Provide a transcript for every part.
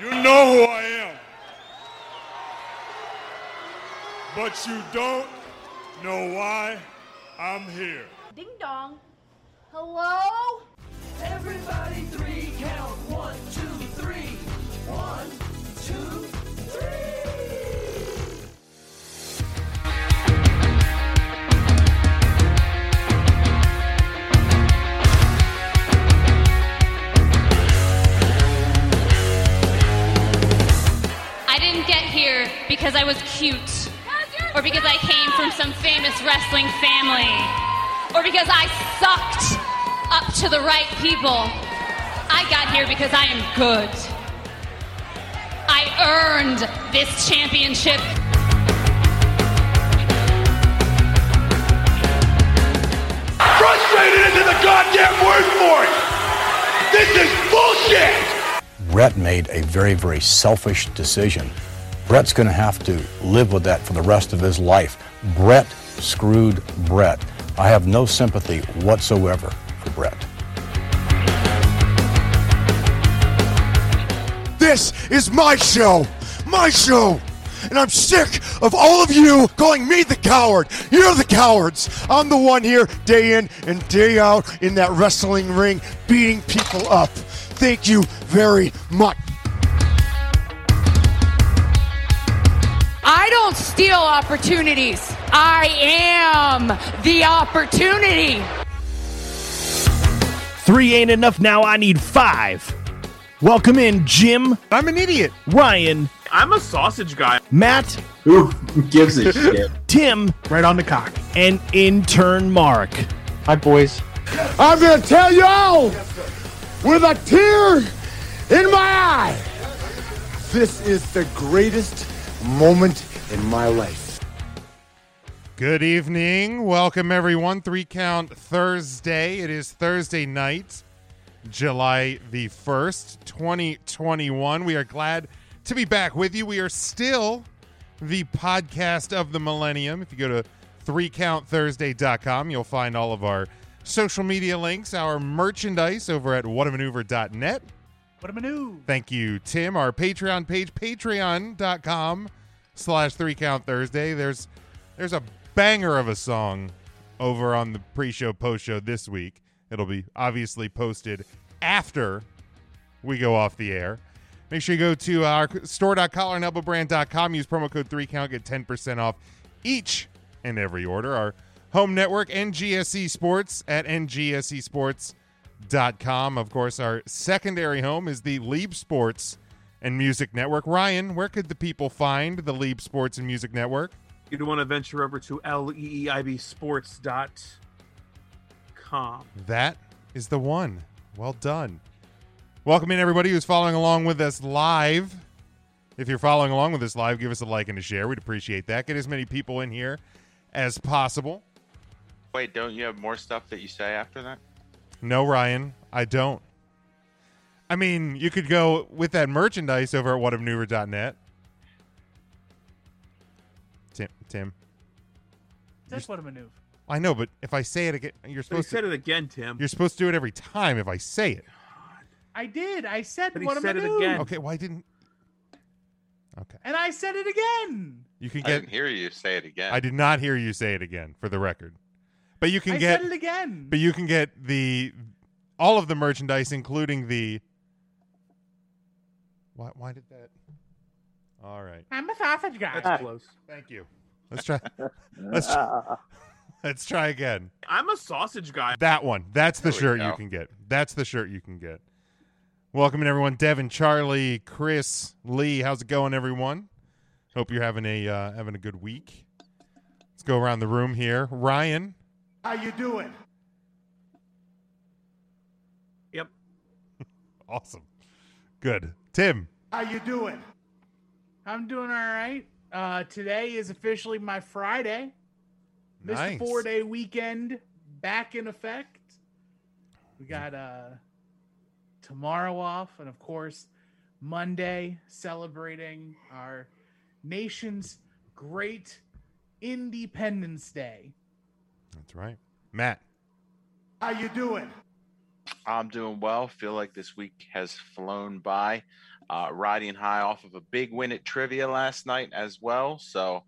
You know who I am. But you don't know why I'm here. Ding dong. Hello? Everybody three count. One, two, three. One, two, three. I didn't get here because I was cute, or because I came from some famous wrestling family, or because I sucked up to the right people. I got here because I am good. I earned this championship. Frustrated into the goddamn word for it. This is bullshit. Brett made a very, very selfish decision. Brett's going to have to live with that for the rest of his life. Brett screwed Brett. I have no sympathy whatsoever for Brett. This is my show, my show, and I'm sick of all of you calling me the coward. You're the cowards. I'm the one here day in and day out in that wrestling ring beating people up. Thank you very much. I don't steal opportunities. I am the opportunity. Three ain't enough now. I need five. Welcome in, Jim. I'm an idiot. Ryan. I'm a sausage guy. Matt. Who gives a shit? Tim. Right on the cock. And intern Mark. Hi, boys. I'm gonna tell y'all with a tear in my eye. This is the greatest moment in my life. Good evening. Welcome, everyone. Three Count Thursday. It is Thursday night, July the 1st, 2021. We are glad to be back with you. We are still the podcast of the millennium. If you go to threecounthursday.com, you'll find all of our social media links, our merchandise over at whatamaneuver.net. What a maneuver. Thank you, Tim. Our Patreon page, patreon.com slash three count Thursday. There's there's a banger of a song over on the pre-show post show this week. It'll be obviously posted after we go off the air. Make sure you go to our store.collarandelbowbrand.com. Use promo code 3count. Get 10% off each and every order. Our home network, NGSE E Sports at E ngscsports.com. Of course, our secondary home is the Lieb Sports and Music Network. Ryan, where could the people find the Lieb Sports and Music Network? You'd want to venture over to E leeibsports.com. That is the one. Well done. Welcome in everybody who's following along with us live. If you're following along with us live, give us a like and a share. We'd appreciate that. Get as many people in here as possible. Wait, don't you have more stuff that you say after that? No, Ryan, I don't. I mean, you could go with that merchandise over at whatamaneuver.net. Tim, Tim, That's what a maneuver. I know, but if I say it again, you're But he supposed said to. it again, Tim. You're supposed to do it every time if I say it. I did. I said But he what a said it maneuver. again. Okay, why didn't? Okay, And I said it again. you can I get. didn't hear you say it again. I did not hear you say it again, for the record. But you can I get. said it again. But you can get the all of the merchandise, including the. Why? Why did that? All right. I'm a sausage guy. That's close. Thank you. Let's try. let's try, let's try again. I'm a sausage guy. That one. That's the There we shirt you go. can get. That's the shirt you can get. Welcome in everyone. Devin, Charlie, Chris, Lee. How's it going, everyone? Hope you're having a uh, having a good week. Let's go around the room here. Ryan, How you doing? Awesome. Good. Tim, How you doing? I'm doing all right. Uh, today is officially my Friday. Missed Nice. four day weekend back in effect. We got uh, tomorrow off, and of course, Monday celebrating our nation's great Independence Day. that's right. Matt, How you doing? I'm doing well. Feel like this week has flown by. Uh, riding high off of a big win at trivia last night as well. So,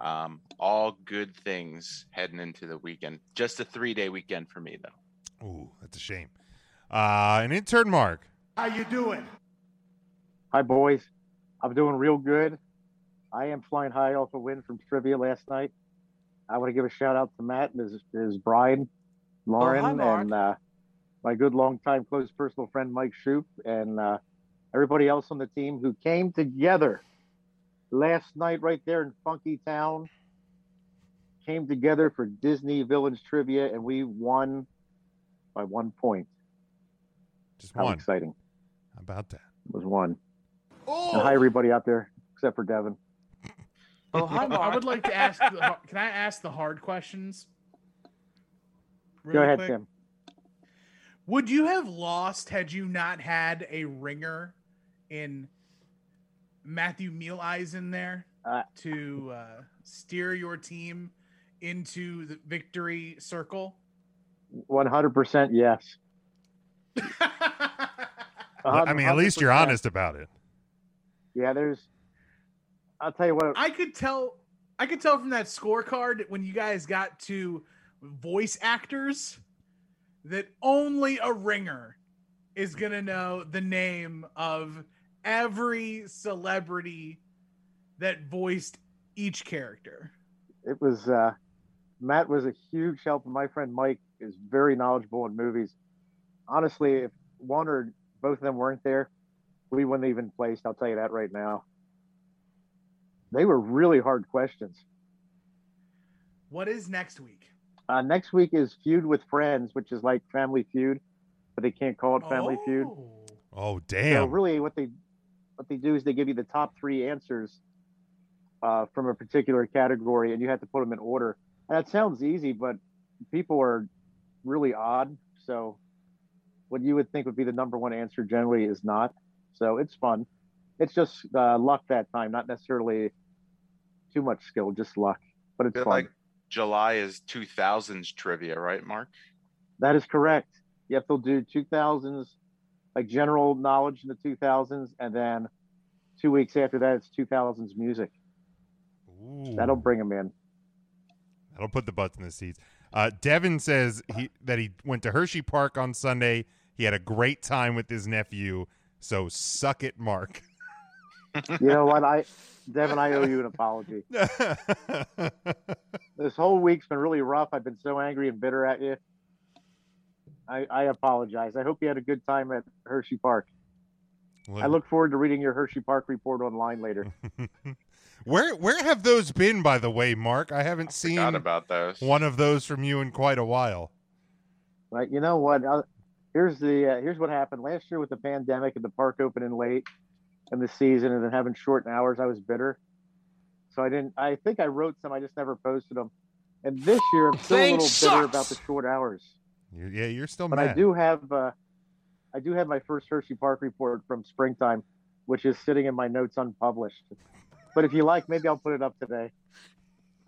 um, all good things heading into the weekend. Just a three day weekend for me, though. Ooh, that's a shame. Uh, an intern, Mark. How you doing? Hi, boys. I'm doing real good. I am flying high off a win from trivia last night. I want to give a shout out to Matt and his, his bride, Lauren, Oh, hi, Mark. and uh, my good longtime close personal friend, Mike Shoup, and uh, everybody else on the team who came together last night right there in Funky Town. Came together for Disney Villains Trivia, and we won by one point. Just How one. exciting. How about that? was one. And hi, everybody out there, except for Devin. Oh, I would like to ask. The, har- can I ask the hard questions? Go Really ahead, quick. Tim. Would you have lost had you not had a ringer in Matthew Mealize in there to uh, steer your team into the victory circle? 100% yes. Well, I mean, at least you're 100%. honest about it. Yeah, there's. I'll tell you what. I could tell. I could tell from that scorecard when you guys got to voice actors that only a ringer is gonna know the name of every celebrity that voiced each character. It was. Uh, Matt was a huge help, and my friend Mike is very knowledgeable in movies. Honestly, if one or both of them weren't there, we wouldn't even placed. I'll tell you that right now. They were really hard questions. What is next week? Uh, next week is Feud with Friends, which is like Family Feud, but they can't call it Family Feud. Oh, So damn. really, what they what they do is they give you the top three answers uh, from a particular category, and you have to put them in order. And that sounds easy, but people are really odd. So what you would think would be the number one answer generally is not. So it's fun. It's just uh, luck that time, not necessarily too much skill, just luck. But it's Feel fun. like July is 2000s trivia, right, Mark? That is correct. Yep, they'll do 2000s, like general knowledge in the 2000s, and then two weeks after that, it's 2000s music. That'll bring them in. That'll put the butts in the seats. Uh, Devin says he, that he went to Hershey Park on Sunday. He had a great time with his nephew. So suck it, Mark. You know what? I, Devin, I owe you an apology. this whole week's been really rough. I've been so angry and bitter at you. I, I apologize. I hope you had a good time at Hershey Park. I look forward to reading your Hershey Park report online later. Where where have those been, by the way, Mark? I haven't seen about those. one of those from you in quite a while. Right. You know what? i here's the uh, here's what happened last year with the pandemic and the park opening late and the season and then having shortened hours. I was bitter, so I didn't. I think I wrote some. I just never posted them. And this year, I'm still a Thing little bitter sucks. about the short hours. You're, yeah, you're still But mad. I do have uh, I do have my first Hershey Park report from springtime, which is sitting in my notes unpublished. But if you like, maybe I'll put it up today.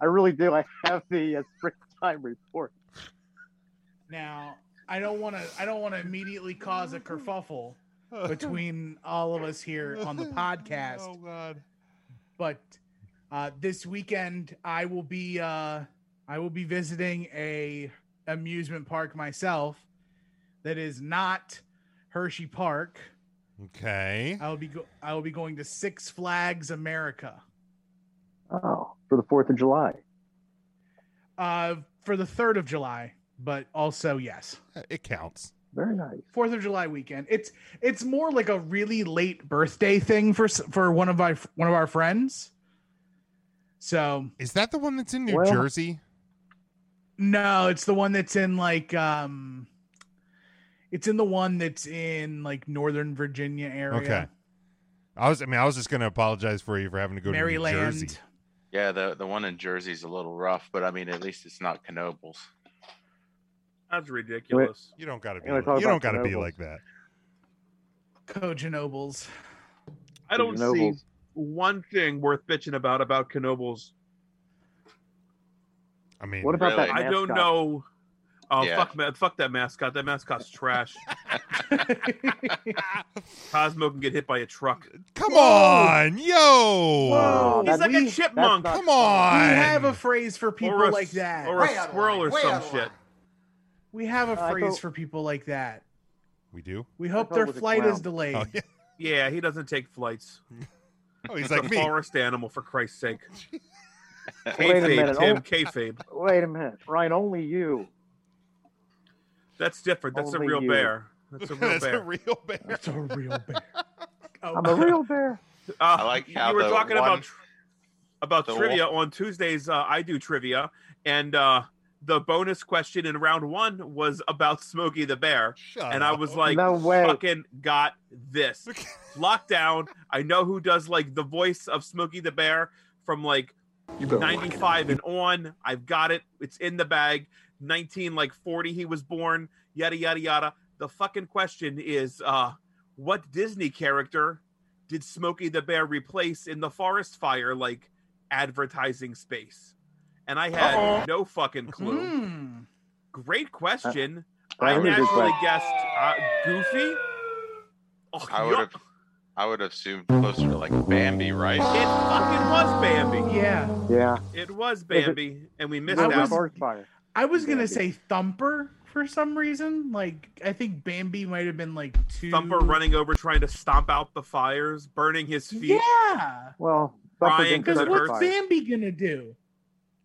I really do. I have the uh, springtime report. Now, I don't want to. I don't want to immediately cause a kerfuffle between all of us here on the podcast. Oh God! But uh, this weekend, I will be. Uh, I will be visiting a amusement park myself. That is not Hershey Park. Okay. I will be. Go- I will be going to Six Flags America. Oh, for the Fourth of July. Uh, for the third of July, but also yes, it counts. Very nice. Fourth of July weekend. It's it's more like a really late birthday thing for s- for one of our one of our friends. So is that the one that's in New Well- Jersey? No, it's the one that's in like um it's in the one that's in like Northern Virginia area. Okay. I was. I mean, I was just going to apologize for you for having to go to New Maryland. Jersey. Yeah, the the one in Jersey's a little rough, but I mean, at least it's not Knobles. That's ridiculous. You don't got to be. You wanna Like, talk you don't about got to be Knobles? like that. Oh, Cojanobles. I don't see Knobles. one thing worth bitching about about Knobles. I mean, What about that Really? I don't mascot? know. Oh Yeah. fuck, ma- fuck that mascot. That mascot's trash. Cosmo can get hit by a truck. Come on, yo. Oh, Whoa. He's like a chipmunk. Come on. We have a phrase for people Or a- like that. or a Way out of squirrel line, or way some out of shit. line. We have a Uh, I phrase thought- for people like that. We do. We hope thought their it was a flight is clown. delayed. Oh, yeah. Yeah, he doesn't take flights. Oh, he's a like me. forest animal for Christ's sake. Wait a minute, Kayfabe, Tim. oh. Kayfabe. Wait a minute, Ryan. Only you. That's different. That's Only a real you. bear. That's a real That's a bear. real bear. That's a real bear. Oh. I'm a real bear. Uh, I like how you were the talking one- about tr- about the trivia on Tuesdays. Uh, I do trivia, and uh, the bonus question in round one was about Smokey the Bear, and I was up. like, No way. "Fucking got this lockdown." I know who does like the voice of Smokey the Bear from like better lock it 95 and on. I've got it. It's in the bag. 19 like 40 he was born. Yada yada yada. The fucking question is uh what Disney character did Smokey the Bear replace in the forest fire like advertising space? And I had Uh-oh. no fucking clue. Mm-hmm. Hmm. Great question. Uh, I that is a good naturally question. guessed uh, Goofy. Oh, I would have, I would have assumed closer to like Bambi, right? It fucking was Bambi. Yeah. Yeah. It was If it- Bambi, and we missed I out. was- I was gonna say Thumper for some reason. Like I think Bambi might have been like two Thumper running over trying to stomp out the fires, burning his feet. Yeah. Well, Brian Because what's Cutterfire. Bambi gonna do?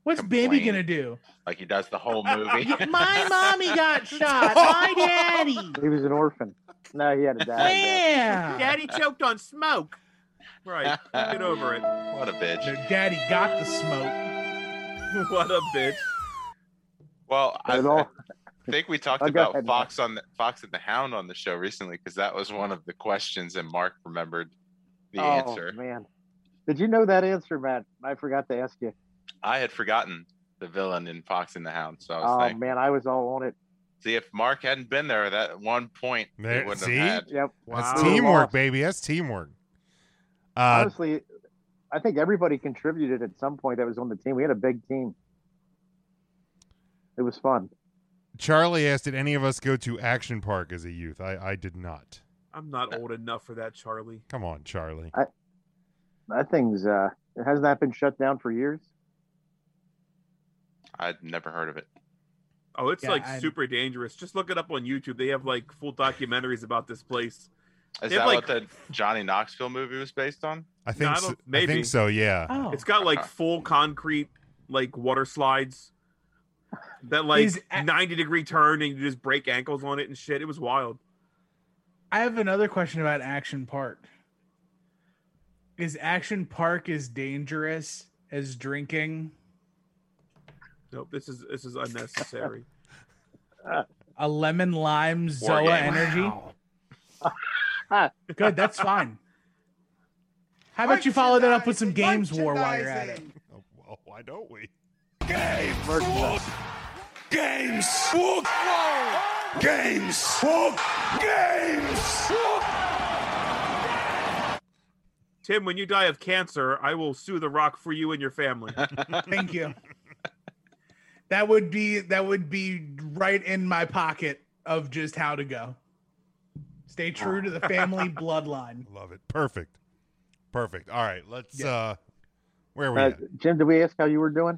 What's Bambi gonna do? Like he does the whole movie. My mommy got shot. My daddy. He was an orphan. No, he had a dad. Yeah. Daddy choked on smoke. Right. Get over it. What a bitch. Daddy got the smoke. What a bitch. Well, I, all. I think we talked Oh, go about ahead, Mark. Fox on the, Fox and the Hound on the show recently because that was one of the questions, and Mark remembered the oh answer. man, did you know that answer, Matt? I forgot to ask you. I had forgotten the villain in Fox and the Hound, so I was Oh like, man, I was all on it. see if Mark hadn't been there, that one point we There- wouldn't see? have had. Yep. That's We teamwork, lost. baby. That's teamwork. Uh, Honestly, I think everybody contributed at some point. That was on the team. We had a big team. It was fun. Charlie asked, "Did any of us go to Action Park as a youth?" I, I did not. I'm not old enough for that, Charlie. Come on, Charlie. I, that thing's uh, it has not been shut down for years. I'd never heard of it. Oh, it's Yeah, like I'm- super dangerous. Just look it up on YouTube. They have like full documentaries about this place. Is They that have, what like, the Johnny Knoxville movie was based on? I think I so, don't- maybe. I think so. Yeah. Oh. It's got like full concrete, like water slides that like Is 90 degree turn and you just break ankles on it and shit. It was wild. I have another question about Action Park. Is Action Park as dangerous as drinking? Nope, this is this is unnecessary. A lemon lime Zoa War game. energy. Good, that's fine. How about you follow that up with some games war while you're at it? Well, Oh, why don't we? Games. Oh, Walk. Games. Walk. Games. Walk. Games. Tim, when you die of cancer, I will sue the rock for you and your family. Thank you. That would be that would be right in my pocket of just how to go. Stay true to the family bloodline. Love it. Perfect. Perfect. All right. Let's. Yeah. uh Where are we? Uh, at? Jim, did we ask how you were doing?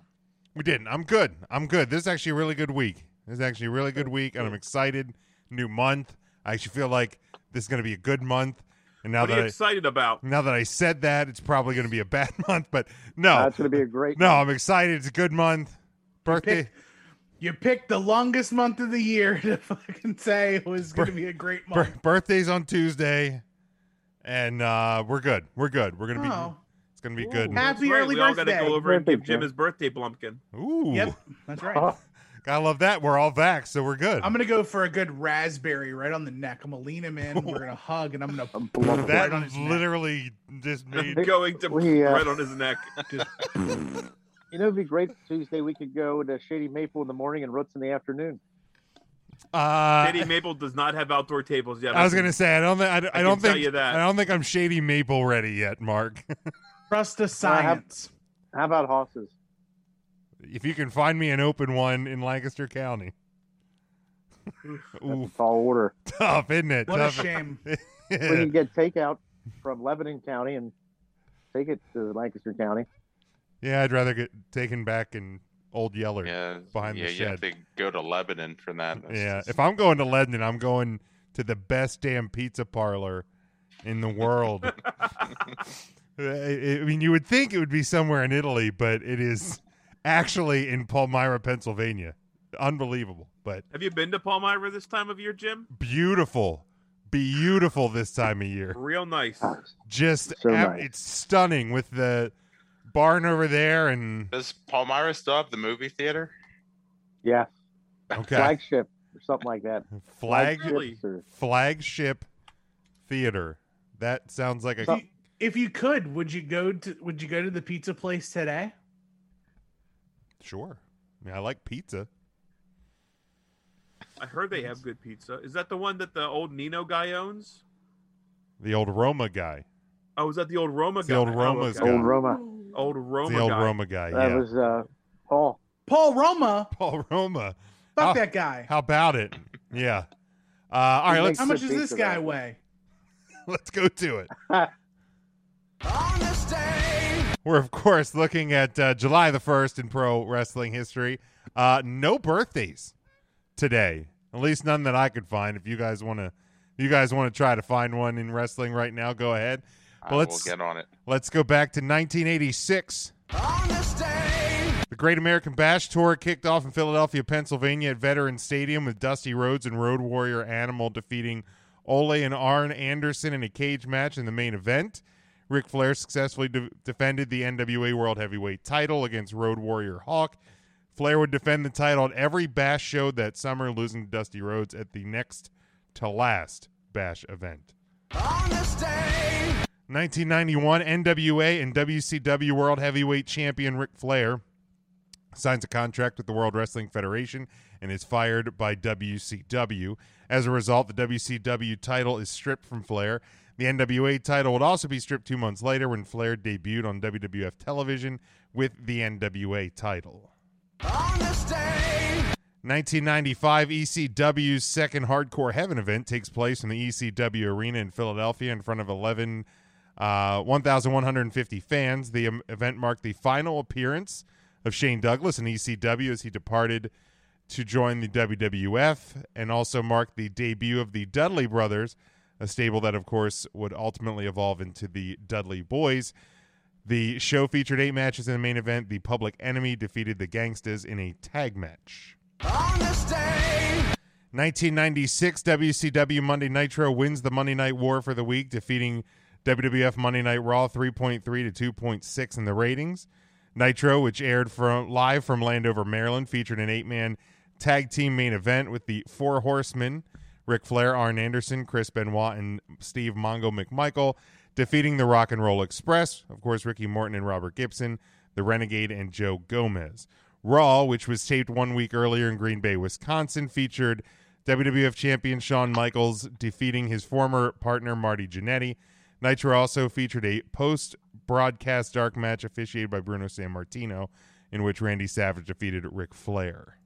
We didn't. I'm good. I'm good. This is actually a really good week. This is actually a really good week, and I'm excited. New month. I actually feel like this is going to be a good month. And now what are that you I, excited about? now that I said that, it's probably going to be a bad month. But no, Uh, it's going to be a great. Oh. no, I'm excited. It's a good month. Birthday. You picked the longest month of the year to fucking say it was going to be a great Bir- month. birthday's on Tuesday, and uh, we're good. We're good. We're gonna be. Oh. It's gonna be good. Happy That's right, early we all gotta birthday. go over and Birthday, give Jim Jim. his birthday blumpkin. Ooh. Yep, that's right. Gotta love that. We're all vaxxed, so we're good. I'm gonna go for a good raspberry right on the neck. I'm gonna lean him in. We're gonna hug, and I'm gonna blow that right on his neck. literally just I'm made going to We, uh, right on his neck. You know, it'd be great Tuesday. We could go to Shady Maple in the morning and Roots in the afternoon. Uh, Shady Maple does not have outdoor tables yet. I was gonna say I don't. thi- I, don't- I can don't tell think. you that. I don't think I'm shady maple ready yet, Mark. Trust the science. how, about hosses? if you can find me an open one in Lancaster County, Ooh, Tall order. tough, isn't it? What a tough. shame. we can get takeout from Lebanon County and take it to Lancaster County. Yeah, I'd rather get taken back in Old Yeller behind yeah, the you have shed. to go to Lebanon for that. That's Yeah, just- if I'm going to Lebanon, I'm going to the best damn pizza parlor in the world. I I mean, you would think it would be somewhere in Italy, but it is actually in Palmyra, Pennsylvania. Unbelievable, but Have you been to Palmyra this time of year, Jim? beautiful, beautiful this time of year. Real nice. Just So ab- nice. it's stunning with the barn over there and Does Palmyra still have the movie theater? Yeah. Okay. Flagship or something like that. flag Flagships or- flagship theater. That sounds like a If you- if you could, would you go to would you go to the pizza place today? sure. I mean, I like pizza. I heard they have good pizza. Is that the one that the old Nino guy owns? The old Roma guy. Oh, is that the old Roma It's guy? the old Oh, Roma's okay. guy. Old Roma. Old Roma. the old guy. Roma guy. That yeah. was uh, Paul. Paul Roma. Paul Roma. Fuck How- that guy. How about it? Yeah. Uh, all right, let's How much does this guy weigh? let's go to it. We're of course looking at uh, July the first in pro wrestling history. Uh, no birthdays today, at least none that I could find. If you guys want to, if you guys want to try to find one in wrestling right now, go ahead. I But will let's get on it. Let's go back to 1986. The Great American Bash Tour kicked off in Philadelphia, Pennsylvania at Veterans Stadium with Dusty Rhodes and Road Warrior Animal defeating Ole and Arn Anderson in a cage match in the main event. Ric Flair successfully de- defended the NWA World Heavyweight title against Road Warrior Hawk. Flair would defend the title at every Bash show that summer, losing to Dusty Rhodes at the next to last Bash event. 1991 NWA and WCW World Heavyweight Champion Ric Flair signs a contract with the World Wrestling Federation and is fired by WCW. As a result, the WCW title is stripped from Flair. The NWA title would also be stripped two months later when Flair debuted on WWF television with the NWA title. 1995 ECW's E second Hardcore Heaven event takes place in the ECW Arena in Philadelphia in front of 11 uh, 1,150 fans. The um, event marked the final appearance of Shane Douglas in ECW as he departed to join the WWF, and also marked the debut of the Dudley Brothers, a stable that, of course, would ultimately evolve into the Dudley Boys. The show featured eight matches in the main event. The Public Enemy defeated the Gangsters in a tag match. 1996 WCW Monday Nitro wins the Monday Night War for the week, defeating WWF Monday Night Raw 3.3 to 2.6 in the ratings. Nitro, which aired from live from Landover, Maryland, featured an eight-man tag team main event with the Four Horsemen, Ric Flair, Arn Anderson, Chris Benoit, and Steve Mongo McMichael, defeating the Rock and Roll Express, of course, Ricky Morton and Robert Gibson, the Renegade, and Joe Gomez. Raw, which was taped one week earlier in Green Bay, Wisconsin, featured WWF champion Shawn Michaels defeating his former partner Marty Jannetty. Nitro also featured a post broadcast dark match officiated by Bruno San Martino, in which Randy Savage defeated Ric Flair.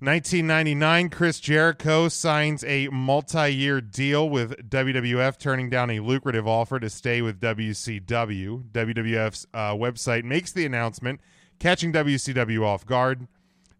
1999, Chris Jericho signs a multi year deal with WWF, turning down a lucrative offer to stay with WCW. WWF's uh, website makes the announcement, catching WCW off guard.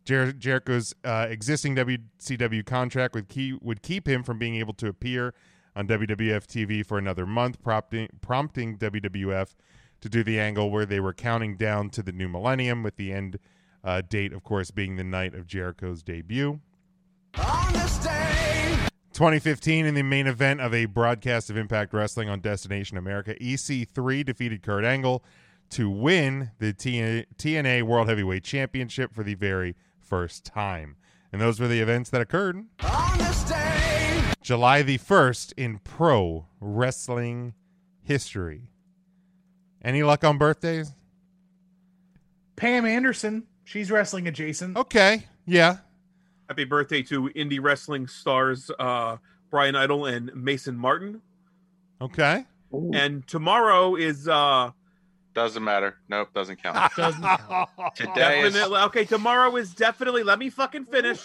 Jer- Jericho's uh, existing WCW contract would, key- would keep him from being able to appear on WWF TV for another month, prompting, prompting WWF to do the angle where they were counting down to the new millennium, with the end uh, date, of course, being the night of Jericho's debut. 2015 in the main E event of a broadcast of Impact Wrestling on Destination America, EC3 defeated Kurt Angle, to win the TNA, TNA World Heavyweight Championship for the very first time. And those were the events that occurred July the 1st in pro wrestling history. Any luck on birthdays? Pam Anderson, she's wrestling adjacent. Okay. Yeah. Happy birthday to indie wrestling stars uh, Brian Idol and Mason Martin. Okay. And tomorrow is uh, Doesn't matter. Nope, doesn't count. Today is definitely okay. Tomorrow is definitely. Let me fucking finish.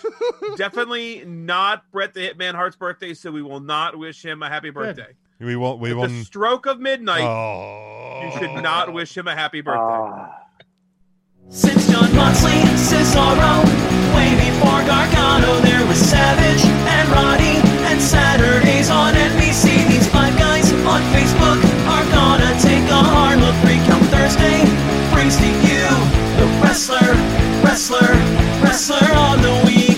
definitely not Brett the Hitman Hart's birthday, so we will not wish him a happy birthday. We won't. We At won't. oh. the stroke of midnight, you should not wish him a happy Ah. birthday. Since John Moxley and Cesaro, way before Gargano, there was Savage and Roddy and Saturdays on NBC. These five guys on Facebook are gonna take a hard look. Recount Thursday brings to you the wrestler, wrestler, wrestler on the week.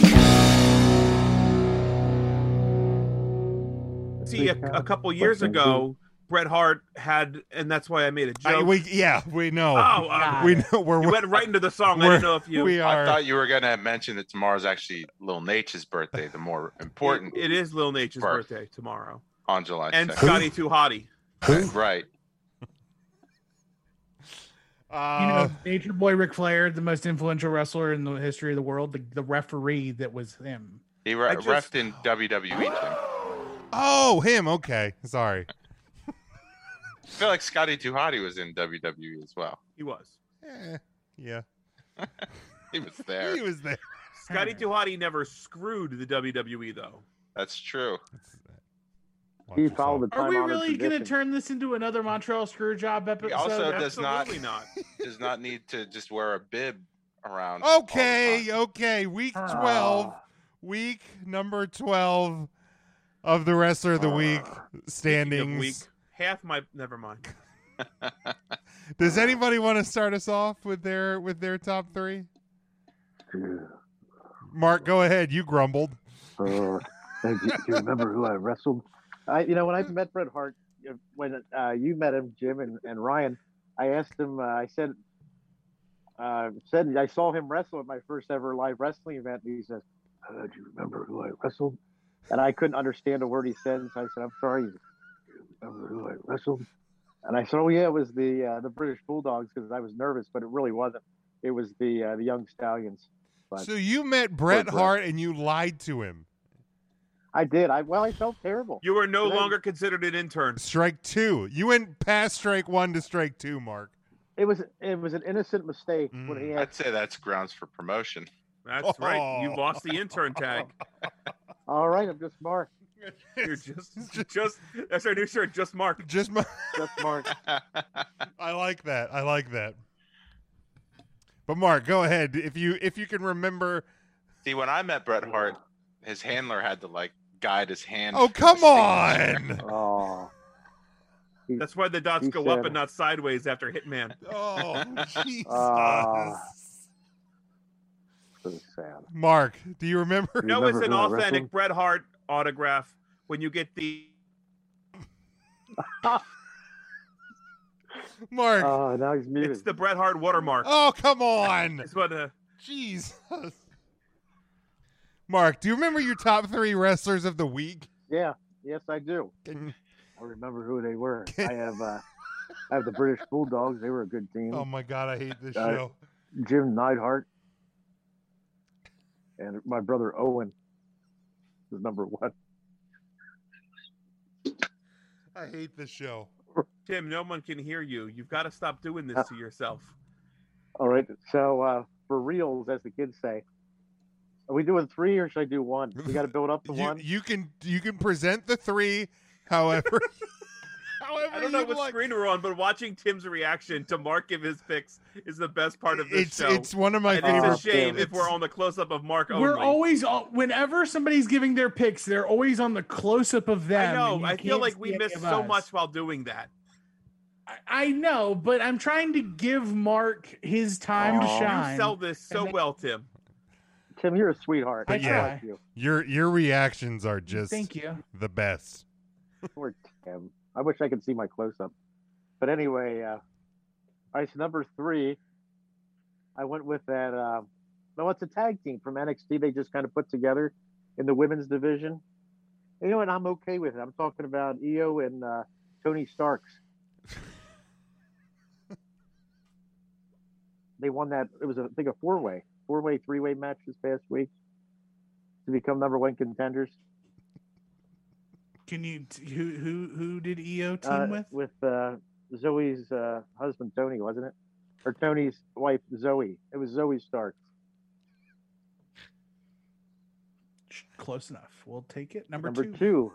See, a, a couple years ago, Bret Hart had, and that's why I made a joke. I- we yeah we know. Oh, uh, we know. We're, you we're went right into the song. I we're- didn't know if you. I thought you were gonna mention that tomorrow's actually Lil Nate's birthday, the more important it is Lil Nature's Birth. birthday tomorrow, on July and 2nd. Scotty Too Hottie. Right. uh, you Uh, know, Nature Boy Ric Flair, the most influential wrestler in the history of the world, the, the referee that was him. He re- I just- refed in WWE. Jim. oh him. Okay. Sorry. I feel like Scotty Too Hotty was in WWE as well. He was. Eh, Yeah. He was there. He was there. Scotty Too Hottie never screwed the WWE though. That's true. He followed the Are time we honored really going to tradition. turn this into another Montreal Screwjob episode? He also does not, Absolutely does not need to just wear a bib around. all the Oh, Okay. time. Okay. Week Ah. twelve. Ah, Week number twelve of the wrestler of the week Ah. standings. Week half my never mind. Does anybody want to start us off with their with their top three? Mark, go ahead. You grumbled. Oh, do, do you remember who I wrestled? I, you know, when I met Bret Hart, uh, when uh, you met him, Jim and, and Ryan, I asked him. Uh, I said, uh, said I saw him wrestle at my first ever live wrestling event. And he says, uh, "Do you remember who I wrestled?" And I couldn't understand a word he said. And so I said, "I'm sorry." He said, Do you remember who I wrestled? And I said, "Oh yeah, it was the uh, the British Bulldogs," because I was nervous, but it really wasn't. It was the uh, the Young Stallions. But So you met Bret Bret. Hart and you lied to him. I did. I well, I felt terrible. You are no Then- longer considered an intern. Strike two. You went past strike one to strike two, Mark. It was it was an innocent mistake when Mm. he I'd asked. say that's grounds for promotion. That's right. You lost the intern tag. All right, I'm just Mark. You're just, just. That's our new shirt. Just Mark. Just Mark. Just Mark. I like that. I like that. But Mark, go ahead. If you if you can remember See, when I met Bret Hart, his handler had to like guide his hand. Oh come on. Oh. That's why the dots he go said- up and not sideways after Hitman. Oh Jesus. Ah. So sad. Mark, do you remember? No, it's an who I authentic wrestled? Bret Hart autograph when you get the Mark. Uh, Oh, now he's muted. it's the Bret Hart watermark. oh come on. It's what uh, Jesus. Mark, do you remember your top three wrestlers of the week? Yeah. Yes, I do. Can- I remember who they were. I have uh, I have the British Bulldogs. They were a good Mm-hmm. team. Oh my god, I hate this Uh, show. Jim Neidhart and my brother Owen was number one. I hate this show. Tim. No one can hear you. You've got to stop doing this to yourself. All right. So uh, for reals, as the kids say, are we doing three or should I do one? We got to build up the You, one. you can you can present the three, however. however I don't know you'd what like. screen we're on, but watching Tim's reaction to Mark give his picks is the best part of this It's show. it's one of my and favorite. it's a shame if It's- we're on the close up of Mark not. only. We're always, all- whenever somebody's giving their picks, they're always on the close up of them. I and know. you I feel can't like see we any missed of so us. much while doing that. I- I know, but I'm trying to give Mark his time to Aw. You shine. sell this so And- well, Tim. Tim, you're a sweetheart. I I try. like you. Your your reactions are just Thank you. the best. Poor Tim. I wish I could see my close up. But anyway, uh, All right, so number three, I went with that. Uh, no, it's a tag team from NXT. They just kind of put together in the women's division. You know what? I'm okay with it. I'm talking about Io and uh, Tony Starks. they won that. It was, a, I think, a four way, four way, three way match this past week to become number one contenders. Can you t- who who who did EO team Uh, with? with uh, Zoe's uh, husband Tony, wasn't it? Or Tony's wife Zoe. It was Zoe Stark. Close enough. We'll take it. Number, Number, two.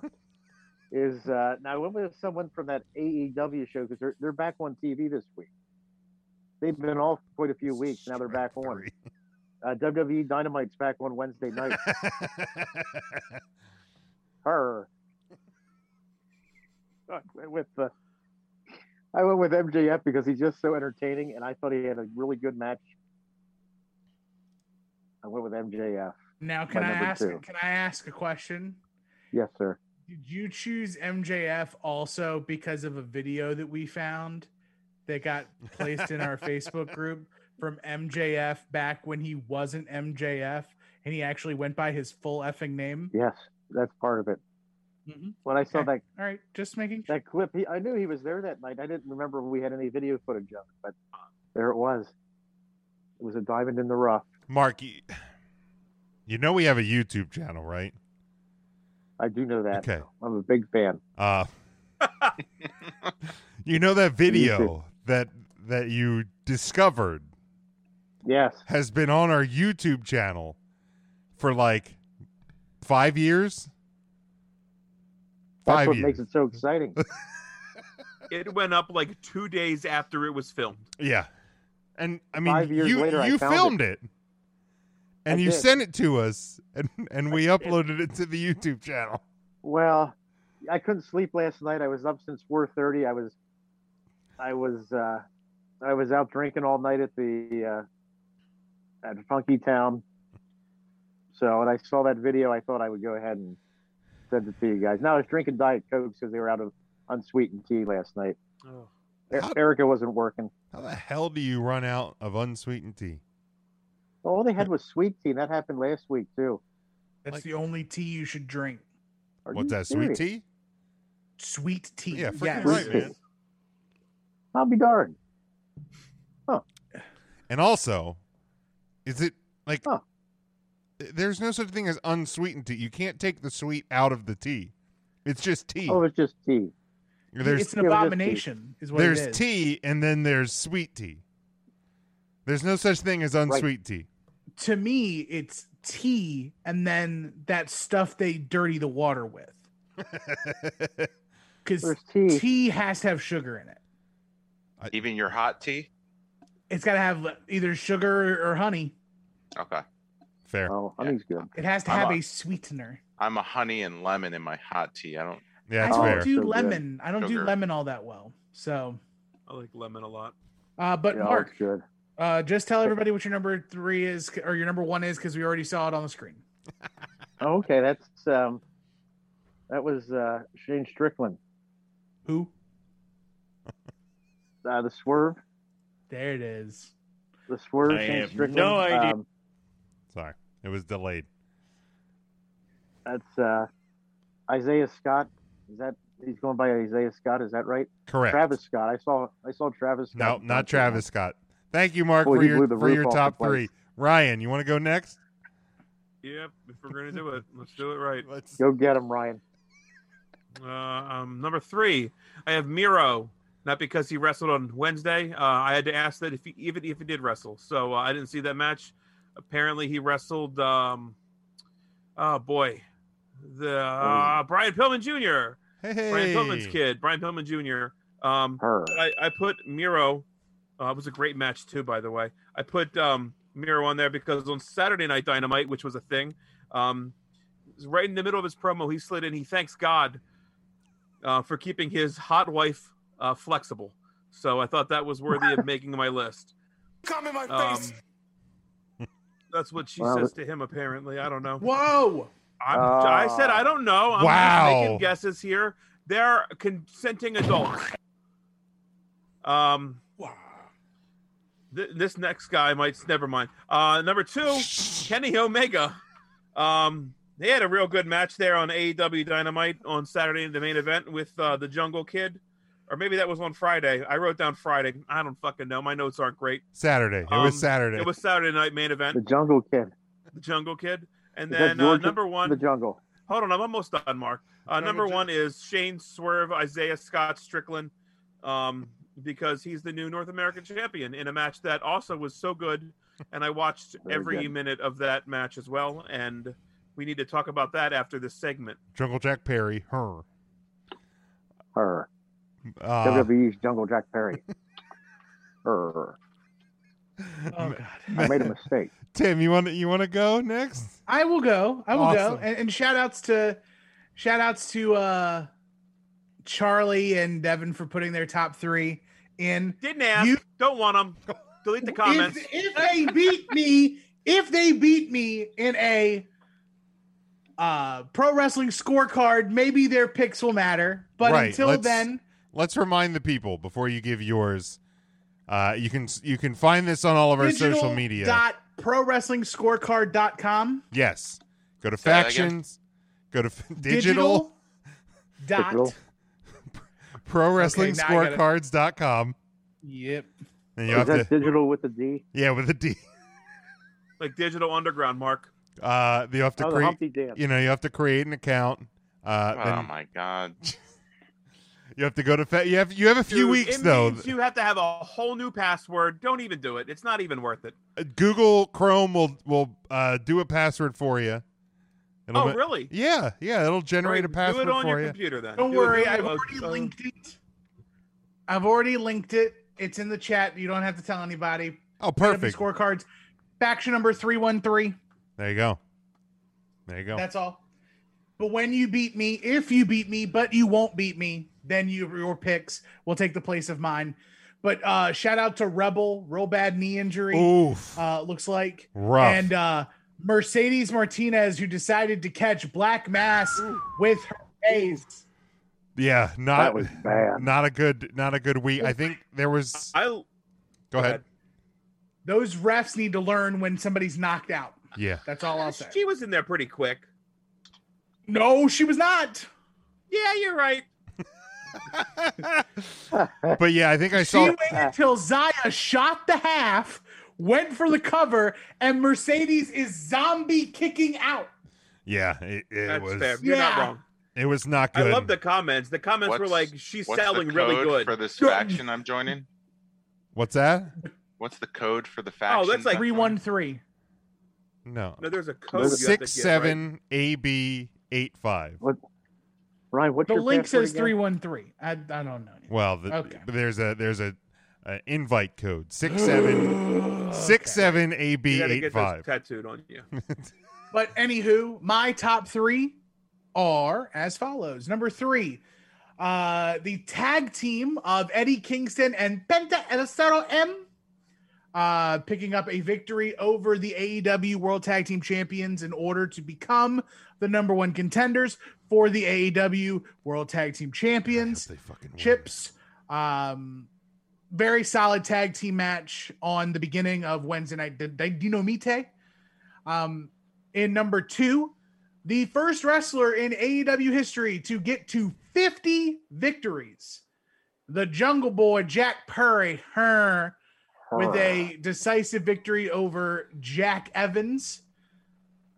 is uh, now I went with someone from that AEW show because they're they're back on TV this week. They've been off quite a few weeks. Now they're back on. Uh, WWE Dynamite's back on Wednesday night. Her. I went with uh, I went with MJF because he's just so entertaining, and I thought he had a really good match. I went with MJF. Now, can my I number ask? two. Can I ask a question? Yes, sir. Did you choose MJF also because of a video that we found that got placed in our Facebook group from MJF back when he wasn't MJF and he actually went by his full effing name? Yes, that's part of it. Mm-hmm. Mhm. When I saw Okay. that All right, just making that clip, he, I knew he was there that night. I didn't remember we had any video footage of it, but there it was. It was a diamond in the rough. Mark, you, you know we have a YouTube channel, right? I do know that. Okay. I'm a big fan. Uh, you know that video that that you discovered Yes. has been on our YouTube channel for like 5 years? That's Five what years. makes it so exciting. It went up like two days after it was filmed. Yeah. And I mean, Five years you, later, I you found filmed it. it. And I you did. sent it to us, and, and we uploaded it to the YouTube channel. well, I couldn't sleep last night. I was up since 4:30. I was, I was, uh, I was out drinking all night at the uh, at Funky Town. So when I saw that video, I thought I would go ahead and send it to you guys. Now I was drinking Diet Coke because they were out of unsweetened tea last night. Oh. E- Erica wasn't working. How the hell do you run out of unsweetened tea? All they had was sweet tea. and That happened last week too. That's the only tea you should drink. Are What's you that, sweet serious? tea? Sweet tea. Yeah, freaking yes. right, man. I'll be darned. And also, is it like th- there's no such thing as unsweetened tea? You can't take the sweet out of the tea. It's just tea. Oh, it's just tea. There's, It's an abomination, is what it there's is. tea, and then there's sweet tea. There's no such thing as unsweet tea. To me, it's tea and then that stuff they dirty the water with. Because tea. has to have sugar in it. Even your hot tea. It's got to have either sugar or honey. Okay. Fair. Oh, honey's good. It has to I'm have a- a sweetener. I'm a honey and lemon in my hot tea. I don't. Yeah, I don't do lemon. I don't do Sugar. lemon all that well. So, I like lemon a lot. uh, but Yeah, Mark, good. uh, just tell everybody what your number three is or your number one is because we already saw it on the screen. Oh, okay, that's um, that was uh, Shane Strickland. Who? Uh, the Swerve. There it is. The Swerve. I Shane have Strickland. no idea. Um, Sorry, it was delayed. that's uh, Isaiah Scott. Is that he's going by Isaiah Scott? Is that right? Correct. Travis Scott. I saw. I saw Travis. No, Scott not Travis Scott. Thank you, Mark, Boy, for he your blew the for roof your off the top place. three. Ryan, you want to go next? Yep. If we're gonna do it, let's do it right. Go get him, Ryan. Uh, um, number three, I have Miro. Not because he wrestled on Wednesday. Uh, I had to ask that if he, even if he did wrestle. So uh, I didn't see that match. Apparently, he wrestled. Um, oh boy, the uh, Brian Pillman Jr. Brian Pillman's Hey. kid, Brian Pillman Jr. Um, Her. I, I put Miro. Uh, it was a great match too, by the way. I put um, Miro on there because on Saturday Night Dynamite, which was a thing, um, right in the middle of his promo, he slid in. He thanks God uh, for keeping his hot wife uh, flexible. So I thought that was worthy of making my list. Come in my Um, that's what she Wow. says to him. Apparently, I don't know. Whoa! I'm, I said Ah. I don't know. I'm just Wow. making guesses here. They're consenting adults. Um, Th- this next guy might never mind. Uh, number two, Kenny Omega. Um, they had a real good match there on AEW Dynamite on Saturday in the main event with uh, the Jungle Kid, or maybe that was on Friday. I wrote down Friday. I don't fucking know. My notes aren't great. Saturday. It Um, was Saturday. It was Saturday night main event. The Jungle Kid. The Jungle Kid, and Is that then uh, Georgia- number one. The Jungle. Hold on, I'm almost done, Mark. Uh, number Number two. one is Shane Swerve, Isaiah Scott Strickland, um, because he's the new North American champion in a match that also was so good, and I watched Very every good. minute of that match as well. And we need to talk about that after this segment. Jungle Jack Perry. Her. Her. Uh, WWE's Jungle Jack Perry. Err. I made a mistake. Tim, you want to you want to go next? I will go. I will Awesome. go. And, and shout outs to shout outs to uh Charlie and Devin for putting their top three in. Didn't ask. Don't want them. Delete the comments. If, if they beat me, if they beat me in a uh pro wrestling scorecard, maybe their picks will matter. But Right, until let's- then, let's remind the people before you give yours. Uh, you can you can find this on all of our social media. Dot pro wrestling scorecard.com yes, go to Say that again. factions. Go to f- digital, dot Digital. pro wrestling now I gotta- scorecards.com. Yep. And you Is have that to digital with a D? yeah with a D. Like Digital Underground, Mark. Uh, you have to Oh, the Humpty create. Dance. You know, you have to create an account. Uh, Oh then my god. you have to go to. Fa- you have you have a few Dude, weeks it though. means you have to have a whole new password. Don't even do it. It's not even worth it. Uh, Google Chrome will will uh, do a password for you. Oh, really? Yeah, yeah. It'll generate a Great. Do password it on for your you. computer then. Don't Do it- worry, do it- I've uh, already uh, linked it. I've already linked it. It's in the chat. You don't have to tell anybody. Oh, Put up your perfect. Scorecards. Faction number three one three. There you go. There you go. That's all. But when you beat me, if you beat me, but you won't beat me, then you, your picks will take the place of mine. But uh, shout out to Rebel, real bad knee injury. Oof. Uh, looks like. Rough. And uh, Mercedes Martinez, who decided to catch Black Mass with her face. yeah, not That was bad. Not a good, not a good week. I think there was. I go ahead. Those refs need to learn when somebody's knocked out. Yeah, That's all I'll say. She was in there pretty quick. No, she was not. Yeah, you're right. but yeah, I think I She saw. waited until Zaya shot the half, went for the cover, and Mercedes is zombie kicking out. Yeah, it, it That's was. fair. You're not Yeah. wrong. It was not I good. love the comments. The comments were like, "She's what's the selling really code good." for this faction I'm joining. What's that? What's the code for the faction? I'm three one three. No. No, there's a code you have to get, right? Six seven A B eight five. What? Ryan, what's The your link password says again? three one three. I I don't know. Well, the, Okay. there's a there's a, a invite code six seven six seven A B You gotta eight get five. this tattooed on you. But anywho, my top three are as follows. Number three, uh, the tag team of Eddie Kingston and Penta El Cerro M, uh, picking up a victory over the AEW World Tag Team Champions in order to become the number one contenders for the AEW World Tag Team Champions. Chips. Um, very solid tag team match on the beginning of Wednesday night. Did they Dinomite? Um, in number two, the first wrestler in AEW history to get to 50 victories, the Jungle Boy Jack Perry, her, with a decisive victory over Jack Evans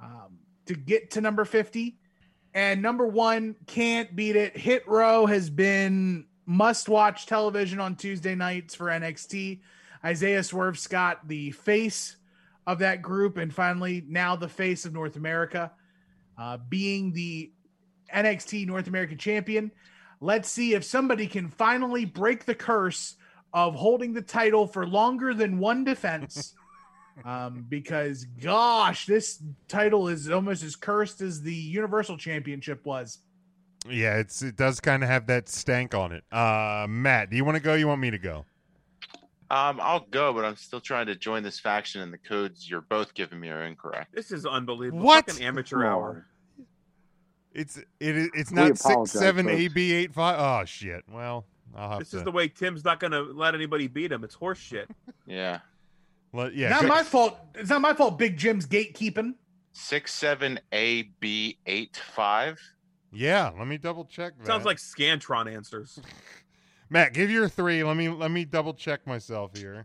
um, to get to number 50. And number one, can't beat it. Hit Row has been must watch television on Tuesday nights for NXT. Isaiah Swerve Scott, the face of that group, and finally now the face of North America, uh, being the NXT North American champion. Let's see if somebody can finally break the curse of holding the title for longer than one defense. um, because gosh, this title is almost as cursed as the Universal Championship was. Yeah, it's it does kind of have that stank on it. Uh, Matt, do you want to go? You want me to go? Um, I'll go, but I'm still trying to join this faction, and the codes you're both giving me are incorrect. This is unbelievable. What? Fucking amateur hour. It's it is it's We not six apologize, seven folks. A B eight five. Oh shit. Well, I'll have This to. is the way Tim's not gonna let anybody beat him. It's horseshit. Yeah. Let- yeah, not go- my fault. It's not my fault. Big Jim's gatekeeping. Six seven A B eight five. Yeah, let me double check. Sounds that. like Scantron answers. Matt, give your three. Let me let me double check myself here.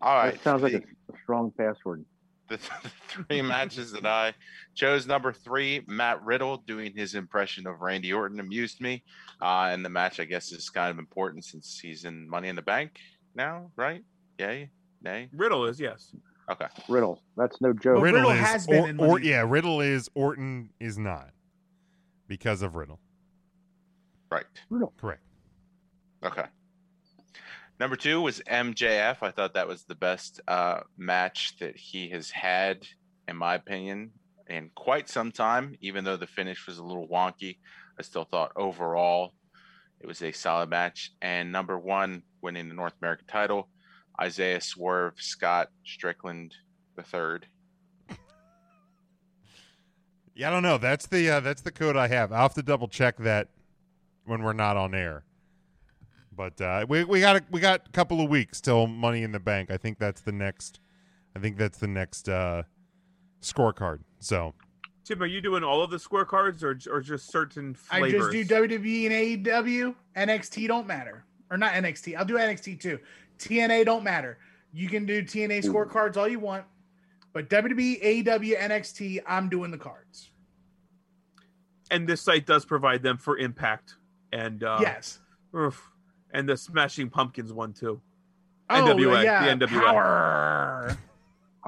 All right. sounds like the- a, a strong password. the, the three matches that I chose. Number three, Matt Riddle doing his impression of Randy Orton amused me. Uh, and the match, I guess, is kind of important since he's in Money in the Bank now, right? Yay, nay. Riddle is yes. Okay. Riddle. That's no joke. is- or, or- yeah, Riddle is Orton is not because of Riddle. Right. Riddle. Correct. Okay. Number two was MJF. I thought that was the best uh, match that he has had, in my opinion, in quite some time. Even though the finish was a little wonky, I still thought overall it was a solid match. And number one, winning the North American title, Isaiah Swerve Scott Strickland the third. Yeah, I don't know. That's the uh, that's the code I have. I'll have to double check that when we're not on air. But uh, we we got a, we got a couple of weeks till Money in the Bank. I think that's the next. I think that's the next uh, scorecard. So Tim, are you doing all of the scorecards or or just certain I flavors? just do WWE and E AEW. NXT don't matter, or not NXT. I'll do NXT too. TNA don't matter. You can do TNA scorecards all you want, but E, WWE, AEW, NXT. I'm doing the cards. and this site does provide them for impact and uh, Yes. oof. and the Smashing Pumpkins one too. Oh, NWA, yeah, the NWA. power.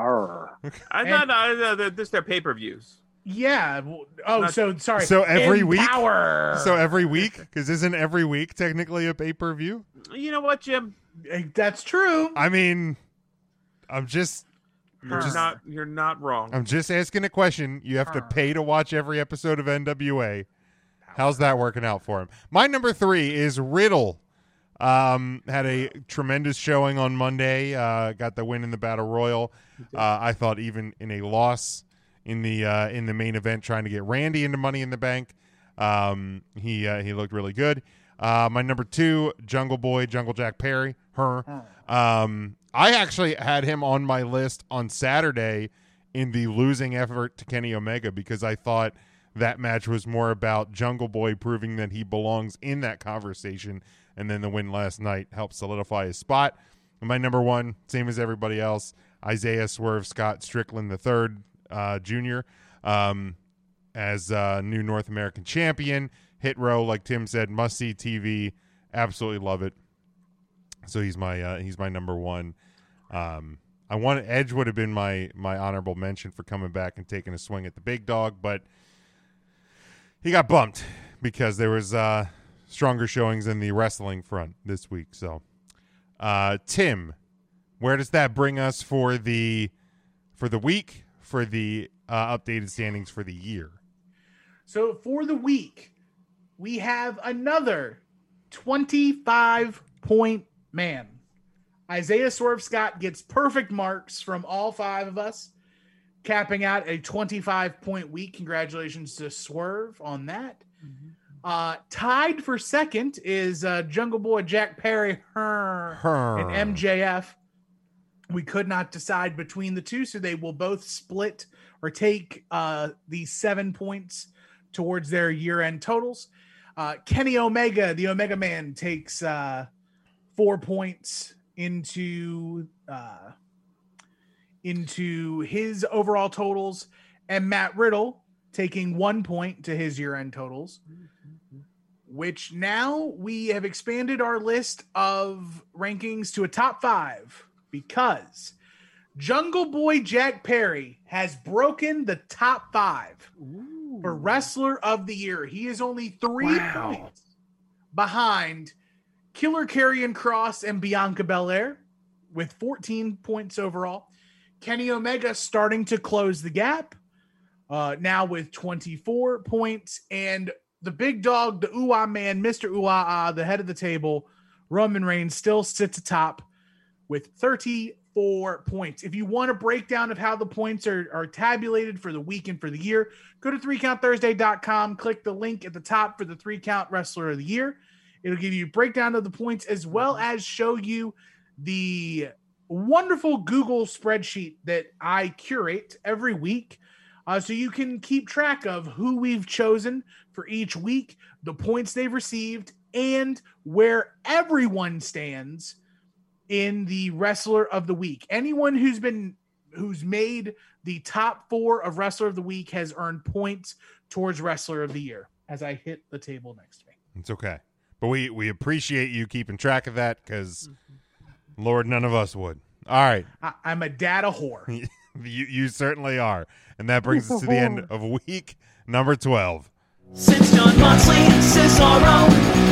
I thought uh, th- this their pay per views. Yeah. w- Oh, Not- so sorry. so every week. Empower. So every week, because isn't every week technically a pay per view? You know what, Jim? Eh, That's true. I mean, I'm just You're just- not you're not wrong. I'm just asking a question. You have to pay to watch every episode of NWA. How's that working out for him? My number three is Riddle. Um, had a tremendous showing on Monday. Uh, got the win in the Battle Royal. Uh, I thought even in a loss in the uh, in the main event, trying to get Randy into Money in the Bank, um, he uh, he looked really good. Uh, my number two, Jungle Boy, Jungle Jack Perry, her. Um, I actually had him on my list on Saturday in the losing effort to Kenny Omega because I thought that match was more about Jungle Boy proving that he belongs in that conversation. And then the win last night helped solidify his spot. And my number one, same as everybody else, Isaiah Swerve Scott Strickland the third, uh, junior, um, as uh, new North American champion. Hit row, like Tim said, must see TV. Absolutely love it. So he's my uh, he's my number one. Um, I wanted Edge would have been my my honorable mention for coming back and taking a swing at the big dog, but he got bumped because there was uh, stronger showings in the wrestling front this week. So, uh, Tim, where does that bring us for the for the week for the uh, updated standings for the year? So for the week, we have another 25 point man. Isaiah Swerve Scott gets perfect marks from all five of us, capping out a 25 point week. Congratulations to Swerve on that. Uh, tied for second is uh, Jungle Boy Jack Perry her, Her. and MJF. We could not decide between the two, so they will both split or take uh, the seven points towards their year end totals. Uh, Kenny Omega, the Omega Man, takes uh, four points into uh, into his overall totals, and Matt Riddle taking one point to his year end totals. Which now we have expanded our list of rankings to a top five because Jungle Boy Jack Perry has broken the top five for Wrestler of the Year. He is only three points behind Killer Karrion Cross and Bianca Belair with 14 points overall. Kenny Omega starting to close the gap uh, now with 24 points. And the big dog, the Ooh man, Mr. Ooh the head of the table, Roman Reigns still sits atop with 34 points. If you want a breakdown of how the points are, are tabulated for the week and for the year, go to 3countthursday.com, click the link at the top for the 3 count wrestler of the year. It'll give you a breakdown of the points as well as show you the wonderful Google spreadsheet that I curate every week. Uh, so you can keep track of who we've chosen for each week, the points they've received, and where everyone stands in the wrestler of the week. Anyone who's been who's made the top four of wrestler of the week has earned points towards wrestler of the year. As I hit the table next to me. It's okay. But we, we appreciate you keeping track of that because, Lord, none of us would. All right. I, I'm a data whore. you, you certainly are. And that brings us to the end of week number 12. Since John Moxley and Cesaro,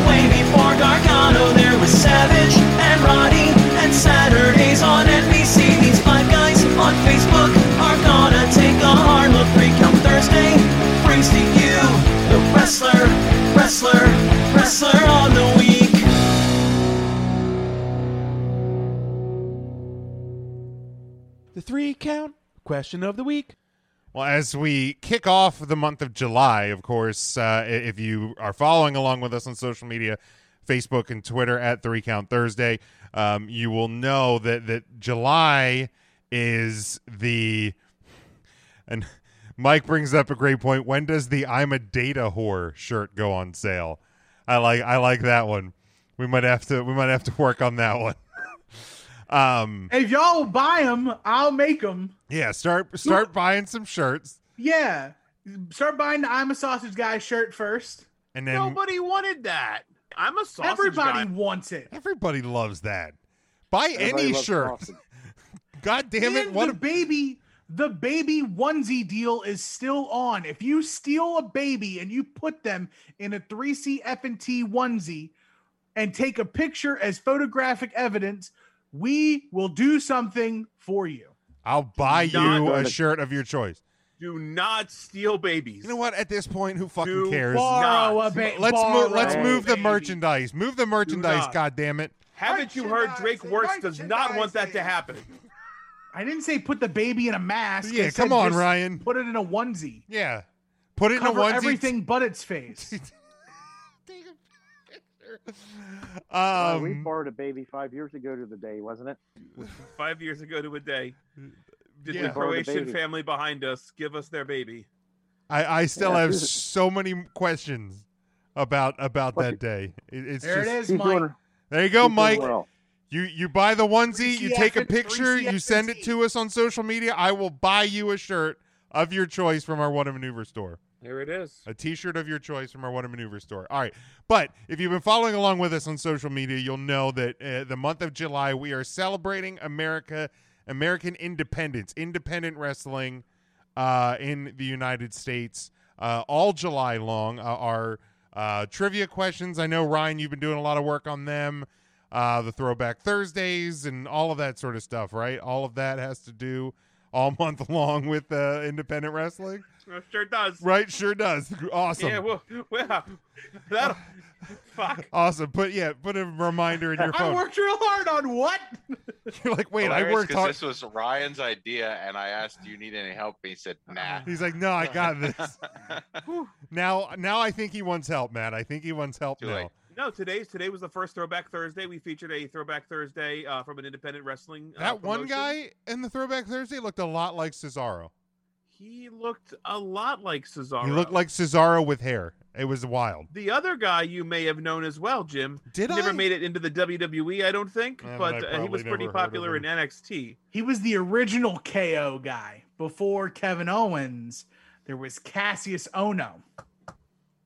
way before Gargano, there was Savage and Roddy and Saturdays on NBC. These five guys on Facebook are gonna take a hard look. Free Count Thursday brings to you the wrestler, wrestler, wrestler on the week. The three count question of the week. Well, as we kick off the month of July, of course, uh, i- if you are following along with us on social media, Facebook and Twitter at Three Count Thursday, um, you will know that that July is the and Mike brings up a great point. When does the "I'm a data whore" shirt go on sale? I like I like that one. We might have to we might have to work on that one. um, If y'all buy them, I'll make them. yeah, start start buying some shirts, Yeah. Start buying the I'm a sausage guy shirt first. and then Nobody wanted that. I'm a sausage Everybody guy. wants it. everybody loves that. Buy Everybody any loves shirt. God damn it! And What the baby the baby onesie deal is still on. If you steal a baby and you put them in a 3C F and T onesie and take a picture as photographic evidence, we will do something for you. I'll buy not you go a to- shirt of your choice. Do not steal babies. You know what? At this point, who fucking Do cares? borrow a ba- let's move. borrow Let's a move the merchandise. Move the merchandise. not. God damn it! Haven't you heard Drake Works does not want that to happen? I didn't say put the baby in a mask. I Yeah, said come on, just Ryan. Put it in a onesie. Yeah, put it in a Cover onesie. everything but its face. Uh, we Um, borrowed a baby five years ago to the day, wasn't it? Five years ago to a day, did Yeah. the Borrow the Croatian baby. family behind us give us their baby? I, I still Yeah. have so many questions about about that day. It- it's There it just, is, Keep Mike. doing- There you go, keep doing Mike. well. You you buy the onesie, you 3CF take a and- picture, you send it to us on social media. I will buy you a shirt of your choice from our One and Maneuver store. Here it is. A T-shirt of your choice from our One and Maneuver store. All right, but if you've been following along with us on social media, you'll know that uh, the month of July we are celebrating America, American independence, independent wrestling uh, in the United States uh, all July long. Uh, our uh, trivia questions. I know Ryan, you've been doing a lot of work on them. Uh, the Throwback Thursdays and all of that sort of stuff, right? All of that has to do all month long with uh, independent wrestling. It sure does. Right, sure does. Awesome. Yeah, well, well that fuck. awesome. Put yeah, put a reminder in your I phone. worked real hard on what? You're like, wait, I Hilarious, worked 'cause hard. This was Ryan's idea, and I asked, "Do you need any help?" And he said, "Nah." He's like, no, I got this. now, now I think he wants help, Matt. I think he wants help now. No, today's today was the first Throwback Thursday. We featured a Throwback Thursday uh, from an independent wrestling. uh, That one promotion. guy in the Throwback Thursday looked a lot like Cesaro. He looked a lot like Cesaro. He looked like Cesaro with hair. It was wild. the other guy you may have known as well, Jim. Did never I? made it into the WWE, I don't think, Yeah, but I but uh, he probably was never pretty heard of popular in NXT. He was the original KO guy before Kevin Owens. There was Cassius Ono.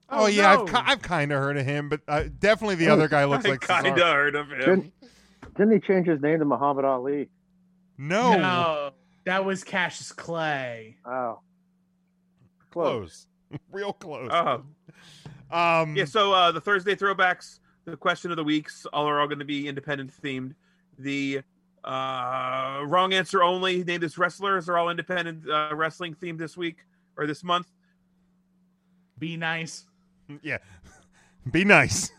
Oh, yeah, I've, ki- I've kind of heard of him, but uh, definitely the other guy looks Oh, I like kinda Cesaro. heard of Didn't, didn't he change his name to Muhammad Ali? No. Oh. No, that was Cassius Clay. Oh, close, real close. Oh. Um, yeah, so uh, the Thursday throwbacks, the question of the weeks, all are all going to be independent themed. The uh, wrong answer only named as wrestlers are all independent uh, wrestling themed this week or this month. Be nice. Yeah. Be nice.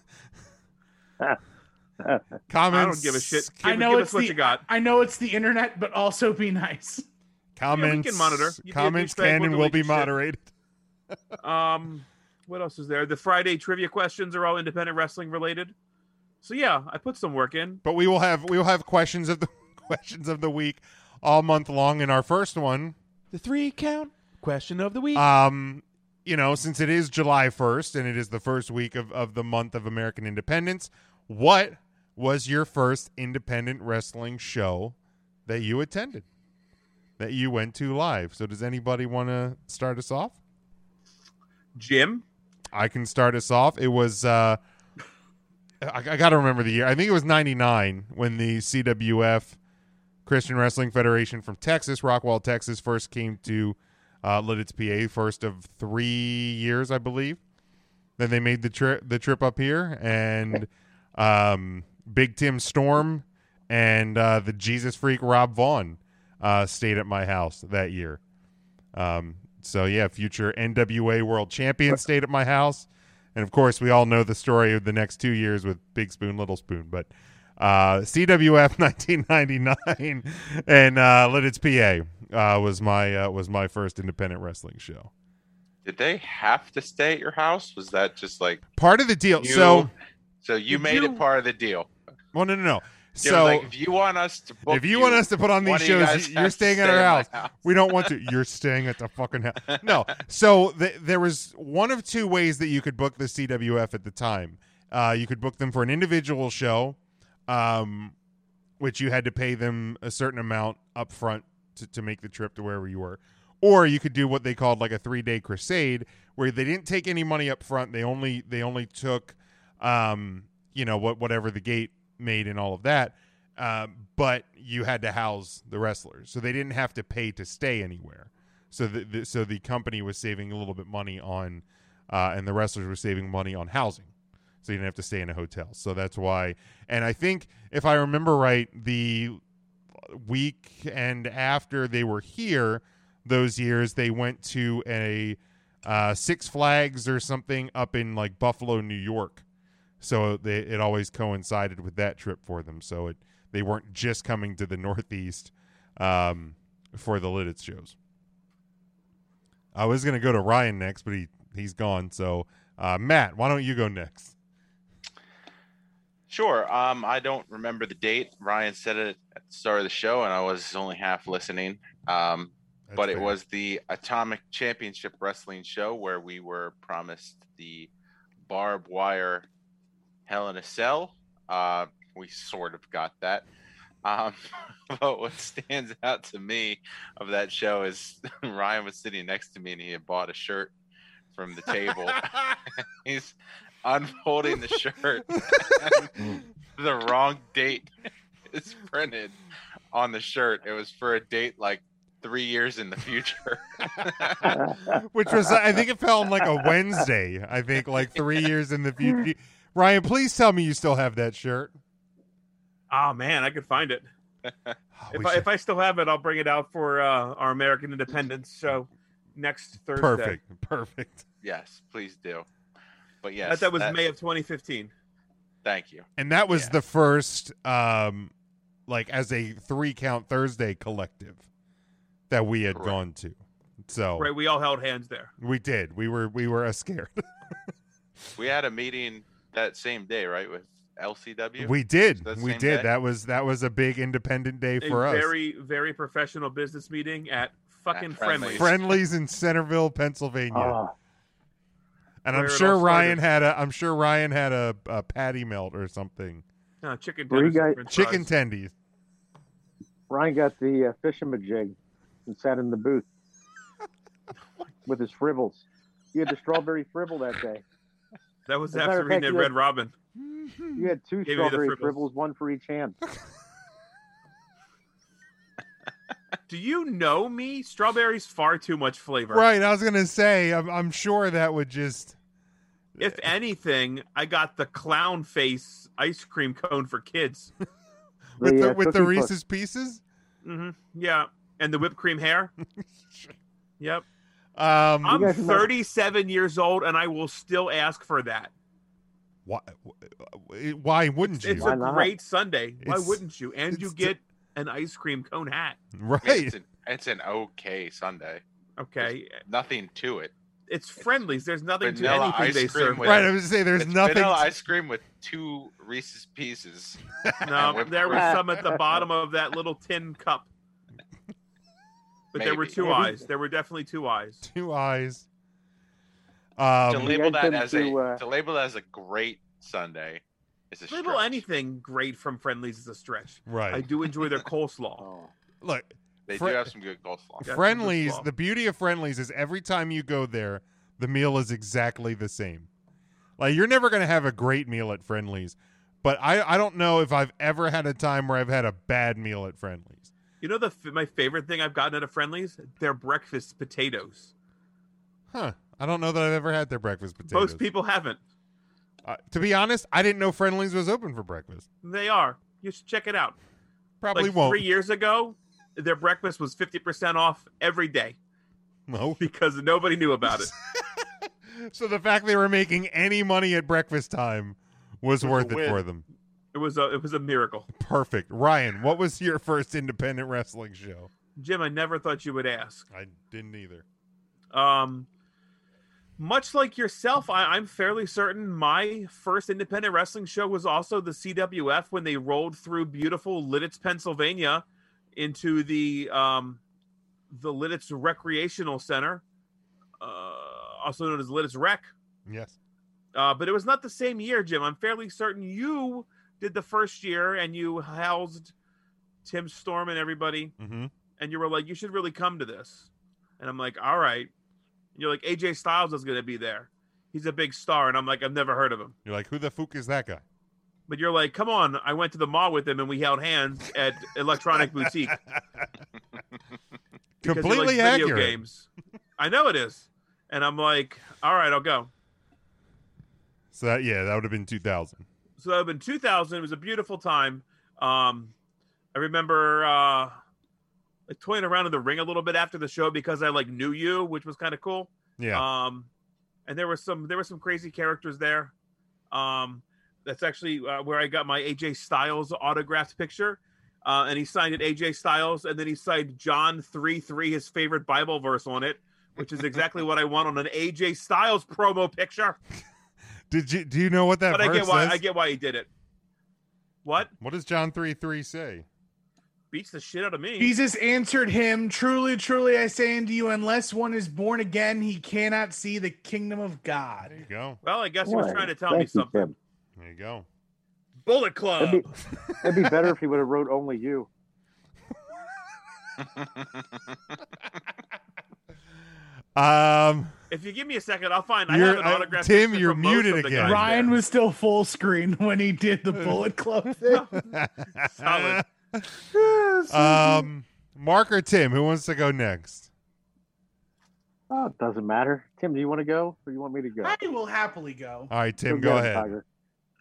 Comments. I don't give a shit. Give, I know give it's us what the, you got. I know it's the internet, but also be nice. Comments. Yeah, we can monitor. You did comments douchebag can one and of will the be weakest shit. moderated. Um, what else is there? The Friday trivia questions are all independent wrestling related. So yeah, I put some work in. But we will have we will have questions of the questions of the week all month long. And our first one, The three count question of the week. um, you know, since it is July 1st and it is the first week of, of the month of American Independence, what was your first independent wrestling show that you attended, that you went to live? So, does anybody want to start us off? Jim? I can start us off. It was, uh, I, I got to remember the year. I think it was 99 when the CWF Christian Wrestling Federation from Texas, Rockwall, Texas, first came to uh, Lidditz, PA, first of three years, I believe. Then they made the trip the trip up here, and um, Big Tim Storm and uh, the Jesus Freak Rob Vaughn uh, stayed at my house that year. Um, so yeah, future NWA World Champion stayed at my house, and of course we all know the story of the next two years with Big Spoon, Little Spoon, but uh, CWF 1999 and uh, Lidditz, PA uh, was my uh, was my first independent wrestling show. Did they have to stay at your house? Was that just like Part of the deal, you- so so you made it part of the deal? well, no, no, no. It was So like, if you want us to, book if you, want us to put on one these of you shows, guys you have you're to staying at stay our house. my house. We don't want to. You're staying at the fucking house. No. So th- there was one of two ways that you could book the CWF at the time. Uh, you could book them for an individual show, um, which you had to pay them a certain amount up front to, to make the trip to wherever you were. Or you could do what they called like a three day crusade, where they didn't take any money up front. They only they only took, um, you know, what whatever the gate made and all of that. Um, but you had to house the wrestlers, so they didn't have to pay to stay anywhere. So the, the so the company was saving a little bit money on, uh, and the wrestlers were saving money on housing so you didn't have to stay in a hotel. So that's why. And I think if I remember right, the week and after they were here, those years they went to a uh, Six Flags or something up in like Buffalo, New York. So they, it always coincided with that trip for them. So it they weren't just coming to the Northeast um, for the Lidditz shows. I was gonna go to Ryan next, but he he's gone. So uh, Matt, why don't you go next? Sure. Um, I don't remember the date. Ryan said it at the start of the show, and I was only half listening. Um, but it fair. was the Atomic Championship Wrestling show where we were promised the barbed wire Hell in a Cell. Uh, we sort of got that. Um, but what stands out to me of that show is Ryan was sitting next to me and he had bought a shirt from the table. He's unfolding the shirt. and the wrong date is printed on the shirt. It was for a date like three years in the future. Which was, I think it fell on like a Wednesday. I think like three years in the future. Ryan, please tell me you still have that shirt. Oh man, I could find it. if, I, if I still have it, I'll bring it out for uh, our American Independence show next Thursday. Perfect, perfect. Yes, please do. But I yes, thought that was May of 2015. Thank you. And that was the first, um, like as a three count Thursday collective that we had gone to. So Right, we all held hands there. we did. We were we were uh, scared. We had a meeting that same day, right, with LCW. we did. That we same did. day? That was that was a big independent day A for us. very, very professional business meeting at fucking friendly. Friendlies in Centerville, Pennsylvania. Oh, Uh, Ah. and I'm Where it sure all Ryan started. had a I'm sure Ryan had a, a patty melt or something. No, Uh, chicken Were you tenders guys- and french Chicken fries. tendies. Ryan got the uh, fisherman jig and sat in the booth with his fribbles. He had the strawberry fribble that day. That was As a matter after of reading fact, that you Red had- Robin. You had two Gave me the strawberry fribbles. fribbles, one for each hand. Do you know me? Strawberries far too much flavor. Right, I was gonna say I'm I'm sure that would just If anything, I got the clown face ice cream cone for kids. with the with the Reese's pieces. hmm Yeah, and the whipped cream hair. yep. Um, I'm You guys remember- 37 years old, and I will still ask for that. Why why wouldn't you? It's a great Sunday. Why It's- wouldn't you? And you get an ice cream cone hat. I mean, It's an, it's an okay Sunday. Okay. There's nothing to it. it's friendlies. There's nothing to vanilla anything ice they cream serve. with- Right, I was gonna say, there's it's nothing Vanilla to- ice cream with two Reese's pieces. No, there was some at the bottom of that little tin cup. But there were Maybe. two Maybe. eyes. There were definitely two eyes. Two eyes. Um, to label that as a uh, to label that as a great Sunday is a Label anything great from Friendlies is a stretch. Right. I do enjoy their coleslaw. Oh. Look, They Fri- do have some good coleslaw. friendlies. The beauty of friendlies is every time you go there, the meal is exactly the same. Like you're never gonna have a great meal at friendlies, but I I don't know if I've ever had a time where I've had a bad meal at friendlies. You know the f- my favorite thing I've gotten out of Friendlies? Their breakfast potatoes. Huh? I don't know that I've ever had their breakfast potatoes. Most people haven't. Uh, to be honest, I didn't know friendlies was open for breakfast. They are. You should check it out. Probably Like, won't. Three years ago, their breakfast was fifty percent off every day. No, because nobody knew about it. So the fact they were making any money at breakfast time was, was a worth it win. for them. It was a it was a miracle. Perfect. Ryan, what was your first independent wrestling show? Jim, I never thought you would ask. I didn't either. Um, much like yourself, I, I'm fairly certain my first independent wrestling show was also the CWF when they rolled through beautiful Lidditz, Pennsylvania, into the um, the Lidditz Recreational Center, uh, also known as Lidditz Rec. Yes. Uh, but it was not the same year, Jim. I'm fairly certain you did the first year and you housed Tim Storm and everybody. Mm-hmm. And you were like, you should really come to this. And I'm like, all right. And you're like, AJ Styles is going to be there. He's a big star. And I'm like, I've never heard of him. You're like, who the fuck is that guy? But you're like, come on. I went to the mall with him and we held hands at Electronic Boutique. Because he likes Completely video accurate. games. I know it is. And I'm like, all right, I'll go. So that yeah, that would have been 2000. so that would have been 2000 it was a beautiful time um i remember uh like toying around in the ring a little bit after the show because i like knew you which was kind of cool Yeah. um and there were some there were some crazy characters there um that's actually uh, where i got my aj styles autographed picture uh, and he signed it aj styles and then he signed john 3 3 his favorite bible verse on it which is exactly what i want on an aj styles promo picture Did you do you know what that but I verse get why says? I get why he did it. What? What does John 3 3 say? Beats the shit out of me. Jesus answered him, Truly, truly, I say unto you, unless one is born again, he cannot see the kingdom of God. There you go. Well, I guess he was Why? trying to tell Thank me you, something. Tim. There you go. Bullet Club. It'd be, it'd be better if he would have wrote only you. Um If you give me a second, I'll find. I You're- have an I- autograph. Tim, picture you're from most muted of the again. guys Ryan was still full screen when he did the Bullet Club thing. Solid. um Mark or Tim, who wants to go next? Oh, it doesn't matter. Tim, do you want to go or you want me to go? I will happily go. All right, Tim, go get him, ahead. Tiger.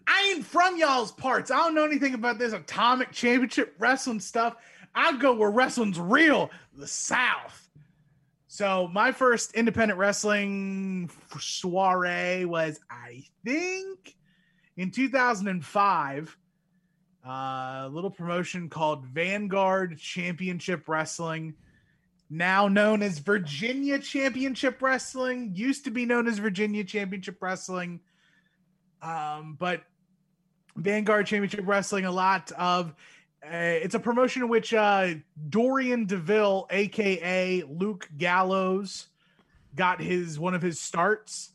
I ain't from y'all's parts. I don't know anything about this atomic championship wrestling stuff. I go where wrestling's real, the South. So my first independent wrestling f- soiree was, I think, in 2005. Uh, a little promotion called Vanguard Championship Wrestling, now known as Virginia Championship Wrestling, used to be known as Virginia Championship Wrestling. Um, but Vanguard Championship Wrestling, a lot of uh, it's a promotion in which uh, Dorian Deville, aka Luke Gallows, got his one of his starts.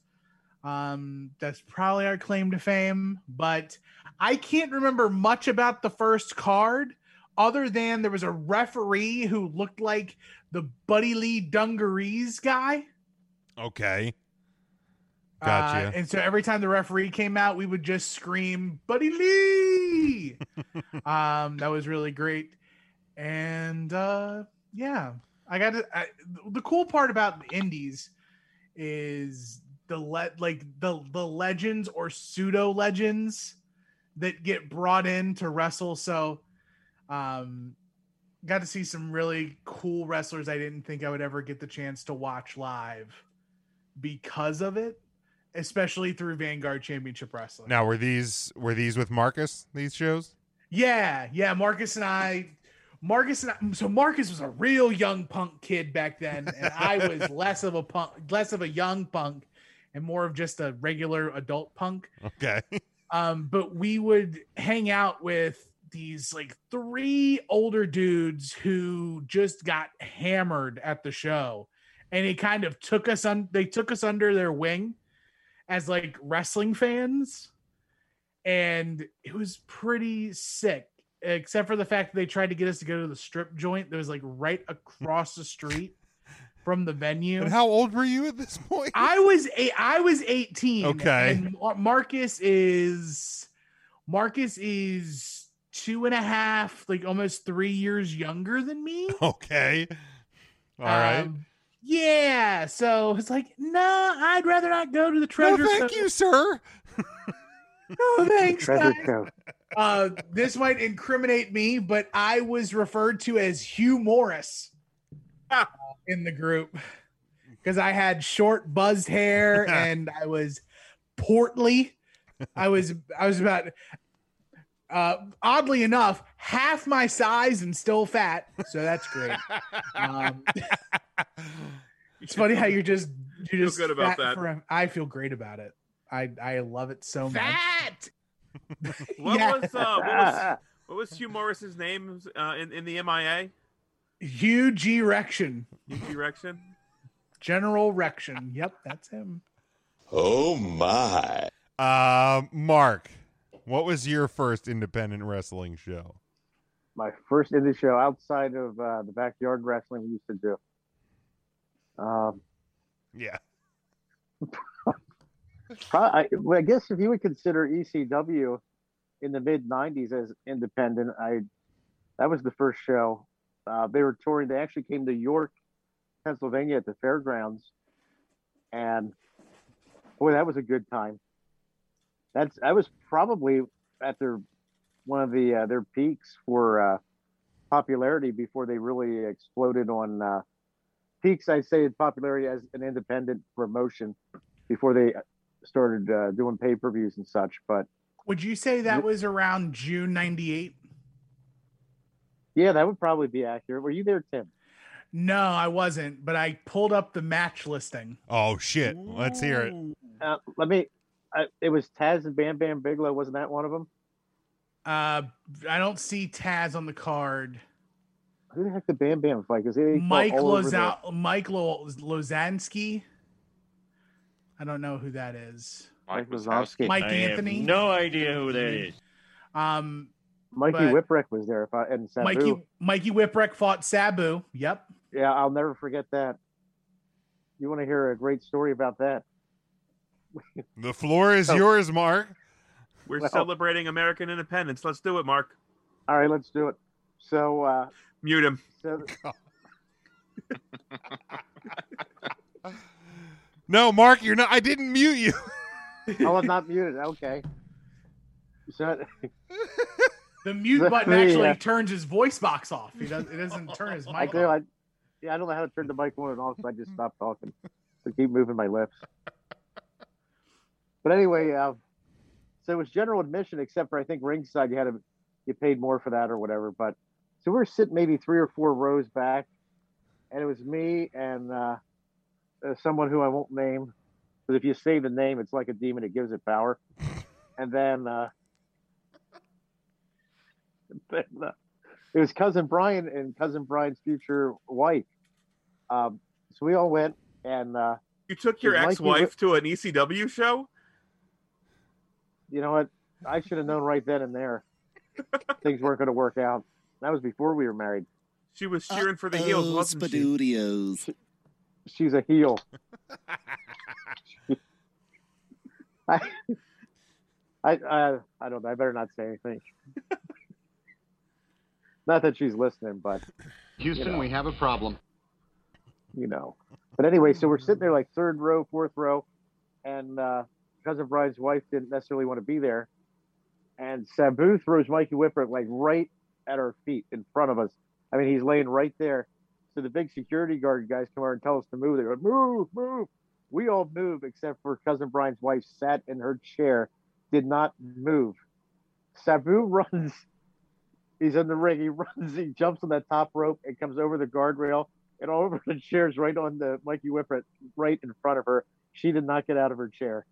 Um, that's probably our claim to fame, but I can't remember much about the first card other than there was a referee who looked like the Buddy Lee Dungarees guy. Okay. Uh, Gotcha. and so every time the referee came out, we would just scream, Buddy Lee. um, that was really great. And uh, yeah, I got to, I, the cool part about the indies is the le- like the the legends or pseudo legends that get brought in to wrestle. So um got to see some really cool wrestlers I didn't think I would ever get the chance to watch live because of it, especially through Vanguard Championship Wrestling. Now were these were these with Marcus, these shows? Yeah, yeah. Marcus and I, Marcus and I, so Marcus was a real young punk kid back then, and I was less of a punk, less of a young punk, and more of just a regular adult punk. Okay. Um, but we would hang out with these like three older dudes who just got hammered at the show, and it kind of took us on. They took us under their wing as like wrestling fans, and it was pretty sick. Except for the fact that they tried to get us to go to the strip joint that was like right across the street from the venue. And how old were you at this point? I was eight. I was eighteen. Okay. and Mar- Marcus is Marcus is two and a half, like almost three years younger than me. Okay. All right. Um, Yeah. So it's like, nah, I'd rather not go to the treasure. thank you, sir. no, thanks. Treasure guys. Cove. Uh, this might incriminate me, but I was referred to as Hugh Morris Ah. uh, in the group because I had short buzzed hair and I was portly. I was I was about uh, oddly enough half my size and still fat, so that's great. Um, it's funny how you're just you're Feel just good fat about that. for- I feel great about it. I I love it so much. Fat. What was uh, what was what was Hugh Morris's name uh, in in the MIA Hugh G. Rection, direction? General Rection. Yep, that's him. Oh my. Uh, Mark, what was your first independent wrestling show? my first indie show outside of uh, the backyard wrestling we used to do. Um, yeah. I, well, I guess if you would consider ECW in the mid '90s as independent, I that was the first show uh, they were touring. They actually came to York, Pennsylvania, at the fairgrounds, and boy, that was a good time. That's I was probably at their one of the uh, their peaks for uh, popularity before they really exploded on uh, peaks. I say in popularity as an independent promotion before they started uh, doing pay per views and such. But Would you say that was around June '98? yeah, that would probably be accurate. Were you there, Tim? No, I wasn't, but I pulled up the match listing. Oh shit! Let's hear it. Mm-hmm. Uh, let me. I, it was Taz and Bam Bam Bigelow. Wasn't that one of them? Uh, I don't see Taz on the card. Who the heck did Bam Bam fight? Because Mike Loza- Mike Lo- Lozansky. I don't know who that is. Mike Wazowski. Mike Anthony. no idea who that is. Um, Mikey but- Whipwreck was there. If I and Sabu. Mikey Mikey Whipwreck fought Sabu. Yep. Yeah, I'll never forget that. You want to hear a great story about that? The floor is Oh. yours, Mark. We're Well- celebrating American independence. Let's do it, Mark. All right, let's do it. So uh, Mute him. So No, Mark, you're not. I didn't mute you. oh, I'm not muted. Okay. So The mute The- button actually yeah. turns his voice box off. He does. It doesn't turn his I mic. do. off. I, yeah, I don't know how to turn the mic on and off, so I just stopped talking. I keep moving my lips. But anyway, uh, so it was general admission, except for I think ringside you had to you paid more for that or whatever. But so we were sitting maybe three or four rows back, and it was me and uh, uh, someone who I won't name, but if you say the name, it's like a demon; it gives it power. And then, uh, then uh, it was cousin Brian and cousin Brian's future wife. Um, so we all went, and uh, You took your Mikey Whip- ex-wife to an ECW show. you know what? I should have known right then and there things weren't going to work out. That was before we were married. She was cheering for the heels, Uh, wasn't she? Studios. She's a heel. I, I, I, I don't know. I better not say anything. not that she's listening, but Houston, you know, we have a problem. you know. But anyway, so we're sitting there like third row, fourth row, and uh, cousin Brian's wife didn't necessarily want to be there, and Sabu throws Mikey Whipper like right at our feet in front of us. I mean, he's laying right there. So the big security guard guys come over and tell us to move. They go, move, move. We all move except for cousin Brian's wife sat in her chair, did not move. Sabu runs He's in the ring. He runs. He jumps on that top rope and comes over the guardrail and over the chairs right on the Mikey Whipwreck right in front of her. She did not get out of her chair.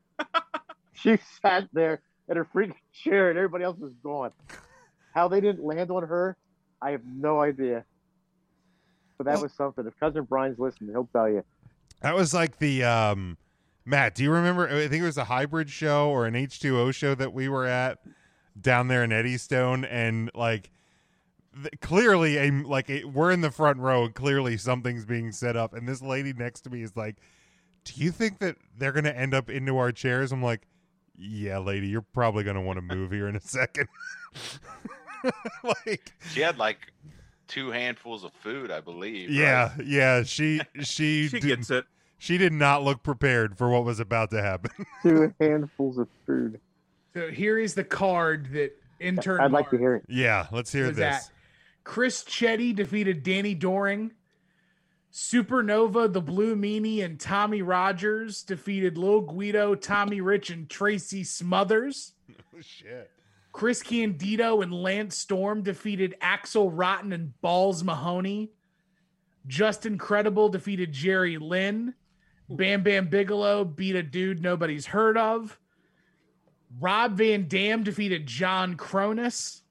she sat there in her freaking chair, and everybody else was gone. How they didn't land on her, I have no idea. But that was something. If cousin Brian's listening, he'll tell you. That was like the um, Matt. Do you remember? I think it was a hybrid show or an H two O show that we were at down there in Eddystone, and like th- clearly a like a, we're in the front row, and clearly something's being set up. And this lady next to me is like, "Do you think that they're gonna end up into our chairs?" I'm like, "Yeah, lady, you're probably gonna want to move here in a second. like she had like two handfuls of food, I believe. yeah, right? yeah. She she She did, gets it. She did not look prepared for what was about to happen. Two handfuls of food. So here is the card that intern Mark hear it. Yeah, let's hear was this. at. Chris Chetty defeated Danny Doring. Supernova, the Blue Meanie, and Tommy Rogers defeated Lil Guido, Tommy Rich, and Tracy Smothers. Oh, shit. Chris Candido and Lance Storm defeated Axel Rotten and Balls Mahoney. Justin Credible defeated Jerry Lynn. Bam Bam Bigelow beat a dude nobody's heard of. Rob Van Dam defeated John Cronus.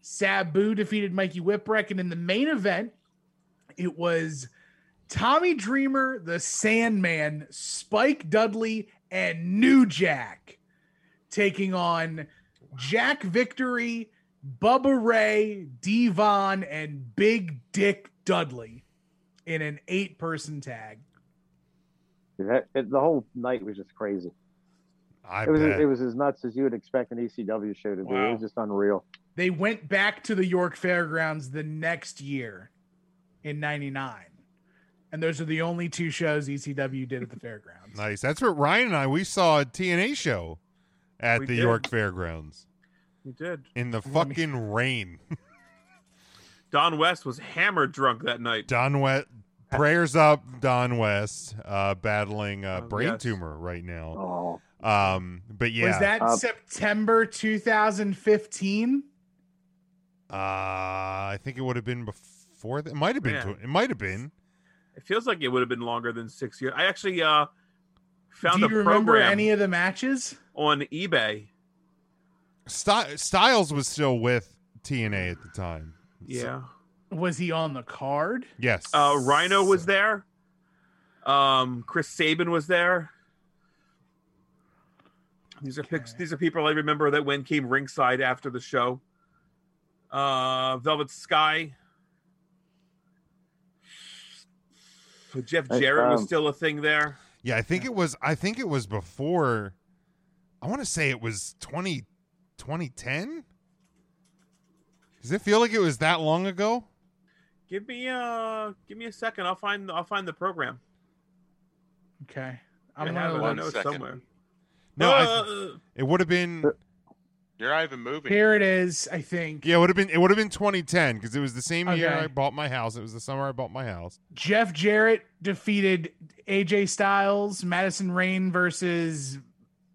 Sabu defeated Mikey Whipwreck. And in the main event, it was Tommy Dreamer, the Sandman, Spike Dudley, and New Jack taking on Jack Victory, Bubba Ray, Devon, and Big Dick Dudley in an eight person tag. That, it- the whole night was just crazy. I it was bet. it was as nuts as you would expect an ECW show to be. It Wow. was just unreal. They went back to the York Fairgrounds the next year in 99. And those are the only two shows ECW did at the fairgrounds. Nice. That's what Ryan and I we saw a TNA show at We the did. York Fairgrounds You did. in the fucking rain. Don West was hammered drunk that night. Don West, prayers up, Don West, uh, battling a brain yes. tumor right now. Oh. Um, but yeah, Was that September 2015? uh, I think it would have been before. That. It might have been. Yeah. tw- It might have been. It feels like it would have been longer than six years. I actually uh found Do a you remember program any of the matches? on eBay. Sty- Styles was still with TNA at the time. So- Was he on the card? yes. Uh, Rhino was there. Um, Chris Sabin was there. These are pics. These are people I remember that when came ringside after the show. Uh, Velvet Sky. Jeff Hey, Jarrett was um, still a thing there. Yeah, I think it was. I think it was before. I want to say it was 20, 2010? Does it feel like it was that long ago? Give me uh give me a second. I'll find I'll find the program. Okay. I I'm have it. gonna I look. know it's somewhere. No, I- Uh, it would have been. You're not even moving. Here it is, I think. Yeah, it would have been. It would have been 2010 because it was the same year Okay. I bought my house. It was the summer I bought my house. Jeff Jarrett defeated AJ Styles, Madison Rain versus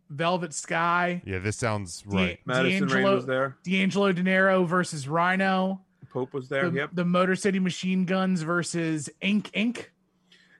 Velvet Sky. Yeah, this sounds right. Madison Rain was there. D'Angelo De Niro versus Rhino. Pope was there. the, yep, the Motor City Machine Guns versus Ink Ink.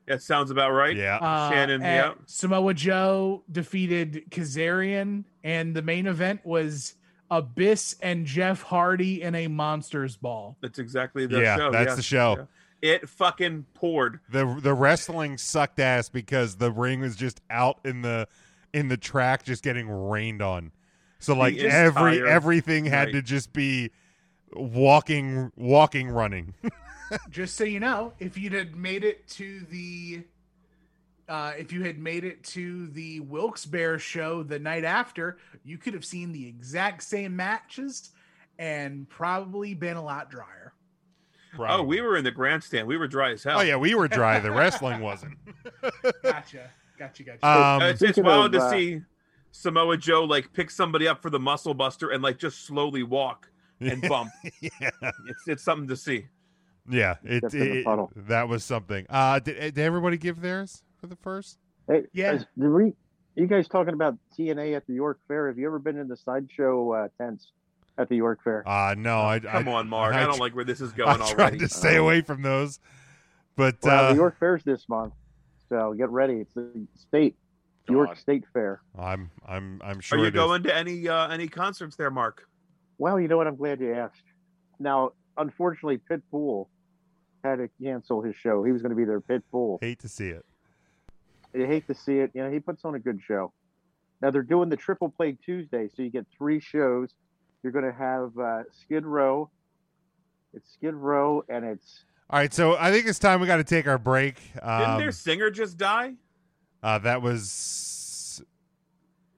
that sounds about right. Yeah, Uh, Shannon. and Yeah, Samoa Joe defeated Kazarian, and the main event was Abyss and Jeff Hardy in a Monsters Ball. that's exactly the yeah, show. that's yeah. the show. It fucking poured. Oh, the The wrestling sucked ass because the ring was just out in the in the track, just getting rained on. So like The every entire everything had to night. just be walking, walking, running. Just so you know, if you would had made it to the, uh, if you had made it to the Wilkes Bear show the night after, you could have seen the exact same matches, and probably been a lot drier. Oh, we were in the grandstand. We were dry as hell. oh yeah, we were dry. The wrestling wasn't. gotcha, gotcha, gotcha. Oh, Um, it's, it's Speaking wild of, to uh, see Samoa Joe like pick somebody up for the muscle buster and like just slowly walk and bump. yeah, it's it's something to see. Yeah, it, Stepped in the it- puddle. that was something. Uh, did, did everybody give theirs for the first? Hey, yeah. the re- you guys talking about TNA at the York Fair? Have you ever been in the sideshow uh, tents at the York Fair. Uh, no, I Come I- on, Mark. I, don't like where this is going I already. tried to stay Uh, away from those, but Well, uh, the York Fair's this month, so get ready. It's the state York State Fair. I'm I'm I'm Are sure. you it is. going to any uh, any concerts there, Mark? Well, you know what? I'm glad you asked. Now, unfortunately, Pitbull had to cancel his show. He was going to be there. Pitbull. Hate to see it. You hate to see it. You know, he puts on a good show. Now they're doing the triple play Tuesday, so you get three shows. You're going to have uh, Skid Row. It's Skid Row, and it's All right, so I think it's time we got to take our break. Didn't Um, their singer just die? uh, that was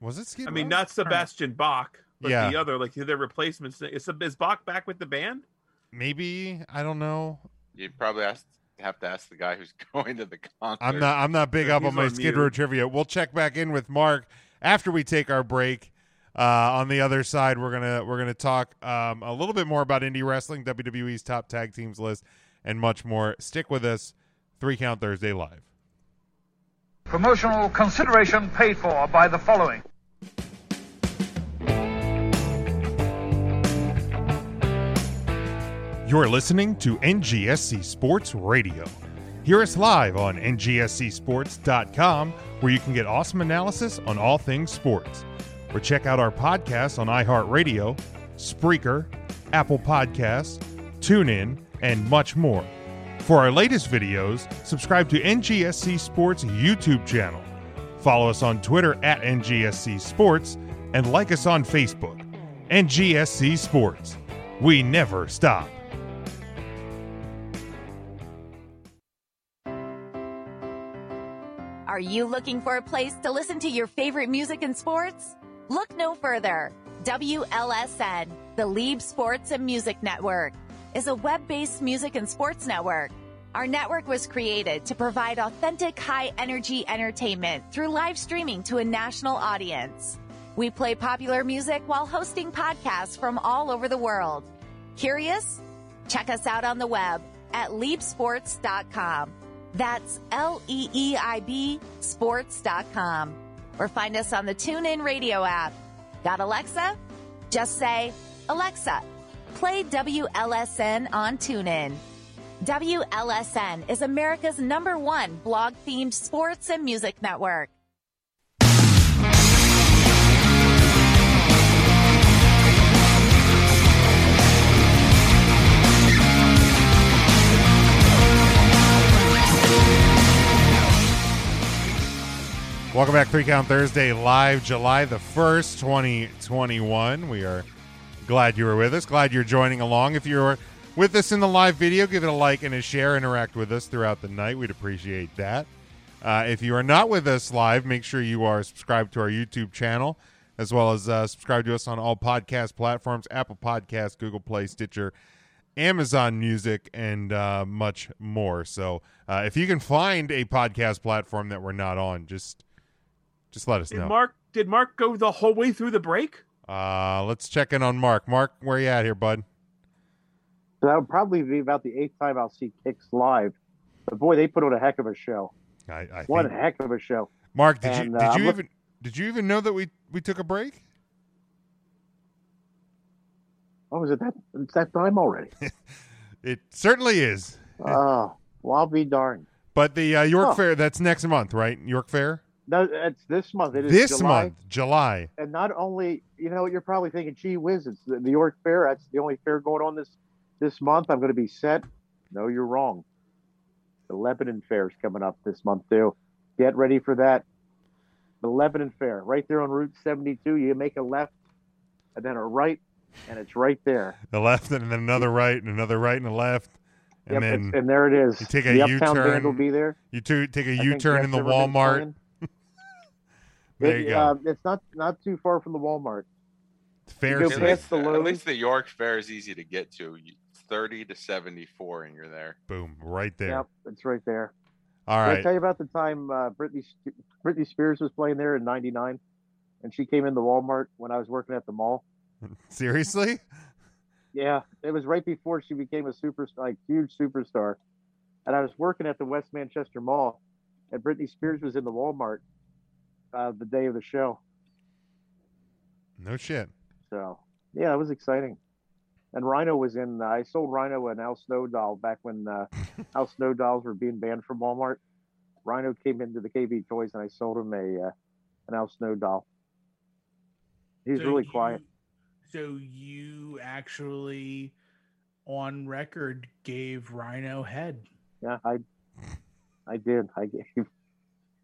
was it? Skid I mean, Row? not Sebastian Bach, but Yeah. the other, like their replacement. sing- Is, is Bach back with the band? maybe I don't know. You probably ask, have to ask the guy who's going to the concert. I'm not I'm not big up He's on my Skid Row mute. trivia. We'll check back in with Mark after we take our break. Uh, on the other side, we're gonna we're gonna talk um, a little bit more about indie wrestling, WWE's top tag teams list, and much more. Stick with us. Three Count Thursday live. Promotional consideration paid for by the following. You're listening to NGSC Sports Radio. Hear us live on ngscsports.com, where you can get awesome analysis on all things sports. Or check out our podcasts on iHeartRadio, Spreaker, Apple Podcasts, TuneIn, and much more. For our latest videos, subscribe to NGSC Sports YouTube channel. Follow us on Twitter at NGSC Sports and like us on Facebook. NGSC Sports. We never stop. Are you looking for a place to listen to your favorite music and sports? Look no further. WLSN, the Lieb Sports and Music Network, is a web based music and sports network. Our network was created to provide authentic high energy entertainment through live streaming to a national audience. We play popular music while hosting podcasts from all over the world. Curious? Check us out on the web at leapsports.com. That's L E E I B sports.com. Or find us on the TuneIn Radio app. Got Alexa? Just say, Alexa, play WLSN on TuneIn. WLSN is America's number one blog themed sports and music network. Welcome back, Three Count Thursday, live July the 1st, 2021. We are glad you were with us. Glad you're joining along. If you're with us in the live video, give it a like and a share. Interact with us throughout the night. We'd appreciate that. Uh, if you are not with us live, make sure you are subscribed to our YouTube channel, as well as uh, subscribe to us on all podcast platforms Apple Podcasts, Google Play, Stitcher, Amazon Music, and uh, much more. So, uh, if you can find a podcast platform that we're not on, just just let us Did know. Mark did Mark go the whole way through the break? uh, let's check in on Mark. Mark, where you at here, bud? so that'll probably be about the eighth time I'll see Kicks live. But boy, they put on a heck of a show. I, I What a think- heck of a show. Mark, did And, you uh, did I'm you look- even did you even know that we we took a break? Oh, is it that? It's that time already. It certainly is. Oh, well, I'll be darned. But the uh, York Huh. Fair that's next month, right? York Fair No, it's this month. It is this July. month, July. And not only, you know, you're probably thinking, "Gee whiz, it's the, the York Fair. That's the only fair going on this this month. I'm going to be set." No, you're wrong. The Lebanon Fair is coming up this month too. Get ready for that. The Lebanon Fair, right there on Route 72. You make a left, and then a right, and it's right there. A left and then another right and another right and a left, and Yep, then it's- and there it is. You take The a U Uptown Band will turn. be there. You two take a I U think turn Jeff in the Zimmerman's Walmart. playing. there It- you go. uh, it's not not too far from the Walmart. Fair You At go least, past the at Lowe's. least the York Fair is easy to get to. You- Thirty to seventy-four, and you're there. Boom, right there. Yep, it's right there. All Did I right. tell you about the time uh, Britney Sp- Britney Spears was playing there in '99, and she came in the Walmart when I was working at the mall. Seriously? Yeah, it was right before she became a super like huge superstar, and I was working at the West Manchester Mall, and Britney Spears was in the Walmart uh, the day of the show. No shit. So yeah, that was exciting. And Rhino was in. Uh, I sold Rhino an Al Snow doll back when uh, Al Snow dolls were being banned from Walmart. Rhino came into the KB Toys, and I sold him a uh, an Al Snow doll. He's So really you- quiet. So you actually, on record, gave Rhino head. Yeah, I I did. I gave.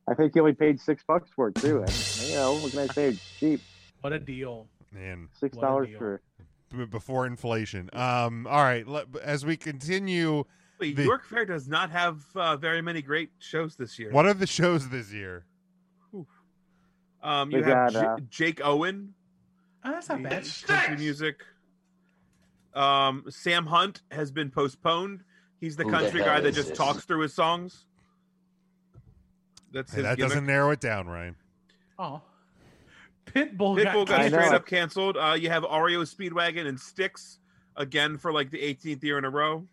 I think he only paid six bucks for it too. And, you know, what can I say? It's cheap. What a deal! Man, Six dollars for. B- before inflation. Um, all right, let- as we continue, Wait, the- York Fair does not have uh, very many great shows this year. what are the shows this year? Um, you They got, have J- uh, Jake Owen. Oh, that's not bad. Country music. Um, Sam Hunt has been postponed. He's the Who the country hell guy that is just this? talks through his songs. That's Hey, his that gimmick. doesn't narrow it down, Ryan. Oh, Pitbull. Pitbull got canceled. straight up canceled. Uh, you have Ario Speedwagon and Sticks again for like the 18th year in a row.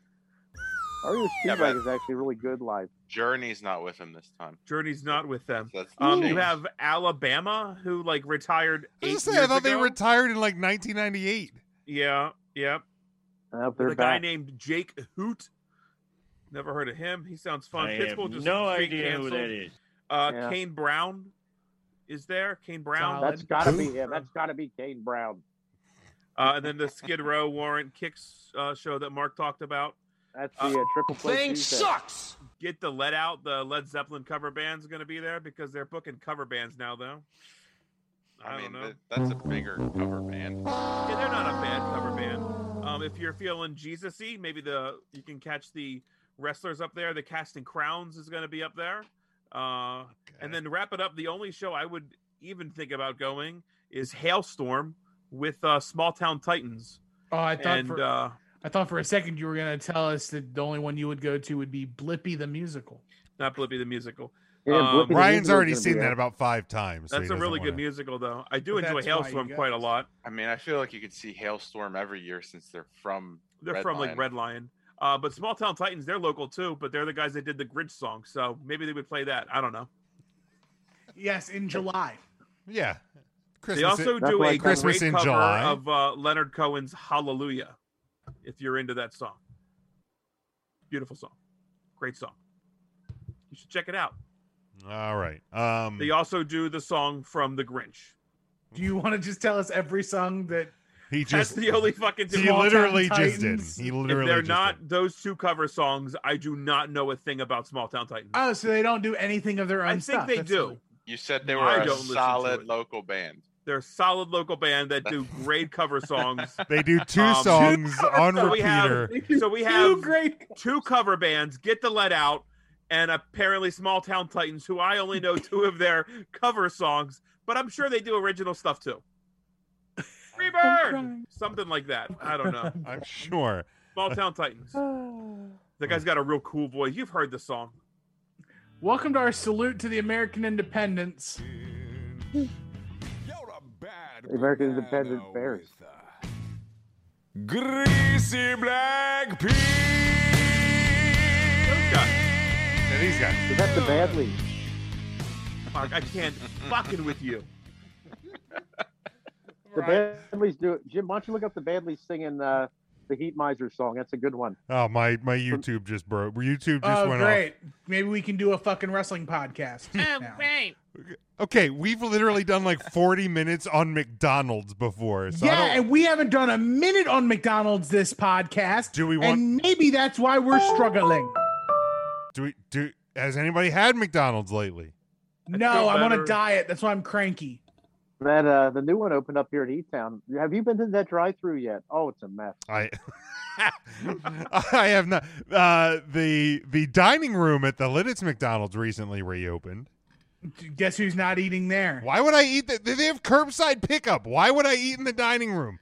Ario Yeah, Speedwagon is actually really good live. Journey's not with him this time. Journey's not with them. That's the Um, you change. have Alabama who like retired. I Eight was gonna say, I years thought they ago. retired in like 1998. Yeah, yeah. Yep, With they're a guy back. named Jake Hoot. Never heard of him. He sounds fun. I have Pitbull just no straight idea who canceled. that is. Uh, Yeah. Kane Brown is there. Kane Brown. That's gotta be him. That's gotta be Kane Brown. Uh, and then the Skid Row Warrant Kicks uh, show that Mark talked about. That's the, uh, Triple Play Thing Tuesday. sucks! Get the Let Out, the Led Zeppelin cover band's going to be there because they're booking cover bands now, though. I, mean, don't know. th- that's a bigger cover band. Yeah, they're not a bad cover band. Um, if you're feeling Jesus-y, maybe the you can catch the wrestlers up there. The Casting Crowns is going to be up there, uh, and then to wrap it up. The only show I would even think about going is Hailstorm with uh, Small Town Titans. Oh, I thought and for uh, I thought for a second you were gonna tell us that the only one you would go to would be Blippy the musical. not Blippi the musical. Um, Ryan's already seen that about. about five times. so he That's a doesn't really wanna- good musical, though. I do But enjoy that's why you Hailstorm got quite a lot. I mean, I feel like you could see Hailstorm every year since they're from. They're Red from Lion. like Red Lion, uh, but Small Town Titans, they're local too. But they're the guys that did the Grinch song, so maybe they would play that. I don't know. Yes, in July. Yeah. they also do a Christmas great in cover July. of uh, Leonard Cohen's "Hallelujah." If you're into that song, beautiful song, great song. You should check it out. All right. Um, They also do the song from The Grinch. Do you want to just tell us every song that he That's the only fucking. He literally just did. He literally If they're just not those two cover songs, I do not know a thing about Small Town Titans. Oh, so they don't do anything of their own I think stuff. they That's do. really- You said they I were a don't listen to solid local band. They're a solid local band that do great cover songs. They do two Um, songs on so we have, repeater. so we have two cover bands, Get the Let Out, and apparently Small Town Titans, who I only know two of their cover songs, but I'm sure they do original stuff too. Freebird, something like that. I don't know. I'm sure. Small Town Titans. The guy's got a real cool voice. You've heard the song. Welcome to our salute to the American independence. The American Independent Bears. Greasy black pig. Yeah, these guys. Is that the bad league? Oh, Fuck, I can't fucking with you. The Badleys do it. Jim, why don't you look up the Badleys singing uh, the Heat Miser song? That's a good one. Oh my! My YouTube just broke. YouTube just Oh, went great. Maybe we can do a fucking wrestling podcast. now. off. Okay, we've literally done like 40 minutes on McDonald's before. So yeah, I don't, and we haven't done a minute on McDonald's this podcast. Do we want- And maybe that's why we're struggling. do we do? Has anybody had McDonald's lately? No, I'm on better. a diet. That's why I'm cranky. That uh, the new one opened up here in Heat Town. Have you been to that drive-through yet? Oh, it's a mess. I I have not. Uh, the the dining room at the Lidditz McDonald's recently reopened. Guess who's not eating there? Why would I eat that? They have curbside pickup. Why would I eat in the dining room?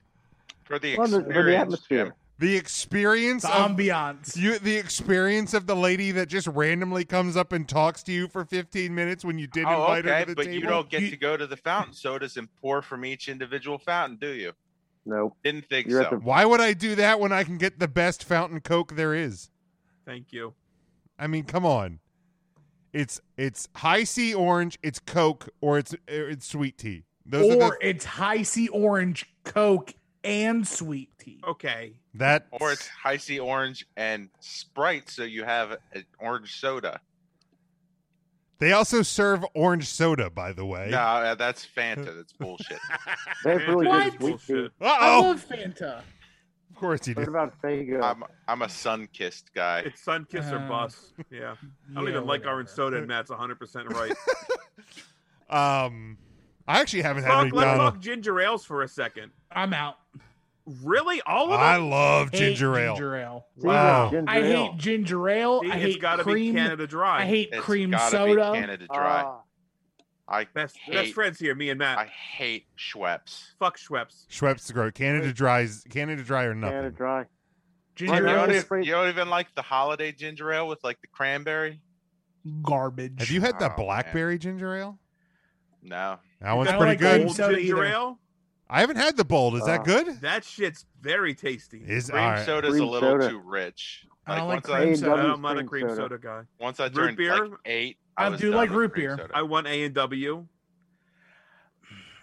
For the Well, the- for the experience, atmosphere. Jim. The experience, The of- ambiance. you, the experience of the lady that just randomly comes up and talks to you for 15 minutes when you did Oh, invite okay, her to the but table. you don't get to go to the fountain sodas and pour from each individual fountain, do you? No. Didn't think so. Why would I do that when I can get the best fountain coke there is? Thank you. I mean, come on. It's it's high C orange, it's coke, or it's it's sweet tea. Those are or the it's high C orange Coke and sweet tea. Oh. Okay. That or it's high C orange and Sprite, so you have an orange soda. They also serve orange soda, by the way. No, uh, that's Fanta. That's bullshit. They have really What? good sweet tea. I love Fanta. Of course you do. What about Fago? I'm I'm a sun kissed guy. It's sun kiss or bust. Yeah. I don't yeah, even like orange soda, and Matt's 100% right. Um, I actually haven't had Fuck, any. let's Donald. talk ginger ales for a second. I'm out. Really? All of them? I love Hate ginger ale. Ginger ale. Wow. I hate ginger ale. See, I it's hate gotta be cream. Canada Dry. I hate It's cream gotta be soda. Canada Dry. Ah. I best hate- best friends here, me and Matt. I hate Schweppes. Fuck Schweppes. Schweppes to grow. Canada dries. Canada dry or nothing. Canada dry. You don't, even, you don't even like the holiday ginger ale with like the cranberry? Garbage. Have you had the Oh, blackberry ginger ale? No. That one's pretty good. Old ginger ale? I haven't had the bold. Is that good? That shit's very tasty. Is- Cream alright. soda's Cream a little soda. too rich. I don't like once cream I, soda. I'm not a Cream cream soda. soda, guy. Once I Root turned beer? like eight, I I, was do done like with root cream beer. soda. I want A and W.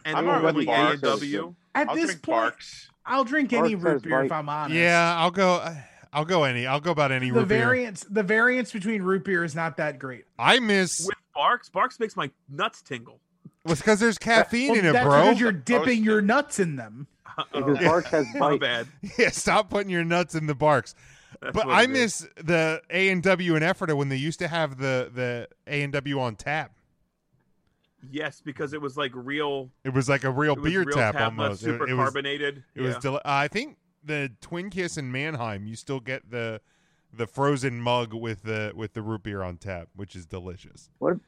And I'm alright only with A Barks. and W. At I'll this drink point, Barks. I'll drink any root beer if I'm honest. Yeah, I'll go. I'll go any. I'll go about any The root beer. variance, the variance between root beer is not that great. I miss. With Barks, Barks makes my nuts tingle. Was because there's caffeine Well, in it, that's bro. because you're dipping your nuts in them. Because Barks has My bite. bad. Yeah, stop putting your nuts in the barks. That's but what I it miss the A and W in Ephrata when they used to have the the A and W on tap. Yes, because it was like real. It was like a real It was beer real tap tap, not almost. It- super it, was- carbonated. It was. Yeah. deli- uh, I think the Twin Kiss in Mannheim, you still get the the frozen mug with the with the root beer on tap, which is delicious. What?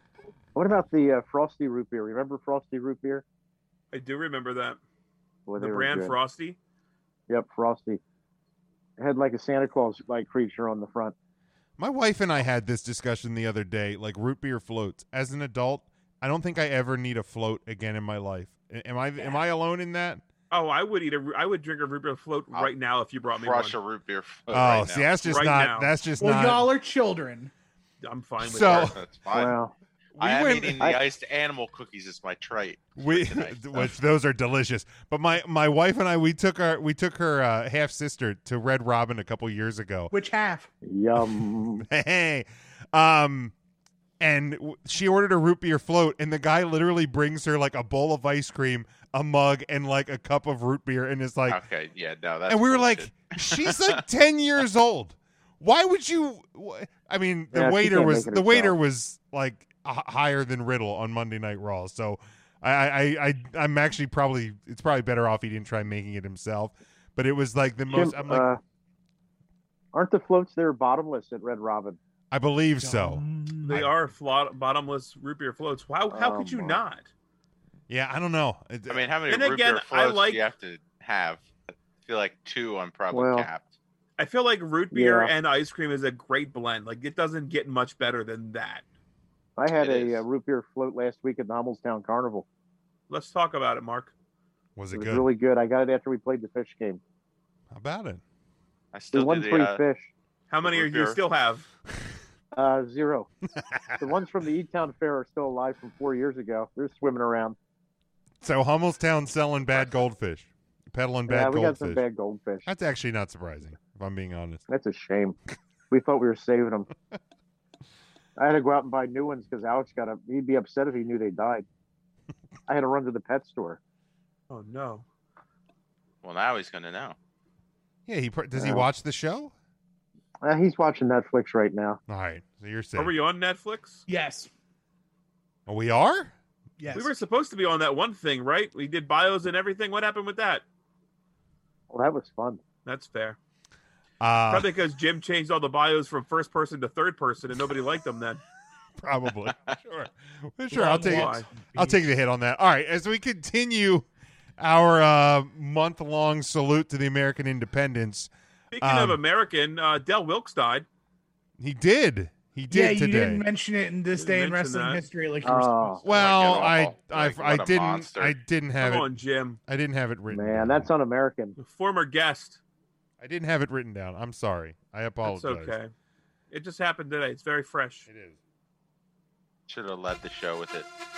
What about the uh, frosty root beer? Remember frosty root beer? I do remember that. Boy, the they were brand good. Frosty. Yep, frosty. It had like a Santa Claus like creature on the front. My wife and I had this discussion the other day. Like root beer floats. As an adult, I don't think I ever need a float again in my life. A- Am I am I alone in that? Oh, I would eat a. I would drink a root beer float right now if you brought me Crush a one. root beer. float Oh, right see, now. that's just Right not. now. That's just well, not. y'all are children. I'm fine with So- that. That's fine. Wow. I We am went- eating the I- iced animal cookies as my trite. we tonight. which those are delicious but my my wife and i we took our we took her uh, half sister to red robin a couple years ago Which half? Yum. hey um and w- she ordered a root beer float and the guy literally brings her like a bowl of ice cream a mug and like a cup of root beer and it's like Okay, yeah, no, that's and we were bullshit. like she's like 10 years old why would you wh- i mean the Yeah, she waiter can't was make it the waiter herself. was like h- higher than riddle on monday night raw so I, I i I- i'm actually probably it's probably better off he didn't try making it himself but it was like the most Jim, i'm like uh, aren't the floats there bottomless at Red Robin? i believe so They are flawed, bottomless root beer floats. How how Oh, could you my. not? yeah i don't know It- I mean, how many And root again, beer I floats like- do you have to have? I feel like two. I'm probably Well- capped. I feel like root beer Yeah. and ice cream is a great blend. Like it doesn't get much better than that. I had It a is. uh, root beer float last week at the Hummelstown Carnival. Let's talk about it, Mark. was It it was good really good. I got it after we played the fish game. how about it I We still won do free the, uh, fish. How many root are you beer. still have? Uh, zero. the ones from the E Town Fair are still alive from four years ago. They're swimming around. so hummelstown selling bad goldfish peddling yeah, bad we got some goldfish bad goldfish. that's actually not surprising if i'm being honest That's a shame. we thought we were saving them. I had to go out and buy new ones because Alex got up. He'd be upset if he knew they died. I had to run to the pet store. Oh no. Well, now he's gonna know. yeah he pr- does he Yeah. watch the show Uh, he's watching Netflix right now. all right so you're Are saying we on Netflix? Yes. Oh, we are Yes. We were supposed to be on that one thing, right? We did bios and everything. What happened with that? Well, that was fun. That's fair. uh, Probably because Jim changed all the bios from first person to third person, and nobody liked them then. Probably. sure. Sure, I'll Long take walk. it. I'll take the hit on that. All right, as we continue our uh, month-long salute to the American independence, Speaking of um, American, uh, Dell Wilkes died. he did. He yeah, did you today. didn't mention it in this day in mention wrestling that. history like Oh. you were supposed to. well, Like, I, oh, I, like, I what a didn't, monster. I didn't have Come it. on, Jim. I didn't have it written. Man, down. that's un-American. Former guest. I didn't have it written down. I'm sorry. I That's apologize. okay. It just happened today. It's very fresh. It is. Should have led the show with it. Thank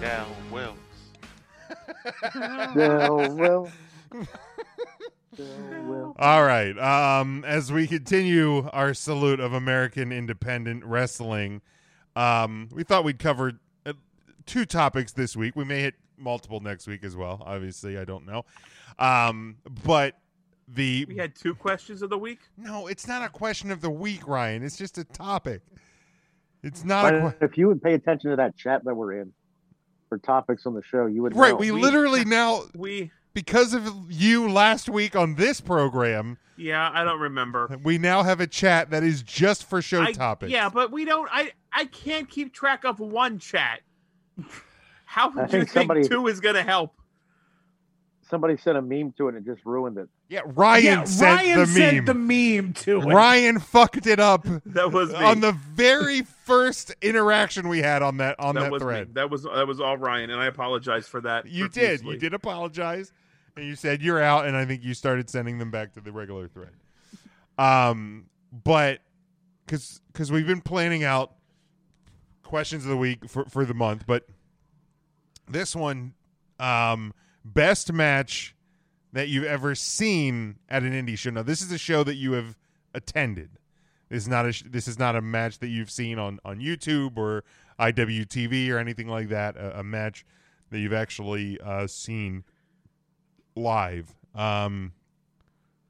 Del Will. Del Will. All right. Um, as we continue our salute of American independent wrestling, um, we thought we'd cover uh, two topics this week. We may hit multiple next week as well. Obviously, I don't know. Um, but the We had two questions of the week. no, it's not a question of the week, Ryan. It's just a topic. It's not a But if you would pay attention to that chat that we're in for topics on the show, you would Right, know. we, literally now we because of you last week on this program, Yeah, I don't remember. we now have a chat that is just for show I- topics. Yeah, but we don't. I I can't keep track of one chat. I How do you think think somebody- two is going to help? Somebody sent a meme to it and it just ruined it. Yeah, Ryan Yeah, sent Ryan the sent meme. the meme to it. Ryan fucked it up. That was me. on the very first interaction we had on that on that, that, was me. thread. That was that was all Ryan, and I apologize for that. You did. You profusely. did apologize, and you said you're out. And I think you started sending them back to the regular thread. Um, but because because we've been planning out questions of the week for for the month, but this one, um, best match that you've ever seen at an indie show. Now this is a show that you have attended. This is not a sh- this is not a match that you've seen on on YouTube or IWTV or anything like that. A, a match that you've actually uh, seen live. Um,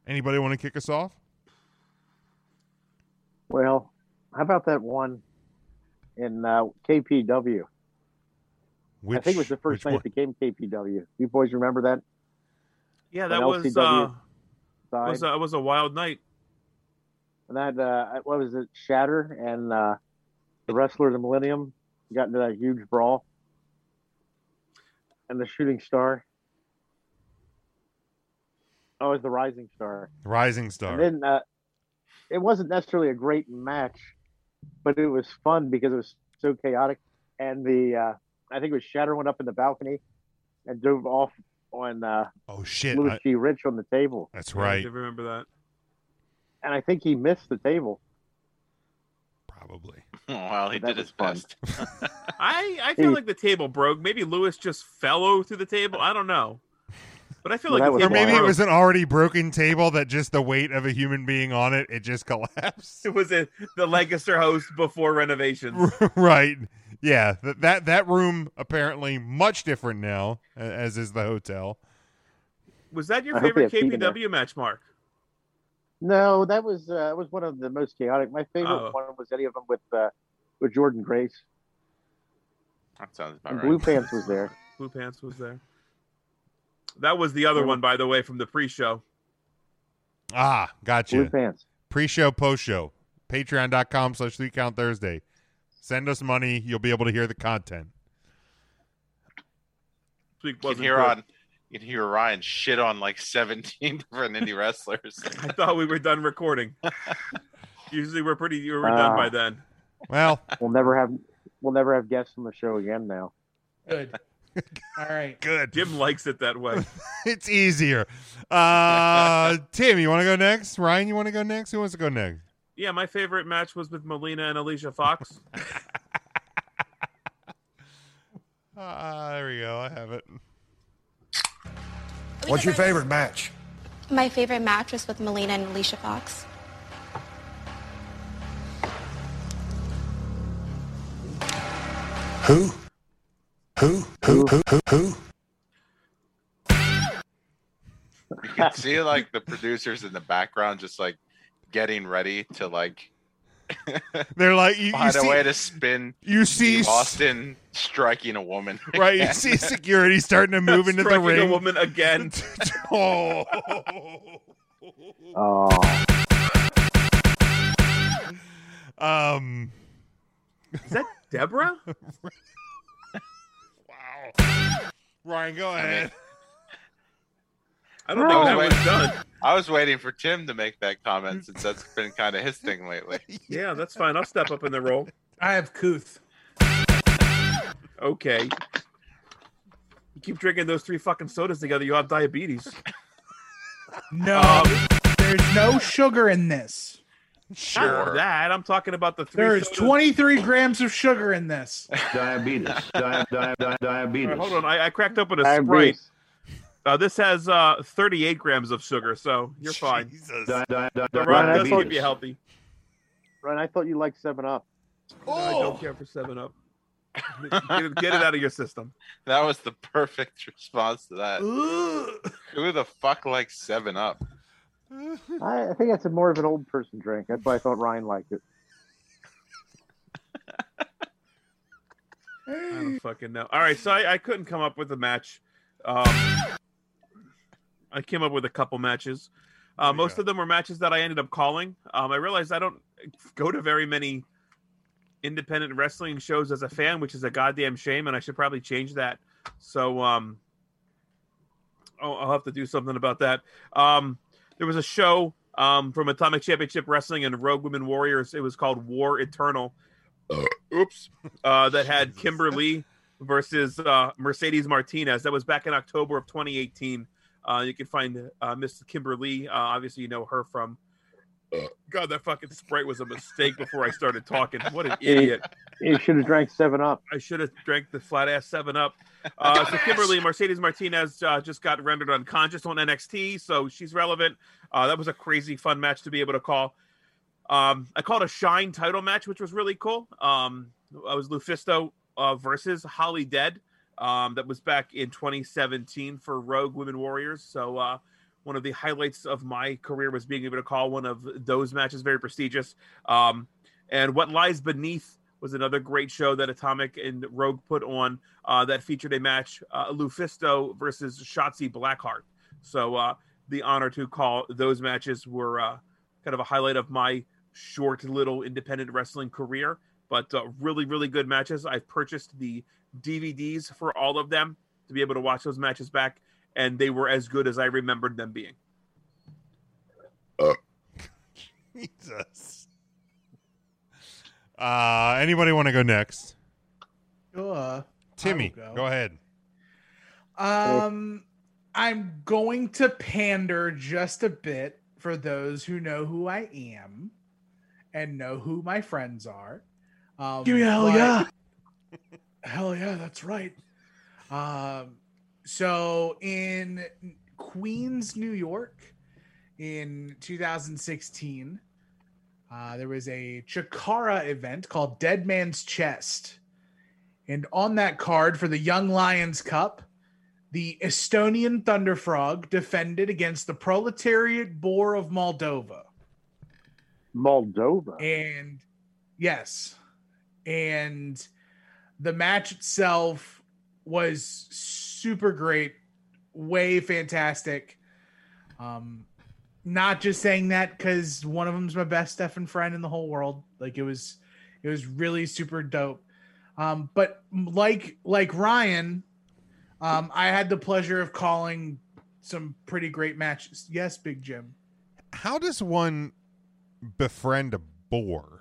anybody want to kick us off? Well, how about that one in uh, KPW? I think it was the first night it became KPW. You boys remember that? Yeah, When that was uh, LCW died? was a, was a wild night. and that uh, what was it? Shatter and uh, the wrestler of the Millennium got into that huge brawl, and the Shooting Star. Oh, it was the Rising Star. Rising Star. And then uh, it wasn't necessarily a great match, but it was fun because it was so chaotic. And the uh, I think it was Shatter went up in the balcony and dove off on uh, oh shit, Louis I- G. Rich on the table. That's Yeah, I right. do remember that. And I think he missed the table. Probably. well, he That did was his best. I I feel Hey. like the table broke. Maybe Lewis just fell over through the table. I don't know, but I feel Well, like that the was Or table maybe it broke. was an already broken table that just the weight of a human being on it, it just collapsed. It was a, the Lancaster host before renovations. right. Yeah. Th- that that room apparently much different now, a- as is the hotel. Was that your I hope they favorite have feet in there. KPW match, Mark? No, that was uh, that was one of the most chaotic. My favorite Oh. one was any of them with uh, with Jordan Grace That sounds about and right. Blue Pants was there. Blue Pants was there. That was the other Yeah. one, by the way, from the pre-show. Ah, gotcha. Blue pants. Pre-show, post-show. Patreon.com slash three count Thursday. Send us money. You'll be able to hear the content. This week You can wasn't hear good. on. You can hear Ryan shit on like seventeen different indie wrestlers. I thought we were done recording. Usually we're pretty we were done Ah. by then. Well, We'll never have we'll never have guests on the show again now. Good. All right. Good. Jim likes it that way. it's easier. Uh Tim, you want to go next? Ryan, you want to go next? Who wants to go next? Yeah, my favorite match was with Molina and Alicia Fox. Ah, there we go. I have it. What's your favorite match? My favorite match was with Melina and Alicia Fox. Who? Who? Who? Who? Who? Who? You can see like the producers in the background just like getting ready to like They're like you, you find see- a way to spin you see Steve Austin striking a woman. right, you again. see security starting to move into the Striking ring. a woman again. oh. Oh, Um Is that Deborah? Ryan, go mean- ahead. I don't think that was done. I was waiting for Tim to make that comment since that's been kind of his thing lately. Mm. Yeah, that's fine. I'll step up in the role. I have Kuth. Okay. You keep drinking those three fucking sodas together, you'll have diabetes. Um, No, there's no sugar in this. Not that I'm talking about the three. There is 23 grams of sugar in this. diabetes. diabetes. hold on, I, I cracked open a sprite. Diabetes. Uh, this has uh, 38 grams of sugar, so you're fine. Di- di- di- the Ryan, I rock does thought- keep you healthy. Ryan, I thought you liked Seven Up. I don't care for Seven Up. get, it, get it out of your system. That was the perfect response to that. Who the fuck likes Seven Up? I, I think that's a more of an old person drink. That's why I thought Ryan liked it. I don't fucking know. All right, so I, I couldn't come up with a match. Um, I came up with a couple matches. Uh, most of them were matches that I ended up calling. Um, I realized I don't go to very many independent wrestling shows as a fan, which is a goddamn shame, and I should probably change that. So um, I'll, I'll have to do something about that. Um, there was a show um, from Atomic Championship Wrestling and Rogue Women Warriors. It was called War Eternal. Oops. Uh, that had Kimberly versus uh, Mercedes Martinez. That was back in October of 2018. Uh, you can find uh, Miss Kimberly. Uh, obviously, you know her from. uh, God, that fucking sprite was a mistake before I started talking. What an idiot! You should have drank Seven Up. I should have drank the flat ass seven up. Uh, so Kimberly Mercedes Martinez uh, just got rendered unconscious on NXT, so she's relevant. Uh, that was a crazy fun match to be able to call. Um, I called a Shine title match, which was really cool. Um, I was Lufisto uh, versus Holly Dead. Um, that was back in 2017 for Rogue Women Warriors. So uh, one of the highlights of my career was being able to call one of those matches, very prestigious. Um, and What Lies Beneath was another great show that Atomic and Rogue put on uh, that featured a match, uh, Lufisto versus Shotzi Blackheart. So uh, the honor to call those matches were uh, kind of a highlight of my short little independent wrestling career, but uh, really, really good matches. I've purchased the DVDs for all of them to be able to watch those matches back, and they were as good as I remembered them being. Jesus. Uh, anybody want to go next? Uh, Timmy, I'll go. ahead. Um, I'm going to pander just a bit for those who know who I am and know who my friends are. Um, Give me a hell but- yeah. Hell yeah, that's right. Um, so in Queens, New York, in 2016, uh, there was a Chikara event called Dead Man's Chest. And on that card for the Young Lions Cup, the Estonian Thunder Frog defended against the Proletariat Boar of Moldova. Moldova. And yes, and the match itself was super great, way fantastic. Um, not just saying that because one of them's my best effing friend in the whole world. Like it was, it was really super dope. Um, but like like Ryan, um, I had the pleasure of calling some pretty great matches. Yes, Big Jim. How does one befriend a boar?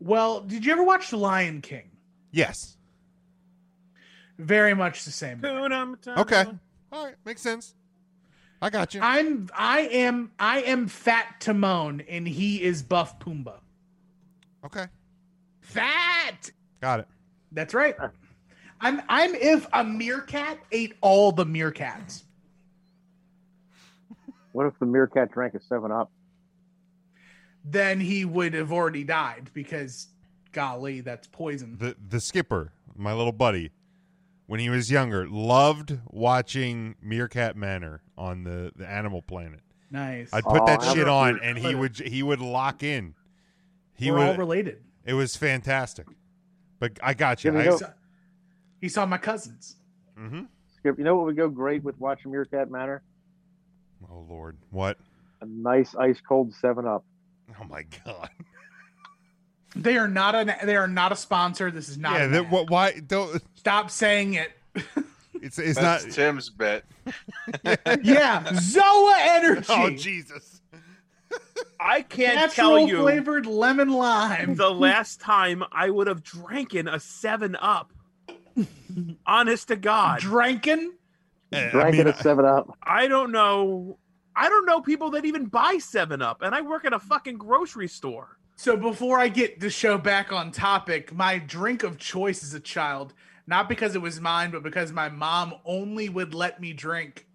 Well, did you ever watch The Lion King? Yes. Very much the same. Okay. All right, makes sense. I got you. I'm I am I am Fat Timon and he is Buff Pumbaa. Okay. Fat. Got it. That's right. I'm I'm if a meerkat ate all the meerkats. What if the meerkat drank a Seven Up? then he would have already died because golly, that's poison. The the skipper, my little buddy, when he was younger, loved watching Meerkat Manor on the, the Animal Planet. Nice. I'd put that Oh, shit I on, remember- and he would he would lock in. He We're would, all related. It was fantastic. But I got you. Jimmy, I- go. He saw my cousins. Mm-hmm. Skip, you know what would go great with watching Meerkat Manor? Oh Lord, what? A nice ice cold Seven Up. Oh my God. They are not an they are not a sponsor. This is not yeah. an That, ad. wh- why don't? stop saying it. It's it's That's not. Tim's bet. yeah, Zoa Energy. Oh, Jesus. I can't Natural tell you flavored lemon lime. the last time I would have dranken a Seven Up. Honest to God, dranken. Drank it at Seven Up. I don't know. I don't know people that even buy Seven Up, and I work at a fucking grocery store. So before I get the show back on topic, my drink of choice as a child, not because it was mine, but because my mom only would let me drink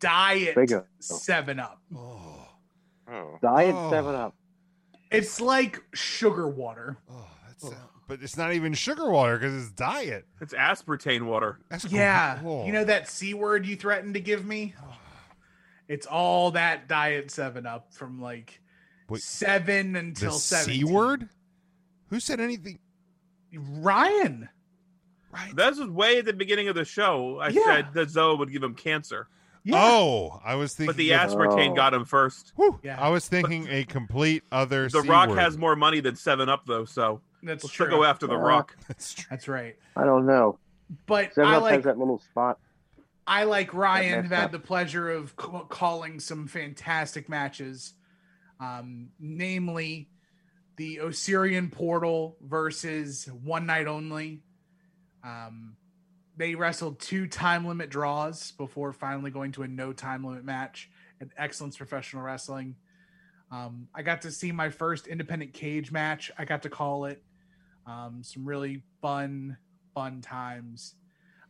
diet Bigger. Seven Up. Oh, Oh. Diet Oh. Seven Up. It's like sugar water. oh, But it's not even sugar water because it's diet. It's aspartame water. That's yeah, cool. you know that c word you threatened to give me. It's all that diet Seven Up from like Wait, seven until the seven. C word? Who said anything? Ryan. This was way at the beginning of the show. I Yeah. said that Zoe would give him cancer. Oh, I was thinking. But the of- aspartame got him first. I was thinking a complete other. The C Rock word. has more money than Seven Up, though. So That's let's true. go after The Rock. That's true. That's right. I don't know. But Seven I Up like has that little spot. I like Ryan messed have had up. the pleasure of ca- calling some fantastic matches, um, namely the Osirian Portal versus One Night Only. Um, they wrestled two time limit draws before finally going to a no time limit match at Excellence Professional Wrestling. Um, I got to see my first independent cage match. I got to call it um, some really fun, fun times.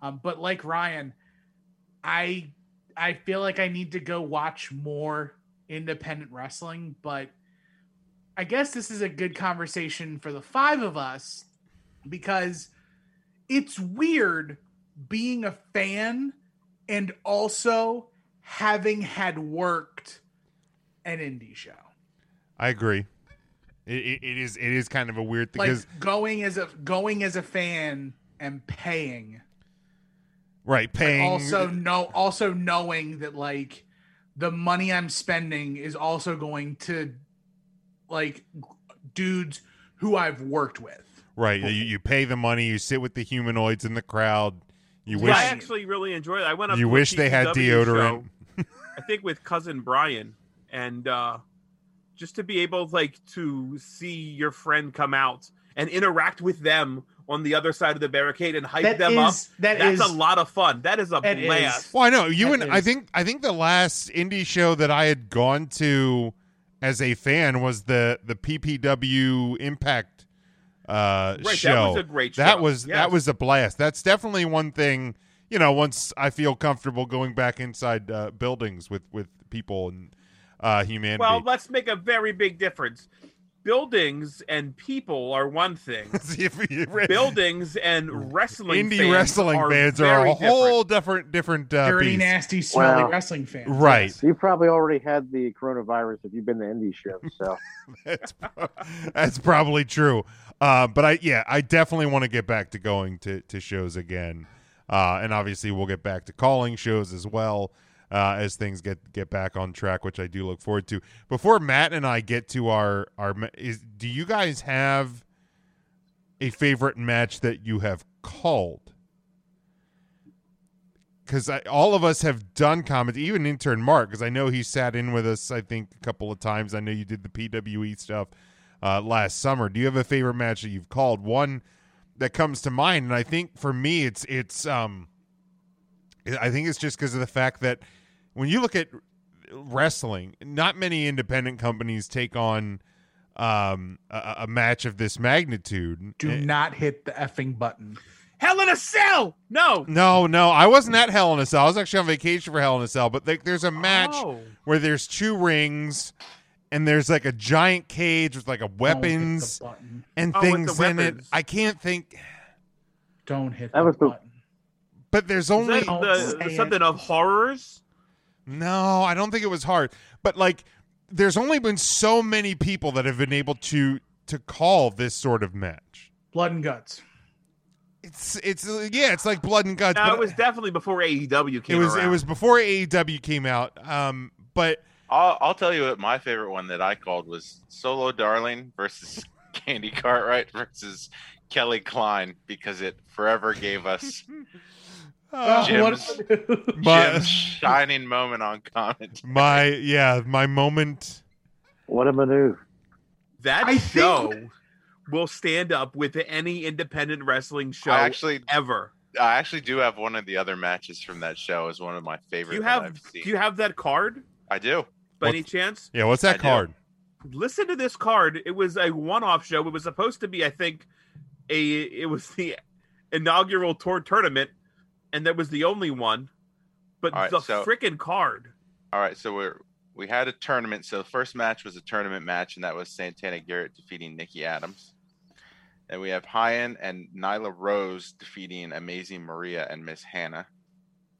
Um, but like Ryan, I I feel like I need to go watch more independent wrestling, but I guess this is a good conversation for the five of us because it's weird being a fan and also having had worked an indie show. I agree. It, it, it is. It is kind of a weird thing Like 'cause- going as a going as a fan and paying right? but Paying uh, also know also knowing that like the money i'm spending is also going to like dudes who i've worked with Right. You, you pay the money. You sit with the humanoids in the crowd. You Yeah, wish. I actually really enjoyed it. I went up. You to a wish they had TCW show, deodorant. I think with cousin Brian, and uh, just to be able like to see your friend come out and interact with them on the other side of the barricade and hype That them is- up. that that's is- a lot of fun. That is a that is- blast. Well, I know you That and I is- think I think the last indie show that I had gone to as a fan was the the PPW Impact uh that was show. a great That show. was that Yes. was a blast. That's definitely one thing. You know, once I feel comfortable going back inside uh, buildings with with people and uh humanity. Well, let's make a very big difference. Buildings and people are one thing. Buildings and wrestling indie fans wrestling are fans are a very whole different different, uh, dirty beast. nasty smelly Wow. wrestling fan Right. You probably already had the coronavirus if you've been to indie show. So that's, That's probably true. Uh, but I, yeah, I definitely want to get back to going to, to shows again. Uh, and obviously, we'll get back to calling shows as well uh, as things get get back on track, which I do look forward to. Before Matt and I get to our our, ma- is do you guys have a favorite match that you have called? Because all of us have done comments, even intern Mark, because I know he sat in with us, I think, a couple of times. I know you did the PWE stuff uh, last summer. Do you have a favorite match that you've called? One that comes to mind, and I think for me, it's it's um, I think it's just because of the fact that when you look at wrestling, not many independent companies take on um a, a match of this magnitude. do not hit the effing button Hell in a cell. No. No, no, I wasn't at Hell in a Cell. I was actually on vacation for Hell in a Cell. But like, there's a match Oh. where there's two rings, and there's like a giant cage with like a weapons button. and Oh, with the things in it. weapons. I can't think. don't hit That that was was the- button. But there's only Is that the- say it. something of horrors. No, I don't think it was hard. But like there's only been so many people that have been able to to call this sort of match. blood and guts It's it's uh, yeah, it's like blood and guts. No, but it was definitely before AEW it came was around. it was before AEW came out. Um but I'll, I'll tell you what my favorite one that I called was Solo Darling versus Candy Cartwright versus Kelly Klein because it forever gave us Oh, Jim's, My- Jim's shining moment on comment. my yeah, my moment What a maneuver. that show will stand up with any independent wrestling show I actually- ever. I actually do have one of the other matches from that show as one of my Do favorite. you that have I've do seen. you have that card? I do. By any chance? Yeah, what's that I do. card? listen to this card. It was a one-off show. It was supposed to be, I think, a it was the inaugural tour tournament, and that was the only one. But All right, the so- frickin' card. All right, so we're we had a tournament. So the first match was a tournament match, and that was Santana Garrett defeating Nikki Adams. And we have Hyan and Nyla Rose defeating Amazing Maria and Miss Hannah.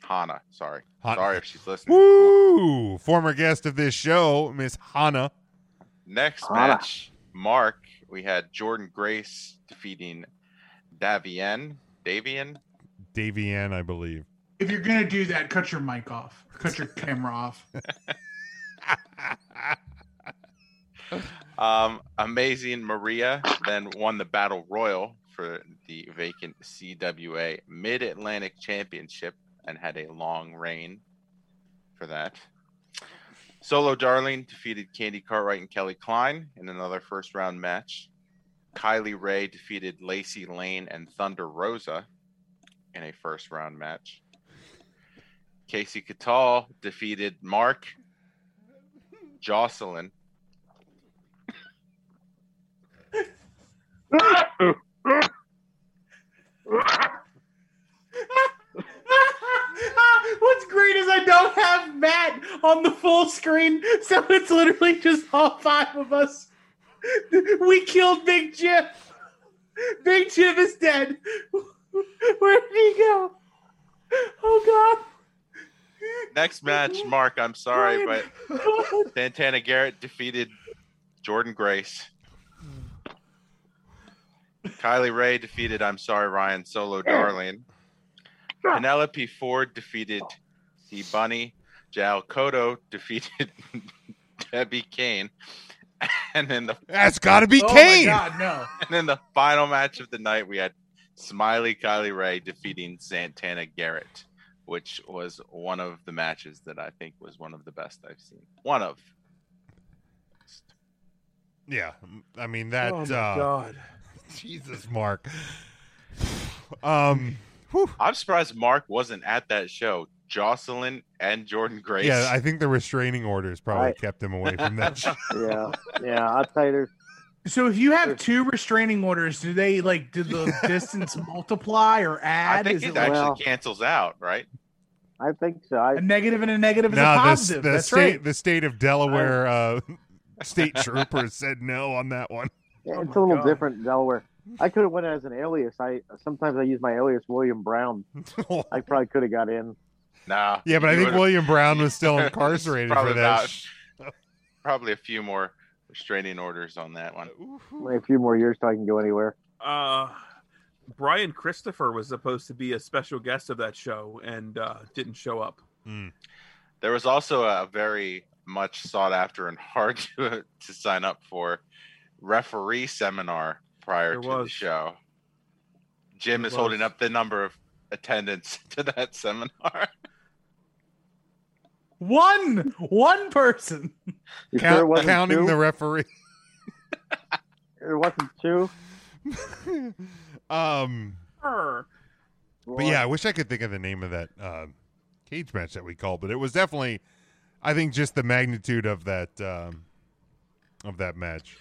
Hannah, sorry. Hot- Sorry if she's listening. Woo! Former guest of this show, Miss Hannah. Next Hannah. match, Mark, we had Jordan Grace defeating Davian. Davian? Davian, I believe. If you're gonna do that, cut your mic off. Cut your camera off. Um, Amazing Maria then won the Battle Royal for the vacant CWA Mid Atlantic Championship and had a long reign for that. Solo Darling defeated Candy Cartwright and Kelly Klein in another first round match. Kylie Ray defeated Lacey Lane and Thunder Rosa in a first round match. Casey Catal defeated Mark Jocelyn What's great is I don't have Matt on the full screen, so it's literally just all five of us. We killed Big Jim. Big Jim is dead. Where did he go? Oh God! Next match, Mark. I'm sorry, Ryan. but Santana Garrett defeated Jordan Grace. Kylie Ray defeated I'm sorry, Ryan Solo Darling. Penelope Ford defeated C Bunny. Jal Cotto defeated Debbie Kane. And then the That's gotta be Oh my Kane! God, no. And then the final match of the night, we had Smiley Kylie Ray defeating Santana Garrett, which was one of the matches that I think was one of the best I've seen. One of. Yeah, I mean that. Oh my uh, God. Jesus, Mark. Um, I'm surprised Mark wasn't at that show. Jocelyn and Jordan Grace. yeah, I think the restraining orders probably Right. kept him away from that. show. yeah, yeah. I'll tell you. There's, So if you have two restraining orders, do they like do the distance multiply or add? I think Is it it actually like cancels out, right? I think so. I, a negative and a negative is a No, the, s- positive? the That's state right. the state of Delaware uh, state troopers said no on that one. Yeah, oh it's a little different in Delaware. I could have went as an alias. I sometimes I use my alias William Brown. I Hmm. probably could have got in. Nah. Yeah, but I you think would've- William Brown was still incarcerated for Probably that. about- probably a few more restraining orders on that one. Only a few more years till I can go anywhere. Uh, Brian Christopher was supposed to be a special guest of that show and uh, didn't show up. There was also a very much sought after and hard to, to sign up for referee seminar prior to the show. Jim There is holding was. up the number of attendance to that seminar. One one person. You sure it wasn't two? referee. It wasn't two. Um, Err. but yeah, I wish I could think of the name of that uh, cage match that we called, but it was definitely, I think, just the magnitude of that um, of that match.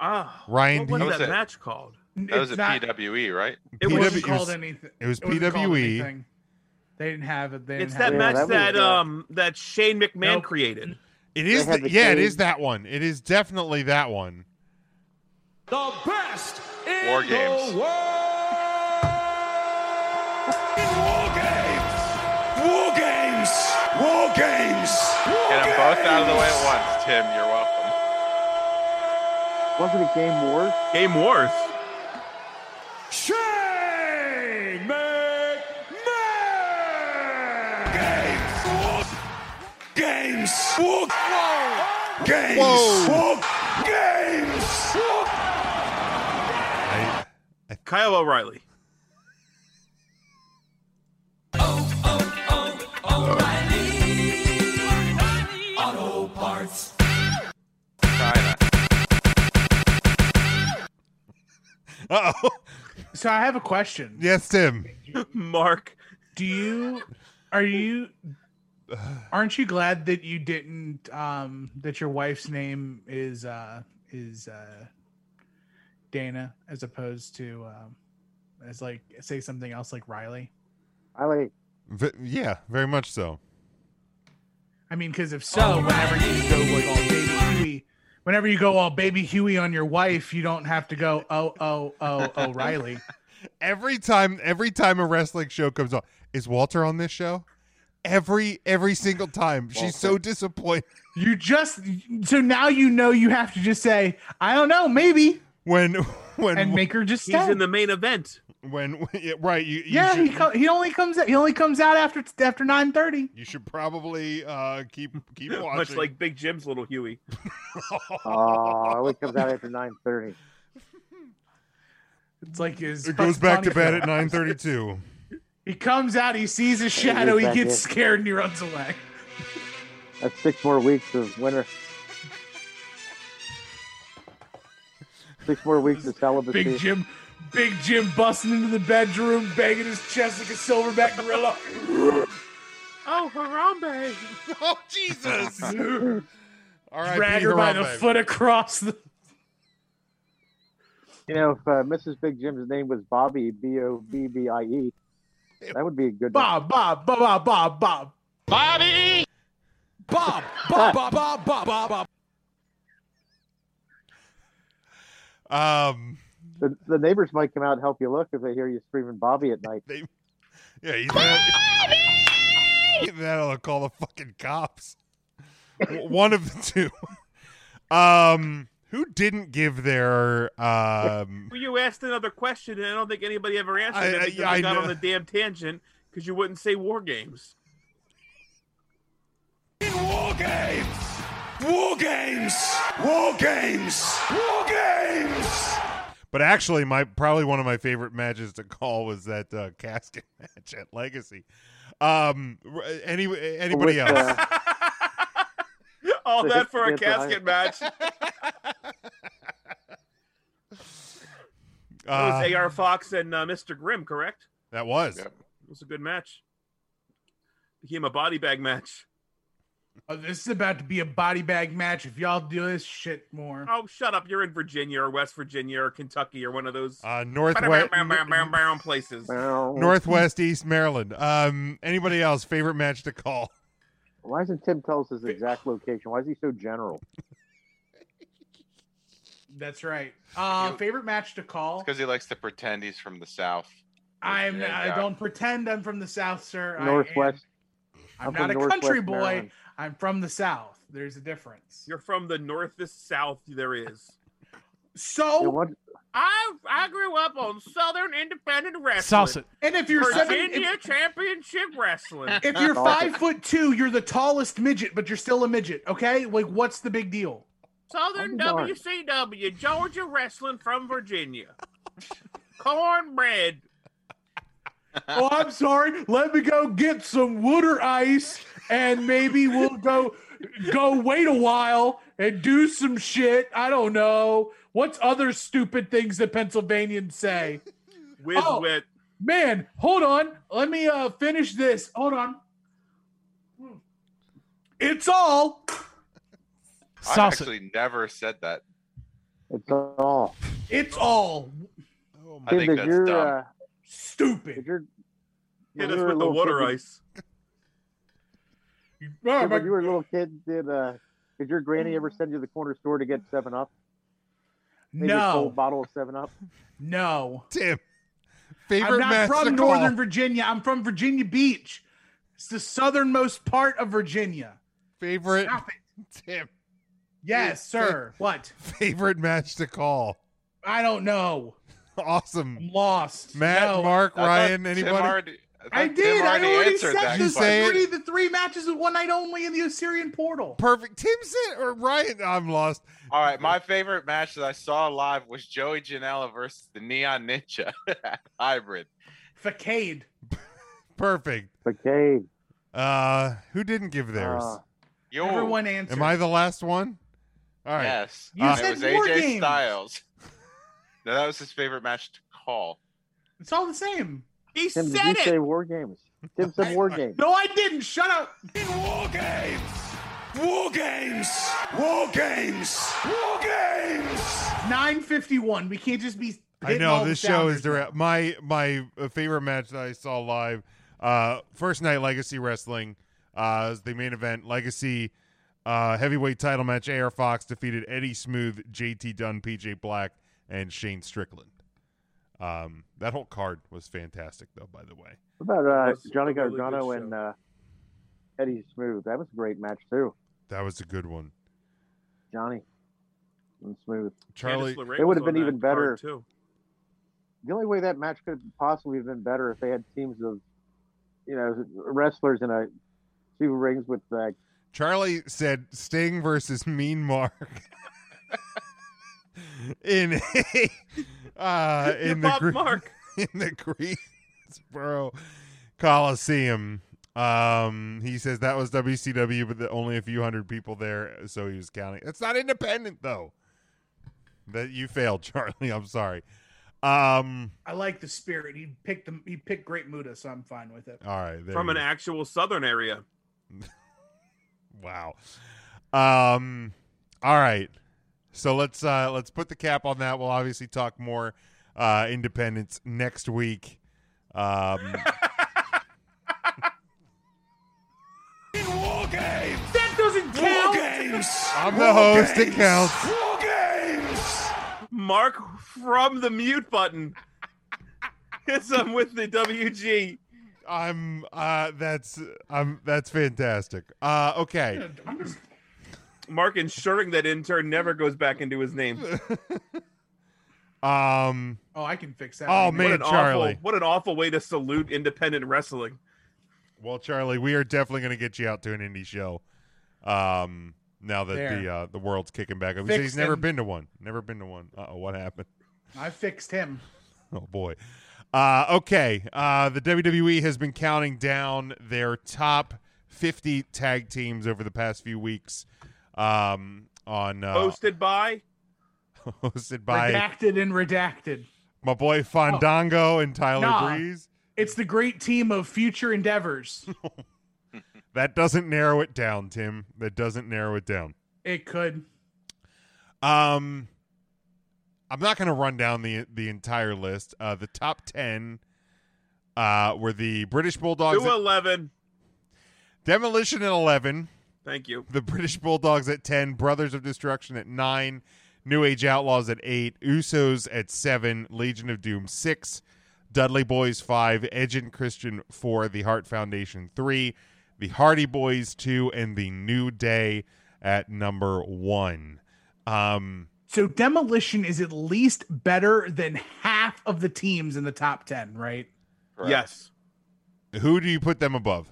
Ah, Ryan, what do was you- that match called? That was a PWE, E, right? It wasn't PW called E was- anything. It was E. It wasn't called PWE. anything. They didn't have it. They didn't It's have that it. match that, um that Shane McMahon created. It is, had th- the yeah, it cage. is that one. It is definitely that one. The best in War Games. the world. In War Games. War Games. War Games. War Get them both out of the way Games. at once, Tim. You're welcome. Wasn't it Game Wars? Game Wars. Shane McMahon. Games. War Games. Whoa. War Games. War Kyle O'Reilly. Auto parts. China. Uh-oh. So I have a question. Yes, Tim. Mark, do you are you Aren't you glad that you didn't um that your wife's name is uh is uh Dana as opposed to um as like say something else like Riley? I like V- yeah, very much so. I mean cuz if so whenever you go like all baby Huey whenever you go all baby Huey on your wife, you don't have to go oh oh oh oh Riley. Every time, every time a wrestling show comes on, is Walter on this show? Every every single time, she's so disappointed. You just so now you know you have to just say I don't know maybe when when and make her just He's stay. in the main event. When right, you, yeah, he co- he only comes out he only comes out after after nine thirty. You should probably uh, keep keep watching. Much like Big Jim's little Huey. Oh, it always comes out after nine thirty. It's like his. it goes back to bed at night. nine thirty two. He comes out, he sees a shadow, goes he back gets in. scared, and he runs away. That's six more weeks of winter. Six more weeks of celibacy. Big Jim, Big Jim, busting into the bedroom, banging his chest like a silverback gorilla. Oh, Harambe! Oh, Jesus! All right, Drag her by the foot across the. You know, if uh, Mrs. Big Jim's name was Bobby, B O B B I E, that would be a good Bob, Bob, Bob, Bob, Bob, Bob. Bobby! Bob, Bob, Bob, Bob, Bob, Bob, Bob. Um, the, the neighbors might come out and help you look if they hear you screaming Bobby at night. They, Yeah, he's gonna, that'll call the fucking cops. W- One of the two. Um, who didn't give their um? Well, you asked another question, and I don't think anybody ever answered I- it I- because I you got know. on the damn tangent because you wouldn't say war games. War games! War games! War games! War games! But actually, my probably one of my favorite matches to call was that uh, casket match at Legacy. Um, r- any anybody With, else? uh, All The that for a hip- hip casket match. Uh, that was AR Fox and uh, Mr. Grimm, correct? That was. It was a good match. Became a body bag match. Oh, this is about to be a body bag match. If y'all do this shit more, Oh, shut up. You're in Virginia or West Virginia or Kentucky or one of those Uh, Northwest- places. Northwest East Maryland. Um, anybody else favorite match to call? Why isn't Tim tells his exact location? Why is he so general? that's right. Uh, favorite match to call? because he likes to pretend he's from the south. I'm. Yeah, I yeah. don't pretend I'm from the South, sir. I am- Northwest. I'm, I'm not from a Northwest country boy. Maryland. I'm from the South. There's a difference. You're from the northest south there is. So Yeah, what- I I grew up on Southern Independent Wrestling. And if you're seven, if, Championship Wrestling. if you're five foot two, you're the tallest midget, but you're still a midget. Okay, like what's the big deal? Southern I'll be darned. WCW, Georgia Wrestling from Virginia. Cornbread. oh, I'm sorry. Let me go get some water ice, and maybe we'll go go wait a while and do some shit. I don't know. What's other stupid things that Pennsylvanians say? With oh, wit. Man, hold on. Let me uh finish this. Hold on. It's all I've actually never said that. It's all. It's all. I think that's dumb. uh, stupid. Did uh, your, Hit us with the water ice. Yeah, when you were a little kid, did uh, did your granny ever send you to the corner store to get Seven Up? Maybe No. a cold bottle of Seven Up. No. Tim. Favorite I'm not match from to call? Northern Virginia. I'm from Virginia Beach. It's the southernmost part of Virginia. Favorite Stop it. Tim. Yes, sir. What? Favorite match to call? I don't know. Awesome. I'm lost. Matt, No. Mark, I thought Ryan, Tim anybody? already- I, did. I already said the three, the three matches with one night only in the Assyrian portal. Perfect. Tim said or Ryan. I'm lost. All right, my favorite match that I saw live was Joey Janela versus the Neon Ninja hybrid. Facade. Perfect. Okay. Uh, who didn't give theirs? Uh, Yo. Everyone answered. Am I the last one? All right. Yes, You it said was War AJ Games. Styles. No, that was his favorite match to call. It's all the same. He Tim, did you say war games? Give some war games. No, I didn't. Shut up. War games. War games. War games. War games. 951. We can't just be. I hitting know all this the show is sounders. direct. My my favorite match that I saw live, uh, first night Legacy Wrestling, uh, is the main event Legacy uh, heavyweight title match. Air Fox defeated Eddie Smooth, JT Dunn, PJ Black, and Shane Strickland. Um, that whole card was fantastic, though. By the way, What about uh, That's Johnny a really good Gargano and uh, Eddie Smooth? That was a great match too. that was a good one. Johnny and Smooth. Charlie- Candice LeRae It would have was been on even that better. card, too. The only way that match could possibly have been better if they had teams of, you know, wrestlers in a two rings with uh, Charlie said Sting versus Mean Mark in a, uh, Your in the Bob Gre- Mark. in the Greensboro Coliseum. Um, he says that was WCW, but the, only a few hundred people there, so he was counting. It's not independent though. That you failed, Charlie. I'm sorry. Um, I like the spirit. He picked them. He picked Great Muda, so I'm fine with it. all right, there from you an actual southern area. Wow. Um all right. So let's uh let's put the cap on that. We'll obviously talk more uh independence next week. Um War games. That doesn't count. War games. I'm War the host, it games. counts. War games. Mark from the mute button. Yes, I'm with the WG. I'm uh that's I'm that's fantastic. Uh okay. Mark ensuring that intern never goes back into his name. Oh, Um Oh, I can fix that. Oh right now. man, Charlie. Awful, what an awful way to salute independent wrestling. Well, Charlie, we are definitely going to get you out to an indie show. Um, now that the There. uh, the world's kicking back up, he said he's Fixed never him. been to one. Never been to one. Uh oh, what happened? I fixed him. Oh boy. Uh, okay. Uh, the WWE has been counting down their top 50 tag teams over the past few weeks. Um, on uh, Hosted by hosted by redacted and redacted. my boy Fandango and Tyler Nah. Breeze. It's the great team of future endeavors. That doesn't narrow it down, Tim. That doesn't narrow it down. it could. Um, I'm not going to run down the the entire list. Uh, the top ten uh, were the British Bulldogs, Two eleven. Demolition at eleven, Thank you. the British Bulldogs at ten, Brothers of Destruction at nine, New Age Outlaws at eight, Usos at seven, Legion of Doom six, Dudley Boys five, Edge and Christian four, the Heart Foundation three, the Hardy Boys two, and the New Day at number one. Um. So demolition is at least better than half of the teams in the top ten, right? Yes. Who do you put them above?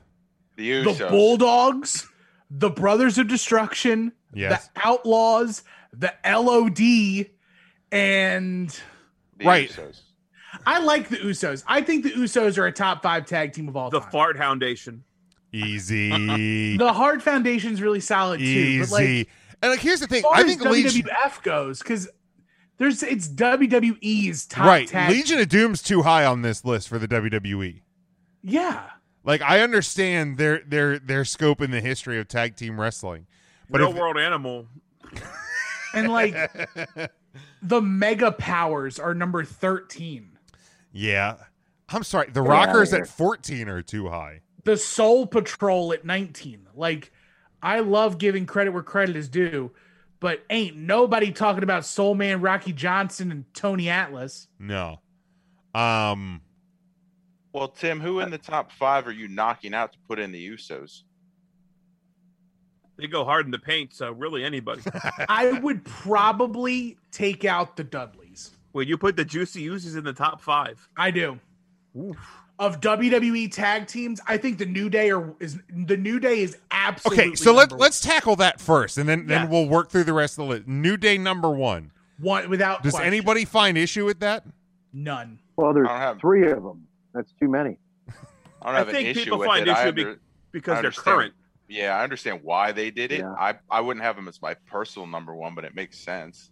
The The Usos. Bulldogs, the Brothers of Destruction, Yes. the Outlaws, the LOD, and right. I like the Usos. I think the Usos are a top five tag team of all The time. Fart Foundation. Easy. The Hard Foundation's really solid too. But like, Easy. and like here's the thing, as far I as think WWF Legion- goes because there's it's WWE's top right. tag. Legion of Doom's too high on this list for the E. WWE. Yeah, Like I understand their their their scope in the history of tag team wrestling, but Real if- world animal. and like the Mega Powers are number thirteen. yeah, I'm sorry, the Get outta Rockers here. at 14 are too high. The Soul Patrol at nineteen. Like, I love giving credit where credit is due, but ain't nobody talking about Soul Man Rocky Johnson and Tony Atlas. No, um, Well, Tim, who in the top five are you knocking out to put in the Usos? They go hard in the paint, so really anybody. I would probably take out the Dudleys. Well, you put the Juicy Usos in the top five. I do. Of WWE tag teams, I think the New Day are is the New Day is absolutely okay, so let number let's tackle that first, and then Yeah. then we'll work through the rest of the list. New Day number one. one without Does question. anybody find issue with that? none. Well, there's three of them. That's too many. I don't I have think an issue people with find it. I issue be- under- because I they're understand- current. Yeah, I understand why they did it. Yeah. I I wouldn't have them as my personal number one, but it makes sense.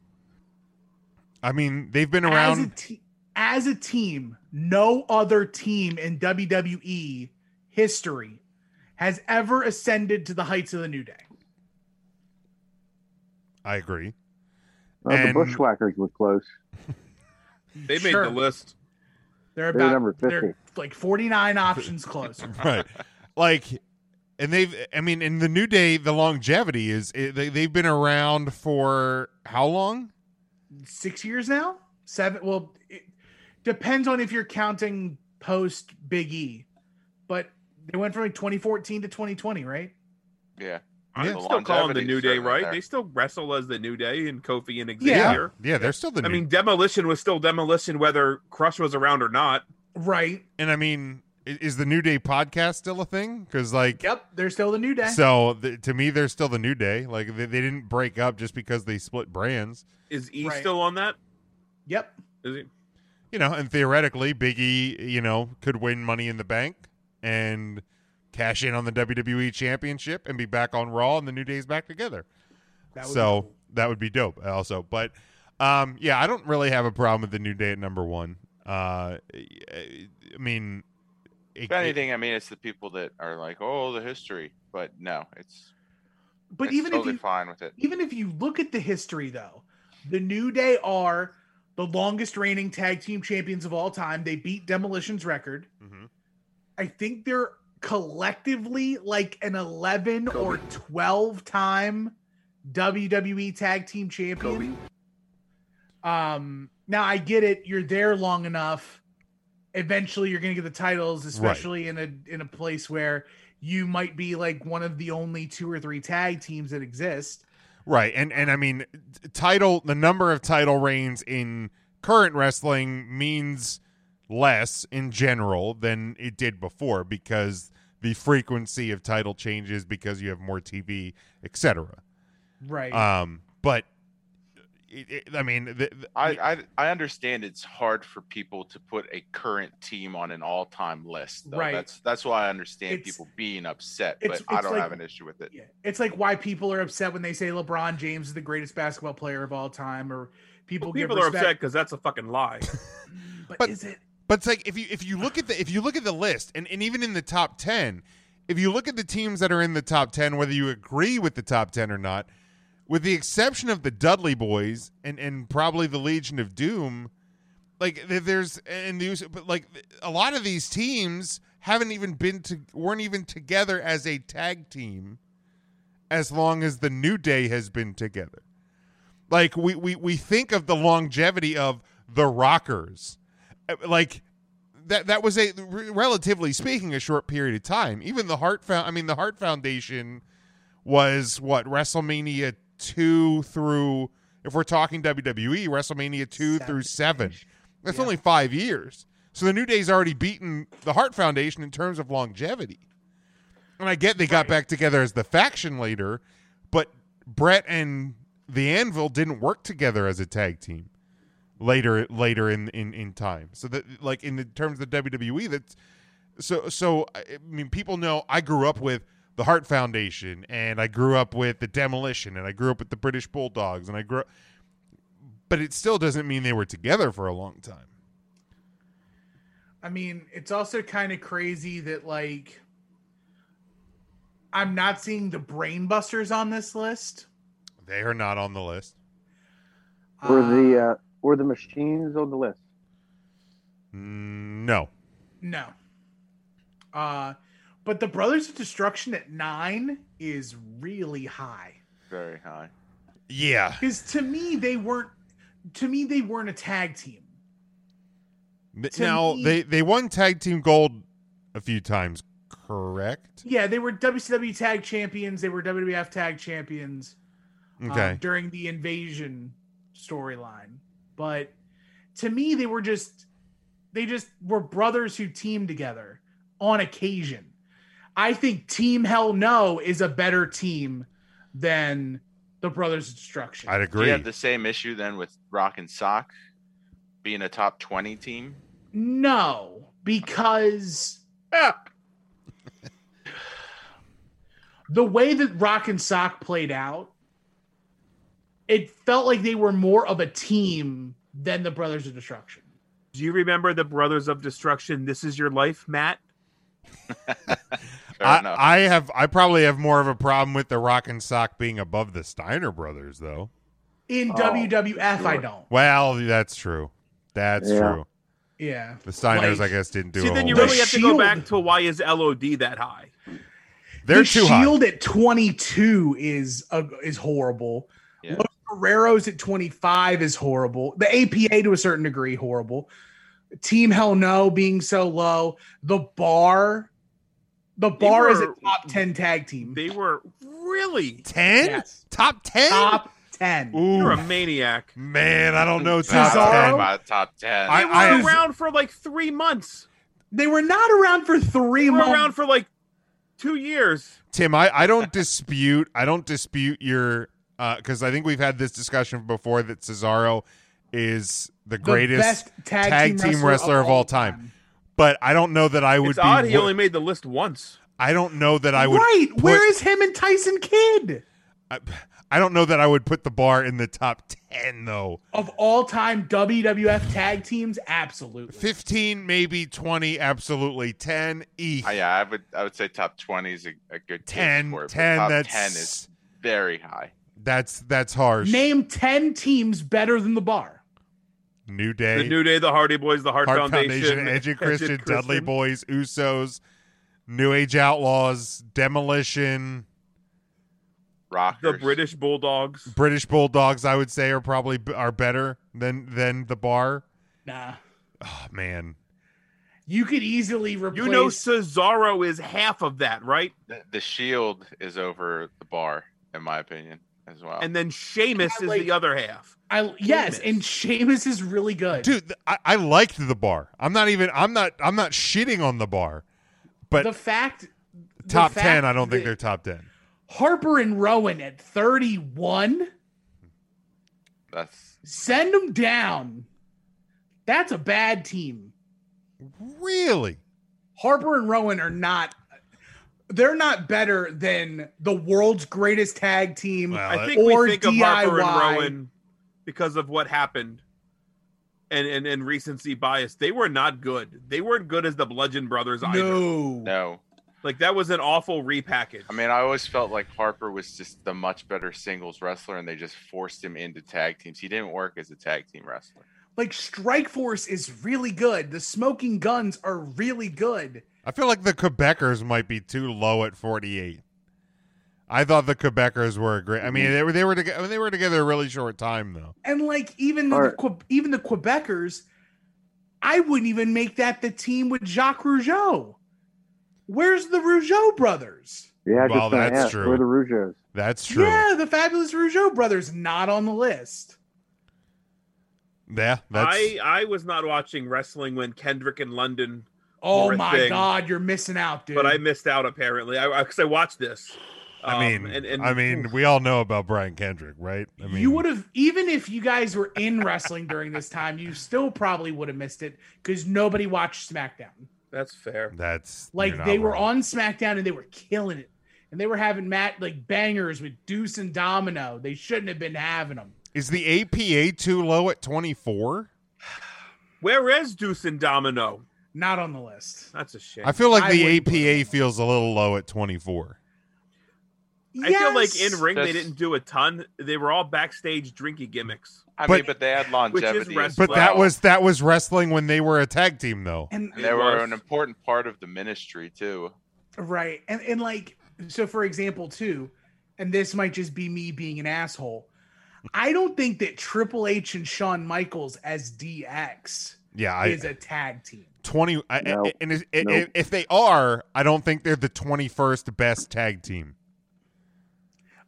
I mean, they've been As around. a, te- as a team, no other team in WWE E history has ever ascended to the heights of the New Day. I agree. Well, the And- Bushwhackers were close. They made Sure. the list. They're They were about number 50. they're like 49 options closer. right like and they've i mean in the new day the longevity is it, they, they've been around for how long Six years now? Seven? Well, it depends on if you're counting post Big E, but they went from like 2014 to 2020, right? Yeah. I'm Yeah. still calling the Longevity's New Day, certainly right? there. They still wrestle as the New Day and Kofi and Yeah. Xavier. yeah they're still the I new mean, Demolition was still Demolition whether Crush was around or not. Right. and i mean i- is the new day podcast still a thing because like Yep, they're still the New Day. so th- to me they're still the new day like they, they didn't break up just because they split brands Is E Right. still on that? Yep. Is he? you know and theoretically biggie you know could win money in the bank and cash in on the wwe championship and be back on raw and the new day's back together That would so that would be dope also but um yeah i don't really have a problem with the new day at number one uh i mean it- If anything, I mean, it's the people that are like, "Oh, the history," but no, it's. But it's even if totally you- fine with it. even if you look at the history though the new day are the longest reigning tag team champions of all time they beat demolition's record mm-hmm. i think they're collectively like an 11 or 12 time wwe tag team champion um now i get it you're there long enough eventually you're gonna get the titles especially in a in a place where you might be like one of the only two or three tag teams that exist right and and i mean t- title the number of title reigns in current wrestling means less in general than it did before because the frequency of title changes because you have more tv etc Right. um but it, it, i mean the, the- I, I I understand it's hard for people to put a current team on an all-time list. Though. Right. That's that's why I understand It's- people being upset, but it's- I it's don't like- have an issue with it. it's like why people are upset when they say LeBron James is the greatest basketball player of all time, or people give People are respect- upset because that's a fucking lie. But, is it? But it's like if you if you look at the if you look at the list and, and even in the top ten, if you look at the teams that are in the top ten, whether you agree with the top ten or not, with the exception of the Dudley boys and, and probably the Legion of Doom, like th- there's and the Uso- but like a lot of these teams haven't even been to weren't even together as a tag team as long as the New Day has been together. Like we we we think of the longevity of the Rockers, Uh, like that that was a re- relatively speaking a short period of time. Even the Heart Found, I mean the Heart Foundation was what WrestleMania two through if we're talking WWE WrestleMania two through seven. That's only five years. So the New Day's already beaten the Heart Foundation in terms of longevity. And I get they got back together as the faction later, but Brett and the Anvil didn't work together as a tag team later later in in, in time. So that like in the terms of the WWE, that's so so I I mean people know I grew up with the Hart Foundation and I grew up with the Demolition and I grew up with the British Bulldogs and I grew up but it still doesn't mean they were together for a long time. I mean, it's also kind of crazy that like I'm not seeing the brainbusters on this list. They are not on the list. Were the uh, were the machines on the list? Mm, No. No. Uh but the Brothers of Destruction at nine is really high. Very high. Yeah. Because to me they weren't to me they weren't a tag team. Th- To Now me- they they won tag team gold a few times, correct? Yeah, they were WCW tag champions. They were WWF tag champions um, Okay. during the invasion storyline. But to me, they were just they just were brothers who teamed together on occasion. I think Team Hell No is a better team than the Brothers of Destruction. I'd Do you have the same issue then with Rock and Sock being a top twenty team? No, because Ah! the way that Rock and Sock played out, it felt like they were more of a team than the Brothers of Destruction. Do you remember the Brothers of Destruction? This is your life, Matt. I, I have I probably have more of a problem with the Rock and Sock being above the Steiner brothers though. In Oh, WWF, I don't. Well, that's true. That's Yeah. true. Yeah. The Steiners, Like- I guess, didn't do See, a then whole you lot. really have to go back to why is LOD that high? They're the too high. Shield at 22 is uh, is horrible. Los Guerreros at 25 is horrible. The APA to a certain degree horrible. Team Hell No being so low. The bar, the bar is a were- top 10 tag team. They were really 10? Top 10? Top 10. You're a maniac. Man, I don't know Cesaro? top ten. My top ten. They were around for like three months. They were not around for three were months. around for like two years. Tim, I, I don't dispute I don't dispute your because I think we've had this discussion before that Cesaro is the greatest best tag team wrestler, wrestler of of all time. But I don't know that I would It's be. odd he wor- only made the list once. I don't know that I would. right. put- Where is him and Tyson Kidd? I don't know that I would put the bar in the top ten though. Of all time WWF tag teams? Absolutely. 15 maybe 20 absolutely 10 e Uh, yeah, I would. I would say top twenty is a, a good guess 10, for it, but 10, top that's- ten is very high. that's that's harsh Name 10 teams better than the bar. new day The New Day, the Hardy Boys, the Heart, Heart Foundation, Edge and Christian, Edge and Dudley Christian. Boys, Usos, New Age Outlaws, Demolition, the British Bulldogs. British Bulldogs. I would say are probably b- are better than than the Bar. Nah. Oh, man, You could easily replace. You know, Cesaro is half of that, right? The, the Shield is over the bar, in my opinion, as Oh. well. And then Sheamus Yeah, is like- the other half. I yes, and Sheamus is really good. dude, th- I, I liked the Bar. I'm not even. I'm not. I'm not shitting on the Bar, but the fact the top fact ten. I don't think that they're top ten. Harper and Rowan at 31. That's Send them down. That's a bad team. Really? Harper and Rowan are not. They're not better than the world's greatest tag team Uh, I think or we think DIY. of Harper and Rowan because of what happened and, and and recency bias. They were not good. They weren't good as the Bludgeon Brothers either. No. No. Like that was an awful repackage. I mean, I always felt like Harper was just the much better singles wrestler, and they just forced him into tag teams. He didn't work as a tag team wrestler. Like Strike Force is really good. The Smoking Guns are really good. I feel like the Quebecers might be too low at 48. I thought the Quebecers were great. I mean, they were they were together. They were together a really short time though. And like even the, Or- Que- even the Quebecers, I wouldn't even make that the team with Jacques Rougeau. Where's the Rougeau brothers? Yeah, Well, just gonna that's ask, true. Where the Rougeos? That's true. Yeah, Yeah, the fabulous Rougeau brothers not on the list. that's I I was not watching wrestling when Kendrick and London. Oh were a my thing, god, you're missing out, dude. But I missed out apparently. I because I watched this. I Um, mean, and, and I mean, we all know about Brian Kendrick, right? I mean, you would have even if you guys were in wrestling during this time, you still probably would have missed it because nobody watched SmackDown. that's fair. That's Like you're not they were wrong. on SmackDown and they were killing it. And they were having Matt like bangers with Deuce and Domino. They shouldn't have been having them. Is the APA too low at 24? Where is Deuce and Domino? Not on the list. That's a shame. I feel like I the would- APA feels a little low at 24. I feel like in ring they That's- didn't do a ton. They were all backstage drinky gimmicks. I But- mean, but they had longevity. as But that well, was that was wrestling when they were a tag team though. And and they were an important part of the ministry too. Right. And and like so for example too, and this might just be me being an asshole. I don't think that Triple H and Shawn Michaels as DX Yeah, I- is a tag team. 20 I, No. and is- i- i- Nope. if they are, I don't think they're the 21st best tag team.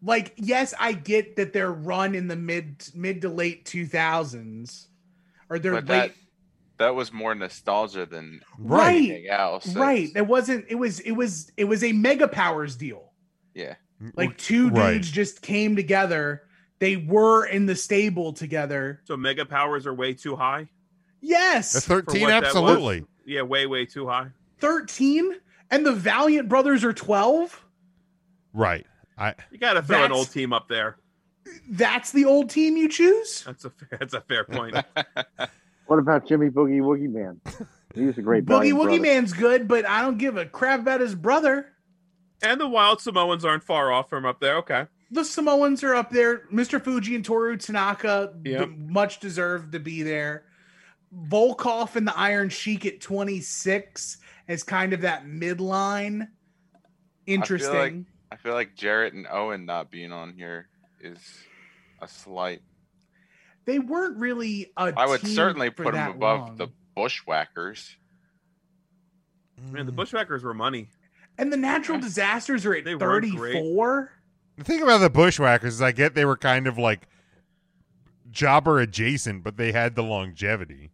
Like yes, I get that their run in the mid mid to late 2000s or their But late that that was more nostalgia than Right. anything else. That's- right. That wasn't it was it was it was a mega powers deal. Yeah. Mm, Like two Right. dudes just came together. They were in the stable together. So mega powers are way too high. Yes. The for 13 what that was. absolutely. Yeah, way way too high. 13 and the Valiant brothers are 12. Right. I You got to throw an That's- old team up there. That's the old team you choose? That's a fair, that's a fair point. What about Jimmy Boogie Woogie Man? He's a great Boogie Brian Woogie brother. Man's good, but I don't give a crap about his brother. And the Wild Samoans aren't far off from up there. Okay. The Samoans are up there. Mr. Fuji and Toru Tanaka Yep. d- much deserved to be there. Volkov and the Iron Sheik at 26 as kind of that midline. Interesting. I feel like, I feel like Jarrett and Owen not being on here is a slight. they weren't really a I would team certainly for put them that above long. the Bushwhackers. Man, the Hmm. Mm. Bushwhackers were money. And the natural disasters are at were great. 34. The thing about the Bushwhackers is I get they were kind of like jobber adjacent, but they had the longevity.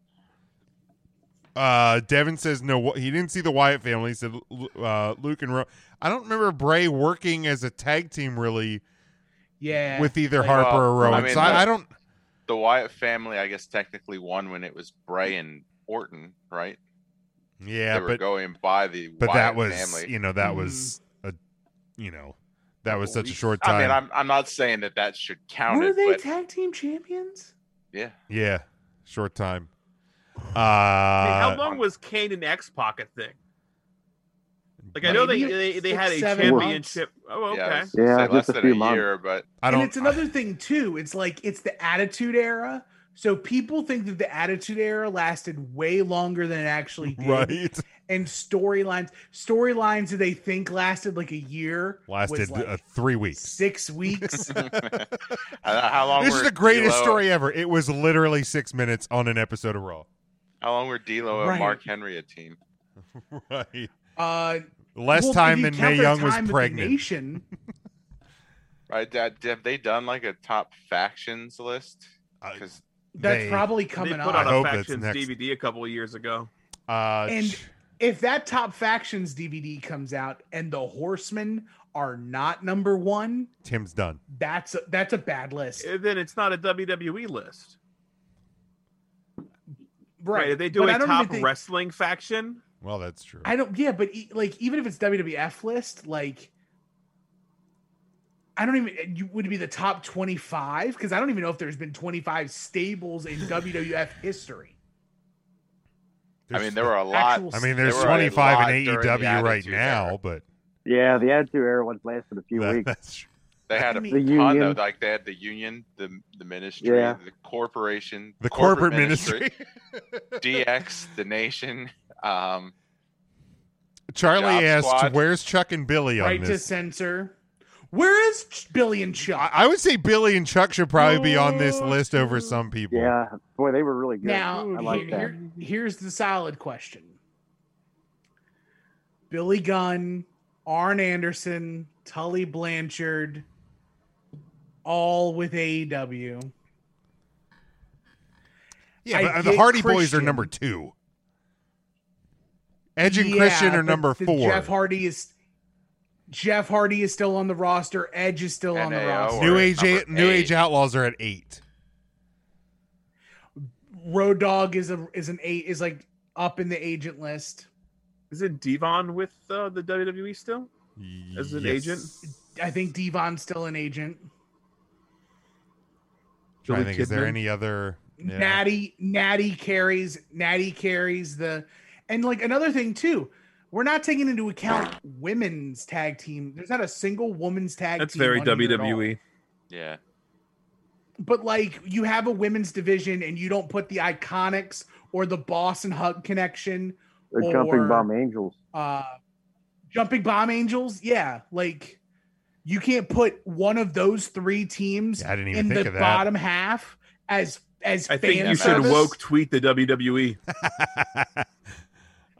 Uh, Devin says no. Wa- He didn't see the Wyatt family. He said Lu- uh, Luke and Ro- I don't remember Bray working as a tag team really Yeah. with either Like, Harper well, or Rowan. mean, so I, the- I don't. The Wyatt family, I guess, technically won when it was Bray and Orton, right? Yeah, they were but going by the but that Wyatt was family. you know that was Mm-hmm. a you know that was such a short time. I mean, I'm I'm not saying that that should count Were it, they but tag team champions? yeah, yeah, short time. Uh, I mean, how long was Kane and X Pocket thing? Like I know they Maybe they, they six, had a seven championship. Oh, okay. yeah, it's- Yeah, say just less a than few a months. year, but and it's another thing too. It's like it's the Attitude Era. So people think that the Attitude Era lasted way longer than it actually did. Right. And storylines, storylines that they think lasted like a year was lasted like uh, three weeks. six weeks. I don't know how long? This is were the greatest D'Lo- story ever. It was literally six minutes on an episode of Raw. How long were D'Lo Right. and Mark Henry a team? right. Uh, Less if time you than count Mae their Young was time with the pregnant. nation, Right? That, have they done like a top factions list? Uh, Because that's They- probably They coming they up. put out I a hope it's Factions next. DVD a couple of years ago. Uh, and if that top factions DVD comes out and the Horsemen are not number one, Tim's done. that's a, that's a bad list, Eh, Then it's not a WWE list, right? If they do But a I don't even top think- wrestling faction, Well, that's true. I don't. Yeah, but e- like even if it's WWF list, like I don't even. You would it be the top twenty five because I don't even know if there's been twenty five stables in WWF history. I mean, there were a lot. actual- I mean, there's there were a 25 in lot during the AEW right Attitude now, Era. but Yeah, the Attitude Era ones lasted a few weeks. That's true. They had a The ton union. of like they had the union, the the ministry, Yeah. the corporation, The corporate DX, the nation. Um, Job Charlie asked, Squad. "Where's Chuck and Billy on Right to this?" censor. Where is Ch- Billy and Chuck? I would say Billy and Chuck should probably be on this list over some people. Yeah, boy, they were really good. Now, I like here- that. here- here's the solid question Billy Gunn, Arn Anderson, Tully Blanchard, all with E AEW. Yeah, I but uh, the get Hardy Boys are Christian. number two. Edge and Yeah, Christian are but number the four. Jeff Hardy is. Jeff Hardy is still on the roster. Edge is still on the NAO roster. New are at Age, number New eight. Age Outlaws are at eight. Road Dog is a is an eight is like up in the agent list. is it Devon with uh, the WWE still as an Yes. agent? I think Devon's still an agent. Trying to Billy think, is there Kidman? any other? yeah. Natty Natty carries Natty carries the and like another thing too. We're not taking into account women's tag team. There's not a single women's tag That's team. very E. on here at all. WWE. Yeah. But like you have a women's division and you don't put the iconics or the boss and hug connection The or Jumping Bomb Angels. uh jumping bomb angels. Yeah. Like you can't put one of those three teams Yeah, I didn't even in think the of that. bottom half as as I think fan you should service. woke tweet the E. WWE.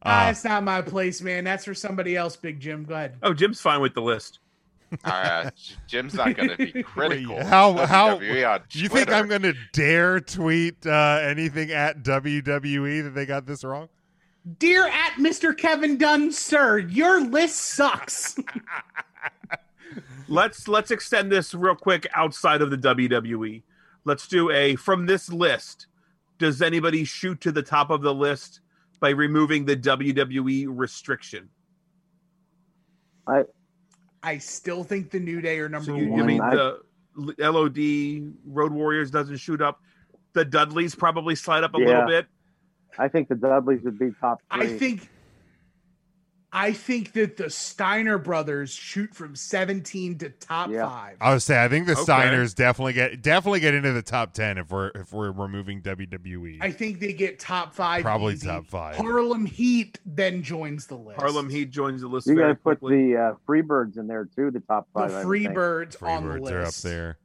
Uh, Ah, it's not my place, man. That's for somebody else, Big Jim. Go ahead. Oh, Jim's fine with the list. Uh, Jim's not going to be critical. of How how WWE on you think Twitter. I'm going to dare tweet uh, anything at WWE that they got this wrong? Dear at Mr. Kevin Dunn, sir, your list sucks. Let's let's extend this real quick outside of the WWE. Let's do a from this list. Does anybody shoot to the top of the list by removing the WWE restriction? I I still think the New Day are number So you, you one. mean the L- LOD Road Warriors doesn't shoot up? The Dudleys probably slide up a Yeah. little bit. I think the Dudleys would be top I three. think I think that the Steiner brothers shoot from 17 to top 5. I would say I think the Okay. Steiners definitely get definitely get into the top ten if we're if we're removing E WWE. I think they get top 5. Probably easy. top five. Harlem Heat then joins the list. Harlem Heat joins the list. you got very to put quickly. the uh, Freebirds in there too. The top The five. I would think. Freebirds on the Freebirds are up list. there.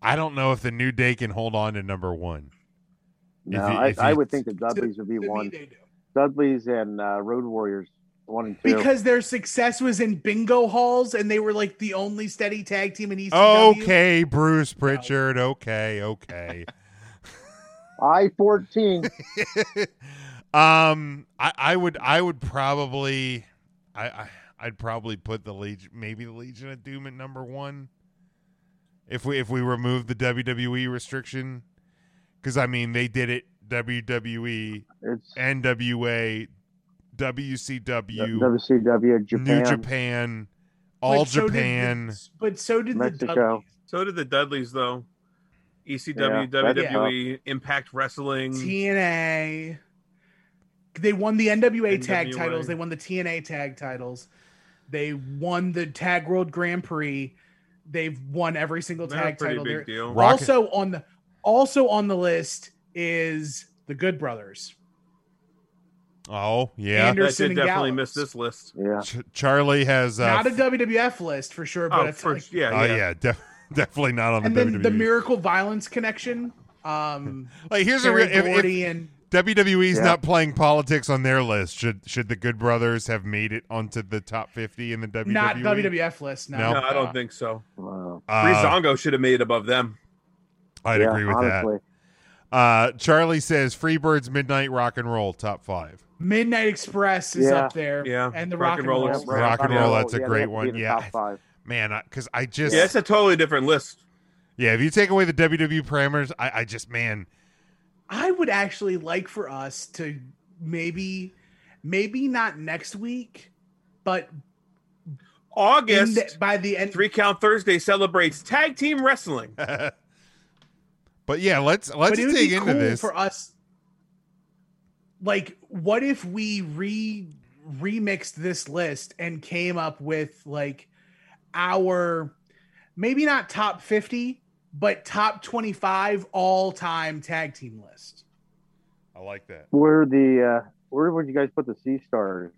I don't know if the New Day can hold on to number one. If No, you- I, if I you- would think the Dudleys would be one. they do. Dudleys and uh, Road Warriors one and two. Because their success was in bingo halls and they were like the only steady tag team in E ECW. Okay, Bruce Pritchard. Okay, okay. I fourteen. Um, I, I would I would probably I, I I'd probably put the Legion maybe the Legion of Doom at number one. If we if we remove the WWE restriction, because I mean they did it E WWE, NWA, WCW, WCW, New Japan. Japan, All But so did the- Japan. but so did the Dudleys. So did the Dudleys though. E Yeah, ECW, that's WWE, E, Impact Wrestling. TNA. They won the NWA, tag NWA. titles. They won the TNA tag titles. They won the Tag World Grand Prix. They've won every single They're a tag pretty title. big there. deal. Rocket- Also on the also on the list is the Good Brothers. Oh yeah, Anderson That did and definitely Gallows. miss this list. Yeah, Charlie has uh, Not a WWF list for sure, but Oh, it's for- like- yeah, oh yeah, def- definitely not on and the then WWE. the Miracle Violence connection. Um, like here's Terry a real if- if- Gordy and WWE's Yeah. not playing politics on their list. Should should the Good Brothers have made it onto the top fifty in the WWE? not E. WWF list. No, E? No. No, I don't think so. Wow. Uh, Breezango should have made it above them. I'd Yeah, agree with honestly. that. Uh, Charlie says Freebirds, Midnight Rock and Roll, top five. Midnight Express is Yeah. up there. Yeah. and the Rock, and Roll Express. Rock and Roll. That's a Yeah, they great have to be one. in the Yeah, top five. man, because I, just yeah, it's a totally different list. yeah. If you take away the WWE parameters, I, I just man, I would actually like for us to maybe, maybe not next week, but August by the end, Three Count Thursday celebrates tag team wrestling. but yeah, let's let's but it would dig be into cool this. for us. Like, what if we re remixed this list and came up with like our maybe not top fifty, but top twenty five all time tag team list? I like that. Where the uh, where would you guys put the Sea Stars?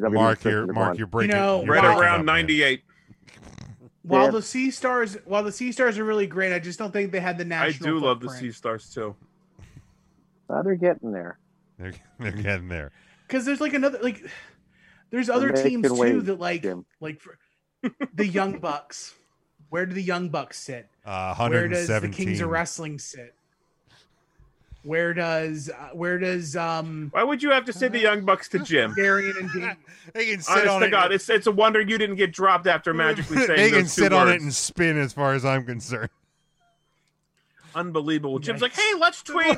Mark, you're- Mark, you're breaking- You know, you're right breaking up, around man. '98. While Yeah. the Sea Stars, while the Sea Stars are really great, I just don't think they had the I national. do love the footprint. Sea Stars too. Uh, they're getting there. They're, they're getting there. because there's like another like there's other They teams can too win, that like like for, the young bucks where do the young bucks sit Uh, where does the 117. kings of wrestling sit where does uh, where does um why would you have to send Uh, the young bucks to Jim? Darian and Dean. they can Honest to God, it's it's a wonder you didn't get dropped after magically saying they those can two sit on it words. and spin, as far as I'm concerned. Unbelievable. Jim's like, hey, let's tweet.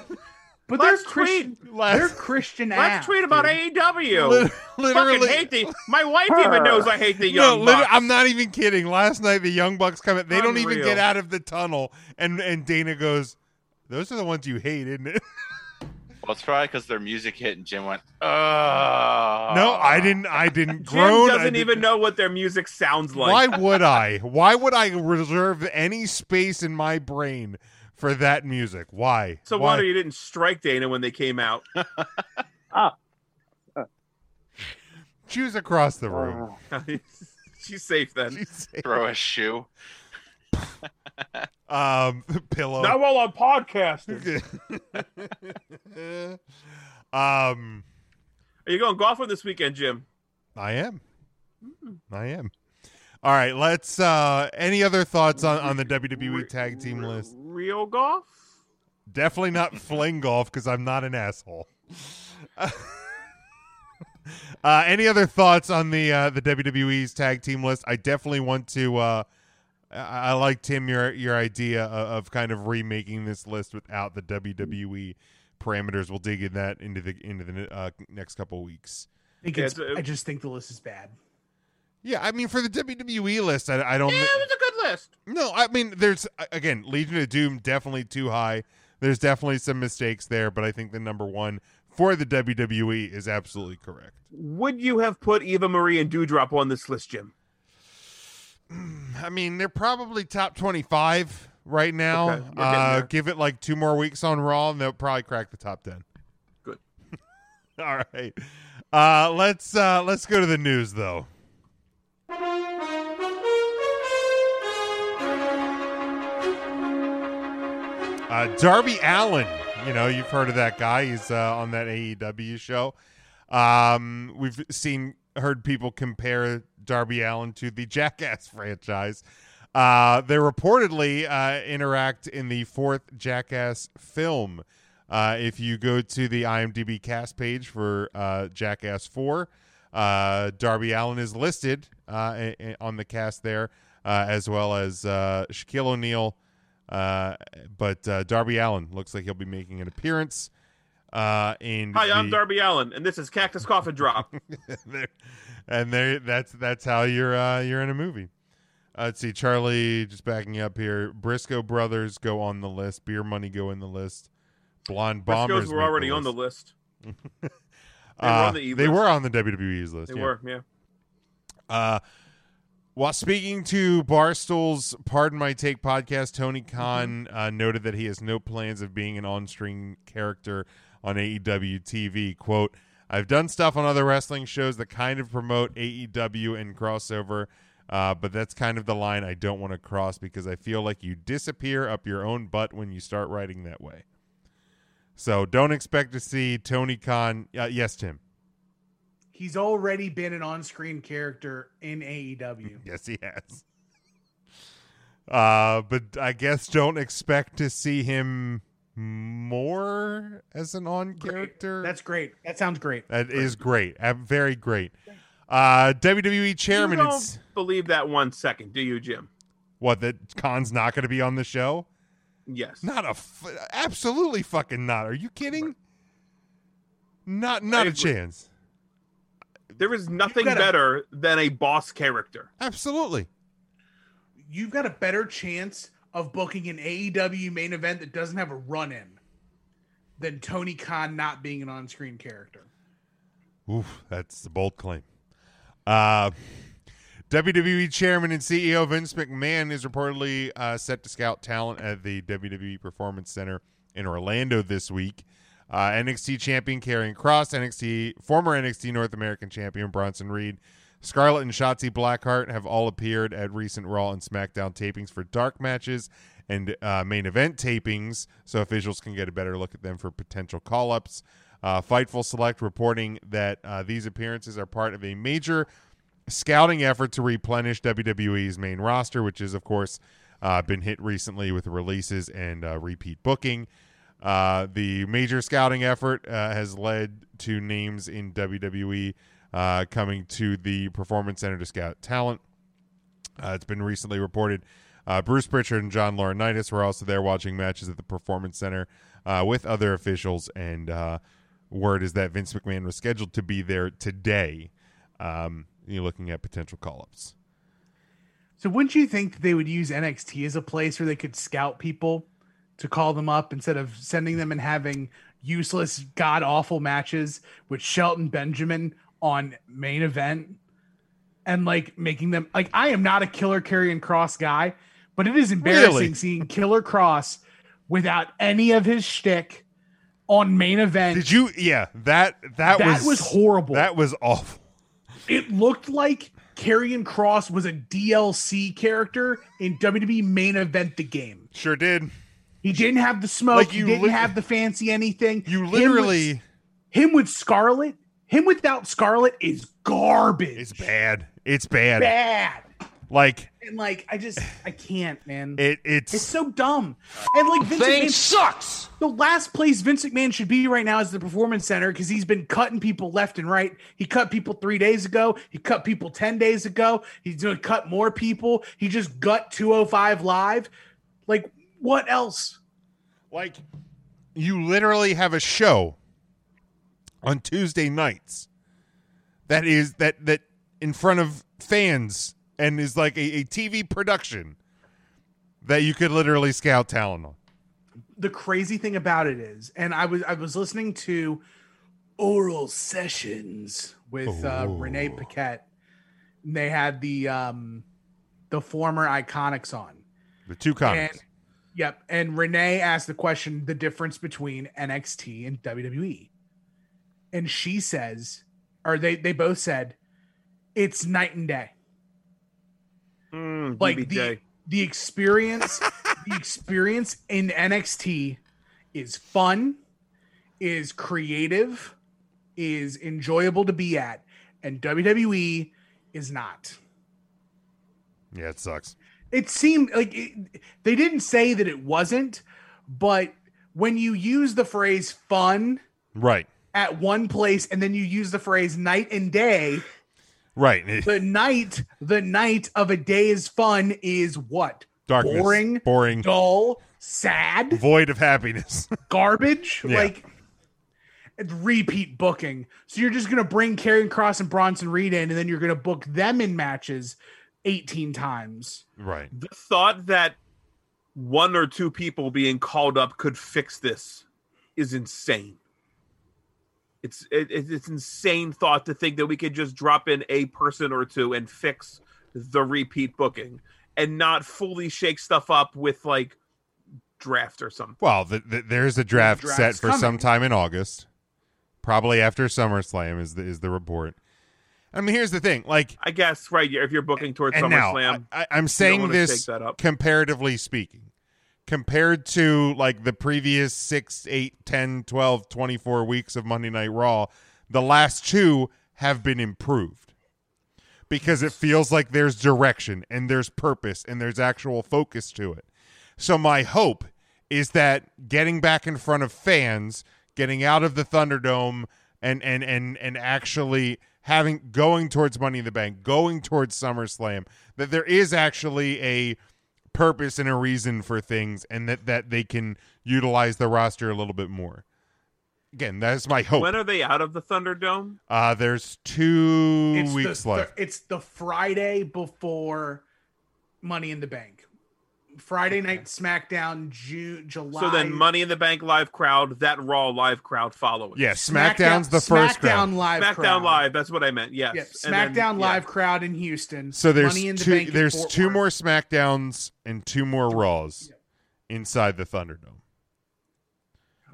but let's they're Christian- tweet. they're Christian Let's app, tweet about dude. AEW. literally- Fucking hate the. My wife even knows I hate the young. No, liter- Bucks. I'm not even kidding. Last night the Young Bucks come in. They don't even Unreal. get out of the tunnel, and and Dana goes, "Those are the ones you hate, isn't it?" Well, it's probably because their music hit and Jim went, oh. no, I didn't. I didn't Uh, Jim groan. I doesn't didn't- even know what their music sounds Why like. would I? Why would I reserve any space in my brain for that music? Why? So Why? wonder you didn't strike Dana when they came out. Choose across the room. She's safe then. Throw a shoe. Um, pillow. Not while I'm podcasting. um, Are you going golfing this weekend, Jim? I am. I am. All right. Let's. uh Any other thoughts on on the WWE tag team list? Real golf? Definitely not fling golf because I'm not an asshole. uh, any other thoughts on the uh, the WWE's tag team list? I definitely want to. Uh, I, I like Tim your your idea of, of kind of remaking this list without the WWE parameters. We'll dig in that into the into the uh, next couple weeks. I, think Yeah, it's, it's a- I just think the list is bad Yeah, I mean for the WWE list, I, I don't. Yeah, it was a good list. No, I mean, there's again, Legion of Doom definitely too high. There's definitely some mistakes there, but I think the number one for the WWE is absolutely correct. Would you have put Eva Marie and Dewdrop on this list, Jim? I mean, they're probably top 25 right now. Okay, we're getting uh, there. give it like two more weeks on Raw, and they'll probably crack the top 10. Good. All right. Uh, let's uh, let's go to the news though. Uh, Darby Allen, you know, you've heard of that guy. He's uh, on that AEW show. Um, we've seen, heard people compare Darby Allen to the Jackass franchise. Uh, they reportedly uh, interact in the fourth Jackass film. Uh, if you go to the IMDb cast page for uh, Jackass 4, uh, Darby Allen is listed uh, a- a- on the cast there, uh, as well as uh, Shaquille O'Neal. Uh, but uh, Darby Allen looks like he'll be making an appearance. Uh, in Hi, I'm the- Darby Allen, and this is Cactus Coffin Drop. there, and there that's that's how you're uh, you're in a movie. Uh, let's see, Charlie just backing up here. Briscoe brothers go on the list. Beer money go in the list. Blonde bombers Briscoes were make the already on the list. list. they were Uh, on the E they list. were on the WWE's list. They yeah. were, yeah. Uh, while speaking to Barstool's Pardon My Take podcast, Tony Khan uh, noted that he has no plans of being an on-screen character on E AEW TV. "Quote: I've done stuff on other wrestling shows that kind of promote AEW and crossover, uh, but that's kind of the line I don't want to cross because I feel like you disappear up your own butt when you start writing that way." So don't expect to see Tony Khan. Uh, yes, Tim. He's already been an on-screen character in E AEW. Yes, he has. Uh, but I guess don't expect to see him more as an on character. That's great. That sounds great. That is great. Uh, very great. Uh, WWE chairman. you and don't s- believe that one second, do you, Jim? what that Khan's not going to be on the show? Yes. Not a f- absolutely fucking not. Are you kidding? Not not a agree. chance. There is nothing gotta- better than a boss character. Absolutely. You've got a better chance of booking an AEW main event that doesn't have a run-in than Tony Khan not being an on-screen character. Oof, that's a bold claim. Uh, WWE E Chairman and CEO Vince McMahon is reportedly uh, set to scout talent at the WWE Performance Center in Orlando this week. Uh, NXT champion Karrion Cross, NXT former NXT North American champion Bronson Reed, Scarlett and Shotzi Blackheart have all appeared at recent Raw and SmackDown tapings for dark matches and uh, main event tapings, so officials can get a better look at them for potential call ups. Uh, Fightful Select reporting that uh, these appearances are part of a major scouting effort to replenish WWE's main roster, which has, of course, uh, been hit recently with releases and uh, repeat booking. Uh, the major scouting effort uh, has led to names in WWE uh, coming to the Performance Center to scout talent. Uh, it's been recently reported uh, Bruce Pritchard and John Laurinaitis were also there watching matches at the Performance Center uh, with other officials. And uh, word is that Vince McMahon was scheduled to be there today. Um, you're looking at potential call ups. So wouldn't you think that they would use NXT as a place where they could scout people to call them up instead of sending them and having useless, god awful matches with Shelton Benjamin on main event and like making them like I am not a killer carrying cross guy, but it is embarrassing Really? seeing Killer Cross without any of his shtick on main event. Did you? Yeah, that that, That was was horrible. That was awful. It looked like Carrion Cross was a DLC character in WWE main event the game. Sure did. He didn't have the smoke. Like, he you didn't lit- have the fancy anything. You Him with- literally- him with, Scarlet. Him without Scarlet is garbage. It's bad. It's bad. Bad. Like And like, I just, I can't, man. it. It's It's so dumb. And like Vince Thing McMahon sucks. The last place Vince McMahon should be right now is the performance center because he's been cutting people left and right. He cut people three days ago. He cut people ten days ago. He's gonna cut more people. He just gut two hundred five live. Like what else? Like you literally have a show on Tuesday nights that is that that in front of fans and is like a, a TV production that you could literally scout talent on. the crazy thing about it is, and I was I was listening to oral sessions with uh, Renee Paquette. And they had the um, the former Iconics on. The two comments. And, yep. And Renee asked the question the difference between NXT and WWE. And she says, or they, they both said, it's night and day. Mm, like the, the experience, the experience in NXT is fun, is creative, is enjoyable to be at, and WWE is not. Yeah, it sucks. it seemed like it, they didn't say that it wasn't, but when you use the phrase fun Right, at one place and then you use the phrase night and day, right. the night, the night of a day's fun is what? Darkness. Boring, Boring. dull, sad, Void of happiness. garbage, Yeah. like it's repeat booking. So you're just gonna bring Karrion Cross and Bronson Reed in, and then you're gonna book them in matches 18 times. Right. The thought that one or two people being called up could fix this is insane. It's it, it- it's insane thought to think that we could just drop in a person or two and fix the repeat booking and not fully shake stuff up with like draft or something. Well, th th there's a draft Draft's set for coming. sometime in August, probably after SummerSlam is the, is the report. I mean, here's the thing. Like, I guess right if you're booking towards and now SummerSlam, I, I, you I'm don't saying wanna this shake that up. comparatively speaking, compared to like the previous 6, 8, 10, 12, 24 weeks of Monday Night Raw, the last two have been improved because it feels like there's direction and there's purpose and there's actual focus to it. So my hope is that getting back in front of fans, getting out of the Thunderdome and and and and actually having going towards Money in the Bank, going towards SummerSlam, that there is actually a purpose and a reason for things and that that they can utilize the roster a little bit more. Again, that's my hope. When are they out of the Thunderdome? Uh there's 2 It's the weeks thir- left. it's the Friday before Money in the Bank. Friday night SmackDown, June, July. So then, Money in the Bank live crowd, that Raw live crowd following. Yeah, SmackDown's the first round. SmackDown live SmackDown crowd. live. That's what I meant. Yes. Yep, And then- SmackDown live crowd in Houston. So there's Money in the two. Bank in there's Fort two more Smackdowns and two more Raws inside the Thunderdome.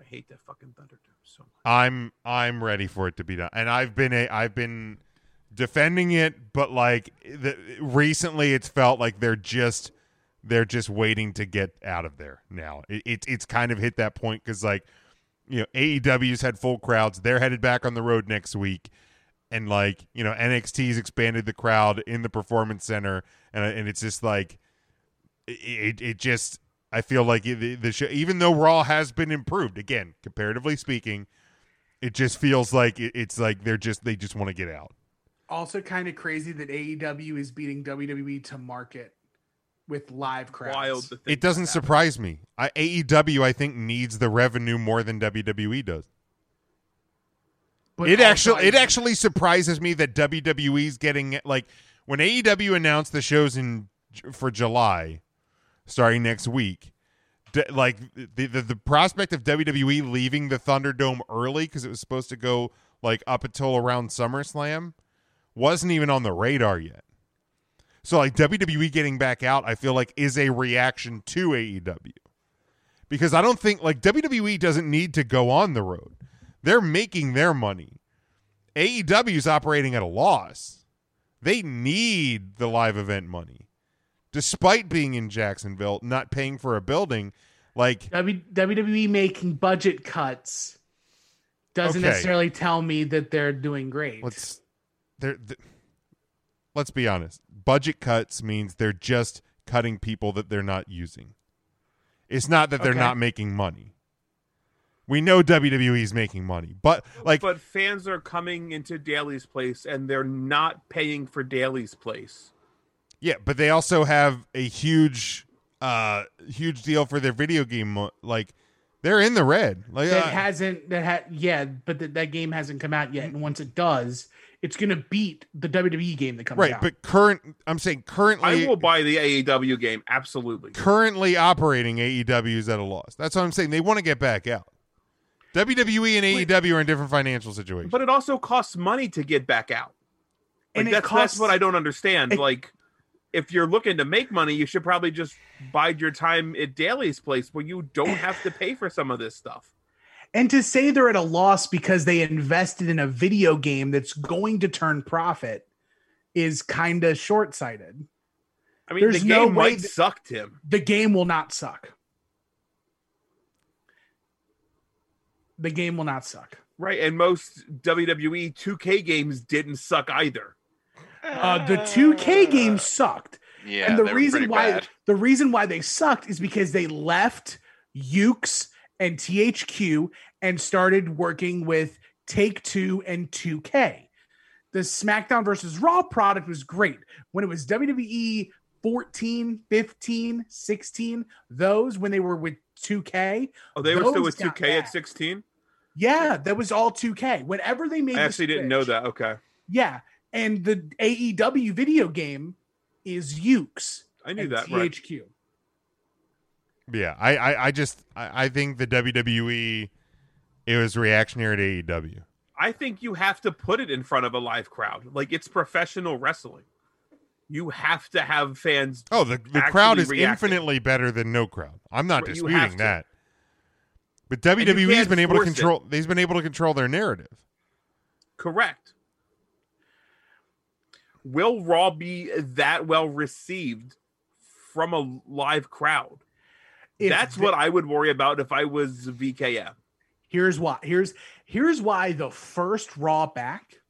I hate that fucking Thunderdome so much. I'm I'm ready for it to be done, and I've been a I've been defending it, but like the, recently, it's felt like they're just they're just waiting to get out of there now. It, it it's kind of hit that point because like you know AEW's had full crowds, they're headed back on the road next week, and like you know NXT's expanded the crowd in the Performance Center, and and it's just like it, it, it just I feel like it- the, the show, even though Raw has been improved again, comparatively speaking, it just feels like it, it's like they're just they just want to get out. Also, kind of crazy that AEW is beating WWE to market with live crowds. Wild It doesn't surprise me. I, AEW I think needs the revenue more than WWE does. But it also actually I- it actually surprises me that WWE's getting like when AEW announced the shows in for July, starting next week. d- like the, the the prospect of WWE leaving the Thunderdome early because it was supposed to go like up until around SummerSlam wasn't even on the radar yet. So like WWE getting back out, I feel like is a reaction to AEW because I don't think like WWE doesn't need to go on the road. They're making their money. AEW's operating at a loss. They need the live event money. Despite being in Jacksonville, not paying for a building, like W- WWE making budget cuts doesn't Okay. necessarily tell me that they're doing great. let's they're, th- let's be honest. Budget cuts means they're just cutting people that they're not using. It's not that they're Okay. not making money. We know WWE's making money, but like but fans are coming into Daly's place and they're not paying for Daly's place. Yeah, but they also have a huge, uh, huge deal for their video game. mo- Like, they're in the red. Like, that uh, hasn't that ha- yeah, but that that game hasn't come out yet. And once it does, it's going to beat the WWE game that comes right, out. but current. I'm saying currently, I will buy the AEW game absolutely. currently operating AEW is at a loss. That's what I'm saying. They want to get back out. WWE and AEW are in different financial situations. But it also costs money to get back out. And and it that's, costs- that's what I don't understand. like, if you're looking to make money, you should probably just bide your time at Daly's place where you don't have to pay for some of this stuff. And to say they're at a loss because they invested in a video game that's going to turn profit is kind of short sighted. I mean, the game might that- suck, Tim. the game will not suck. The game will not suck. Right, and most WWE 2K games didn't suck either. Uh, the 2K game sucked. Yeah, and the they were reason pretty why bad. the reason why they sucked is because they left Ukes and THQ and started working with Take Two and 2K. The SmackDown versus Raw product was great. When it was E WWE 14, 15, 16, those when they were with 2K. Oh, they were still those with got 2K bad. at 16. Yeah, that was all 2K. Whenever they made I the actually didn't switch- know that. Okay, yeah, and the AEW video game is Ukes. I knew and that, right. THQ. Yeah, I, I, I just, I, I think the WWE, it was reactionary to E AEW. I think you have to put it in front of a live crowd. Like it's professional wrestling. You have to have fans. Oh, the, the crowd is infinitely better than no crowd. I'm not Right, you have disputing to. that. But And you WWE's can't been able to force it. control. They've been able to control their narrative. correct. Will Raw be that well received from a live crowd? If That's the- what I would worry about if I was VKM. Here's why. Here's here's why the first Raw back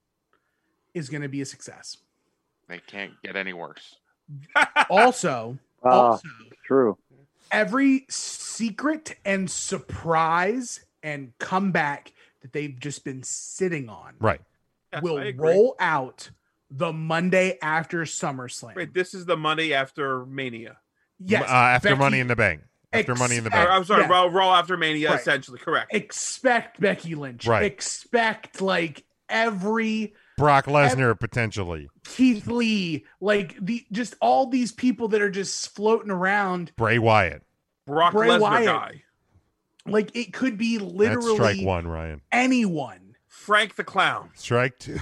is going to be a success. They can't get any worse. Also, Uh. Oh. Ah, also true. every secret and surprise and comeback that they've just been sitting on Right. I will agree. roll out the Monday after SummerSlam. Right, this is the Monday after Mania. Yes, Uh, after Becky- Money in the Bank. After Money in the Or, Bank. I'm sorry, Yeah. Raw, Raw after Mania, Right. essentially correct. expect Becky Lynch. Right. Expect like every Brock Lesnar potentially. Keith Lee, like the just all these people that are just floating around. Bray Wyatt. Brock Bray Lesnar Wyatt. guy, Like it could be That's strike literally one, Ryan. anyone. Frank the Clown. Strike two.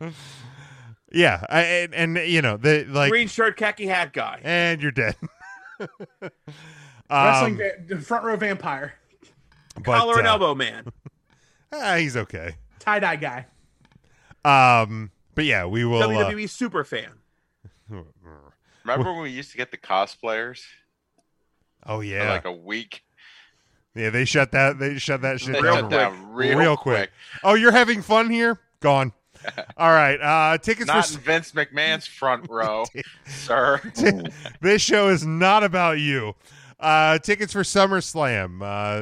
yeah, I, and, and you know the like, green shirt, khaki hat guy. and you're dead. Wrestling Um, va- the front row vampire, but, collar and uh, elbow man. ah, he's okay. tie dye guy. Um, but yeah, we will. uh, hmm. WWE super fan. Remember when we used to get the cosplayers oh for yeah, like a week? yeah. They shut that. They shut that shit They down, shut down real quick. Oh, you're having fun here? Gone. All right. Uh, tickets Not for in Vince McMahon's front row, sir. this show is not about you. Uh, tickets for SummerSlam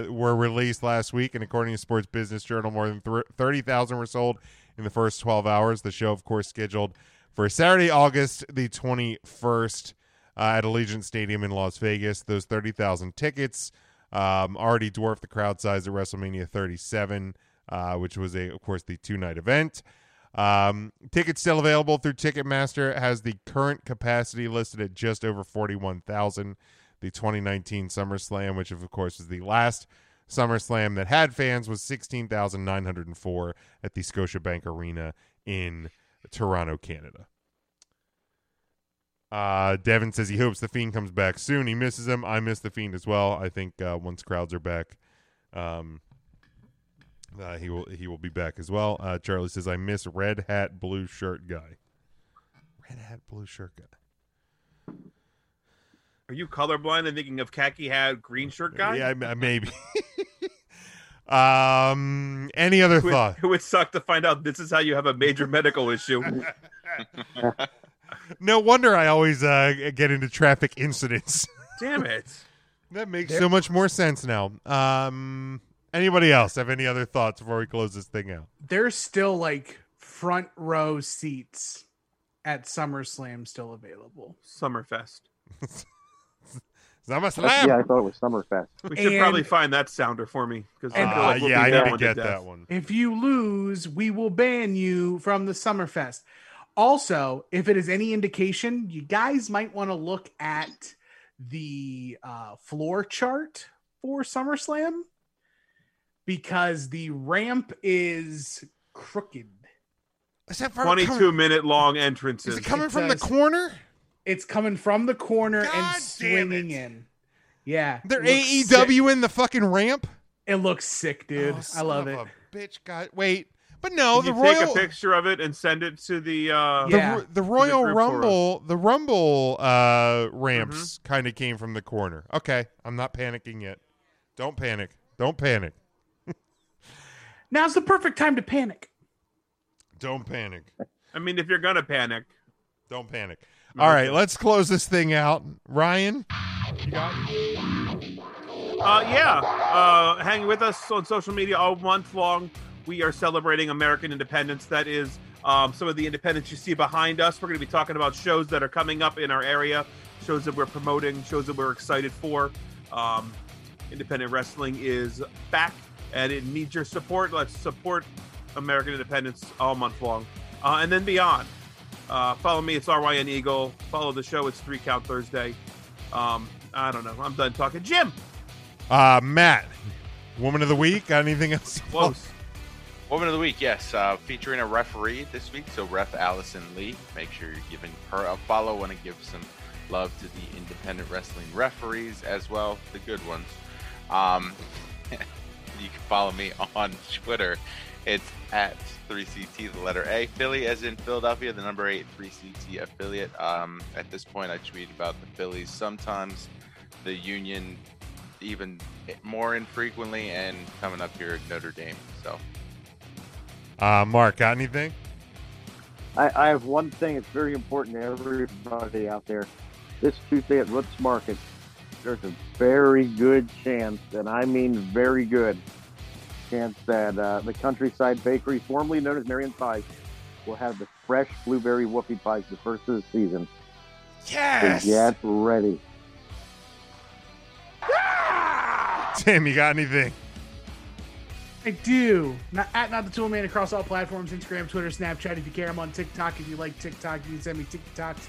uh, were released last week, and according to Sports Business Journal, more than thr 30,000 were sold in the first 12 hours. The show, of course, scheduled for Saturday, August the 21st uh, at Allegiant Stadium in Las Vegas. Those 30,000 tickets um, already dwarfed the crowd size at WrestleMania 37, uh, which was, a, of course, the two night event. Um, tickets still available through Ticketmaster. It has the current capacity listed at just over 41,000. The 2019 SummerSlam, which of course was the last SummerSlam that had fans, was 16,904 at the Scotiabank Arena in Toronto, Canada. Uh, Devin says he hopes the Fiend comes back soon. He misses him. I miss the Fiend as well. I think uh, once crowds are back, um, uh, he will he will be back as well. Uh, Charlie says I miss red hat blue shirt guy. Red hat blue shirt guy. Are you colorblind and thinking of khaki hat, green shirt guy? Yeah, m- maybe. um, any other Who would- thought? Who would suck to find out this is how you have a major medical issue? No wonder I always uh, get into traffic incidents. Damn it. That makes so much more sense now. Um, anybody else have any other thoughts before we close this thing out? There's still like front row seats at SummerSlam still available. Summerfest. Zama That's- Salam. Yeah, I thought it was Summerfest. We should probably find that sounder for me because Ah, yeah, I didn't get that one. If you lose, we will ban you from the Summerfest. Also, if it is any indication, you guys might want to look at the uh, floor chart for SummerSlam because the ramp is crooked. Is that Twenty-two minute long entrances. corner? It's coming from the corner and swinging in. Yeah, They're it looks AEW sick. in the fucking ramp. It looks sick, dude. Oh, I love it. bitch, God, wait, but no, Did the you take Royal- a picture of it and send it to the uh, The, Ro- the Royal group for us. Rumble, the Rumble uh, ramps Mm-hmm. kind of came from the corner. Okay, I'm not panicking yet. Don't panic. Don't panic. Now's the perfect time to panic. Don't panic. I mean, if you're gonna panic, don't panic. All right, let's close this thing out. Ryan, Uh, yeah, uh, hang with us on social media all month long. We are celebrating American independence. That is um, some of the independence you see behind us. We're going to be talking about shows that are coming up in our area, shows that we're promoting, shows that we're excited for. Um, independent wrestling is back, and it needs your support. Let's support American independence all month long, uh, and then beyond. Uh, follow me; it's Ryan Eagle. Follow the show; it's Three Count Thursday. Um, I don't know. I'm done talking. Jim. uh, Matt, Woman of the Week. Got anything else? Close. Woman of the Week, yes, uh, featuring a referee this week. So, Ref Allison Lee. Make sure you're giving her a follow. Want to give some love to the independent wrestling referees as well, the good ones. Um, you can follow me on Twitter. It's at 3CT, the letter A. Philly, as in Philadelphia, the number eight 3CT affiliate. Um, at this point, I tweet about the Phillies sometimes, the Union even more infrequently, and coming up here at Notre Dame. So, Uh, Mark, got anything? I, I have one thing that's very important to everybody out there. This Tuesday at Roots Market, there's a very good chance, and I mean very good chance, that uh, the Countryside Bakery, formerly known as Marion Pies, will have the fresh blueberry whoopie pies, the first of the season. Yes! So get ready. Tim, you got anything? I do. Not, at not the tool man across all platforms: Instagram, Twitter, Snapchat. If you care, I'm on TikTok. If you like TikTok, you can send me TikToks.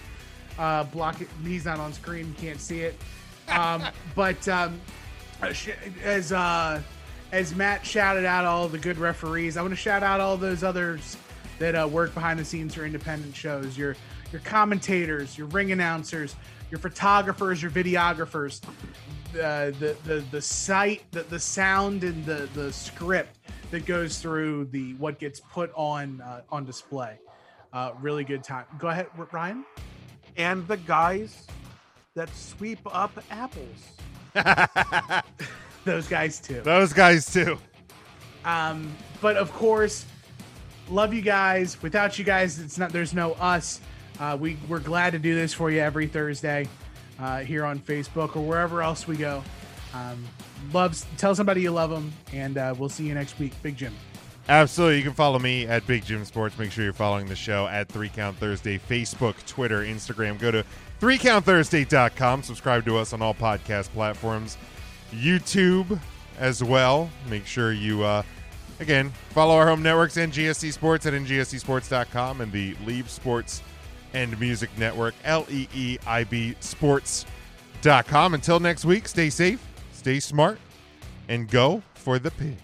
Uh, block it. He's not on screen. You can't see it. Um, but um, as uh, as Matt shouted out all the good referees, I want to shout out all those others that uh, work behind the scenes for independent shows. Your your commentators, your ring announcers, your photographers, your videographers the the the sight, the, the sound, and the the script that goes through the what gets put on uh, on display. Uh, really good time. Go ahead, R- Ryan. And the guys that sweep up apples. Those guys too. Those guys too. Um, but of course, love you guys. Without you guys, it's not. There's no us. Uh, we we're glad to do this for you every Thursday uh, here on Facebook or wherever else we go. Um, loves. Tell somebody you love them, and uh, we'll see you next week. Big Jim. Absolutely. You can follow me at Big Jim Sports. Make sure you're following the show at Three Count Thursday, Facebook, Twitter, Instagram. Go to threecounthursday.com. Subscribe to us on all podcast platforms, YouTube as well. Make sure you, uh, again, follow our home networks, NGSC Sports at ngscsports.com and the Leave Sports and Music Network, L E E I B Sports.com. Until next week, stay safe, stay smart, and go for the pig.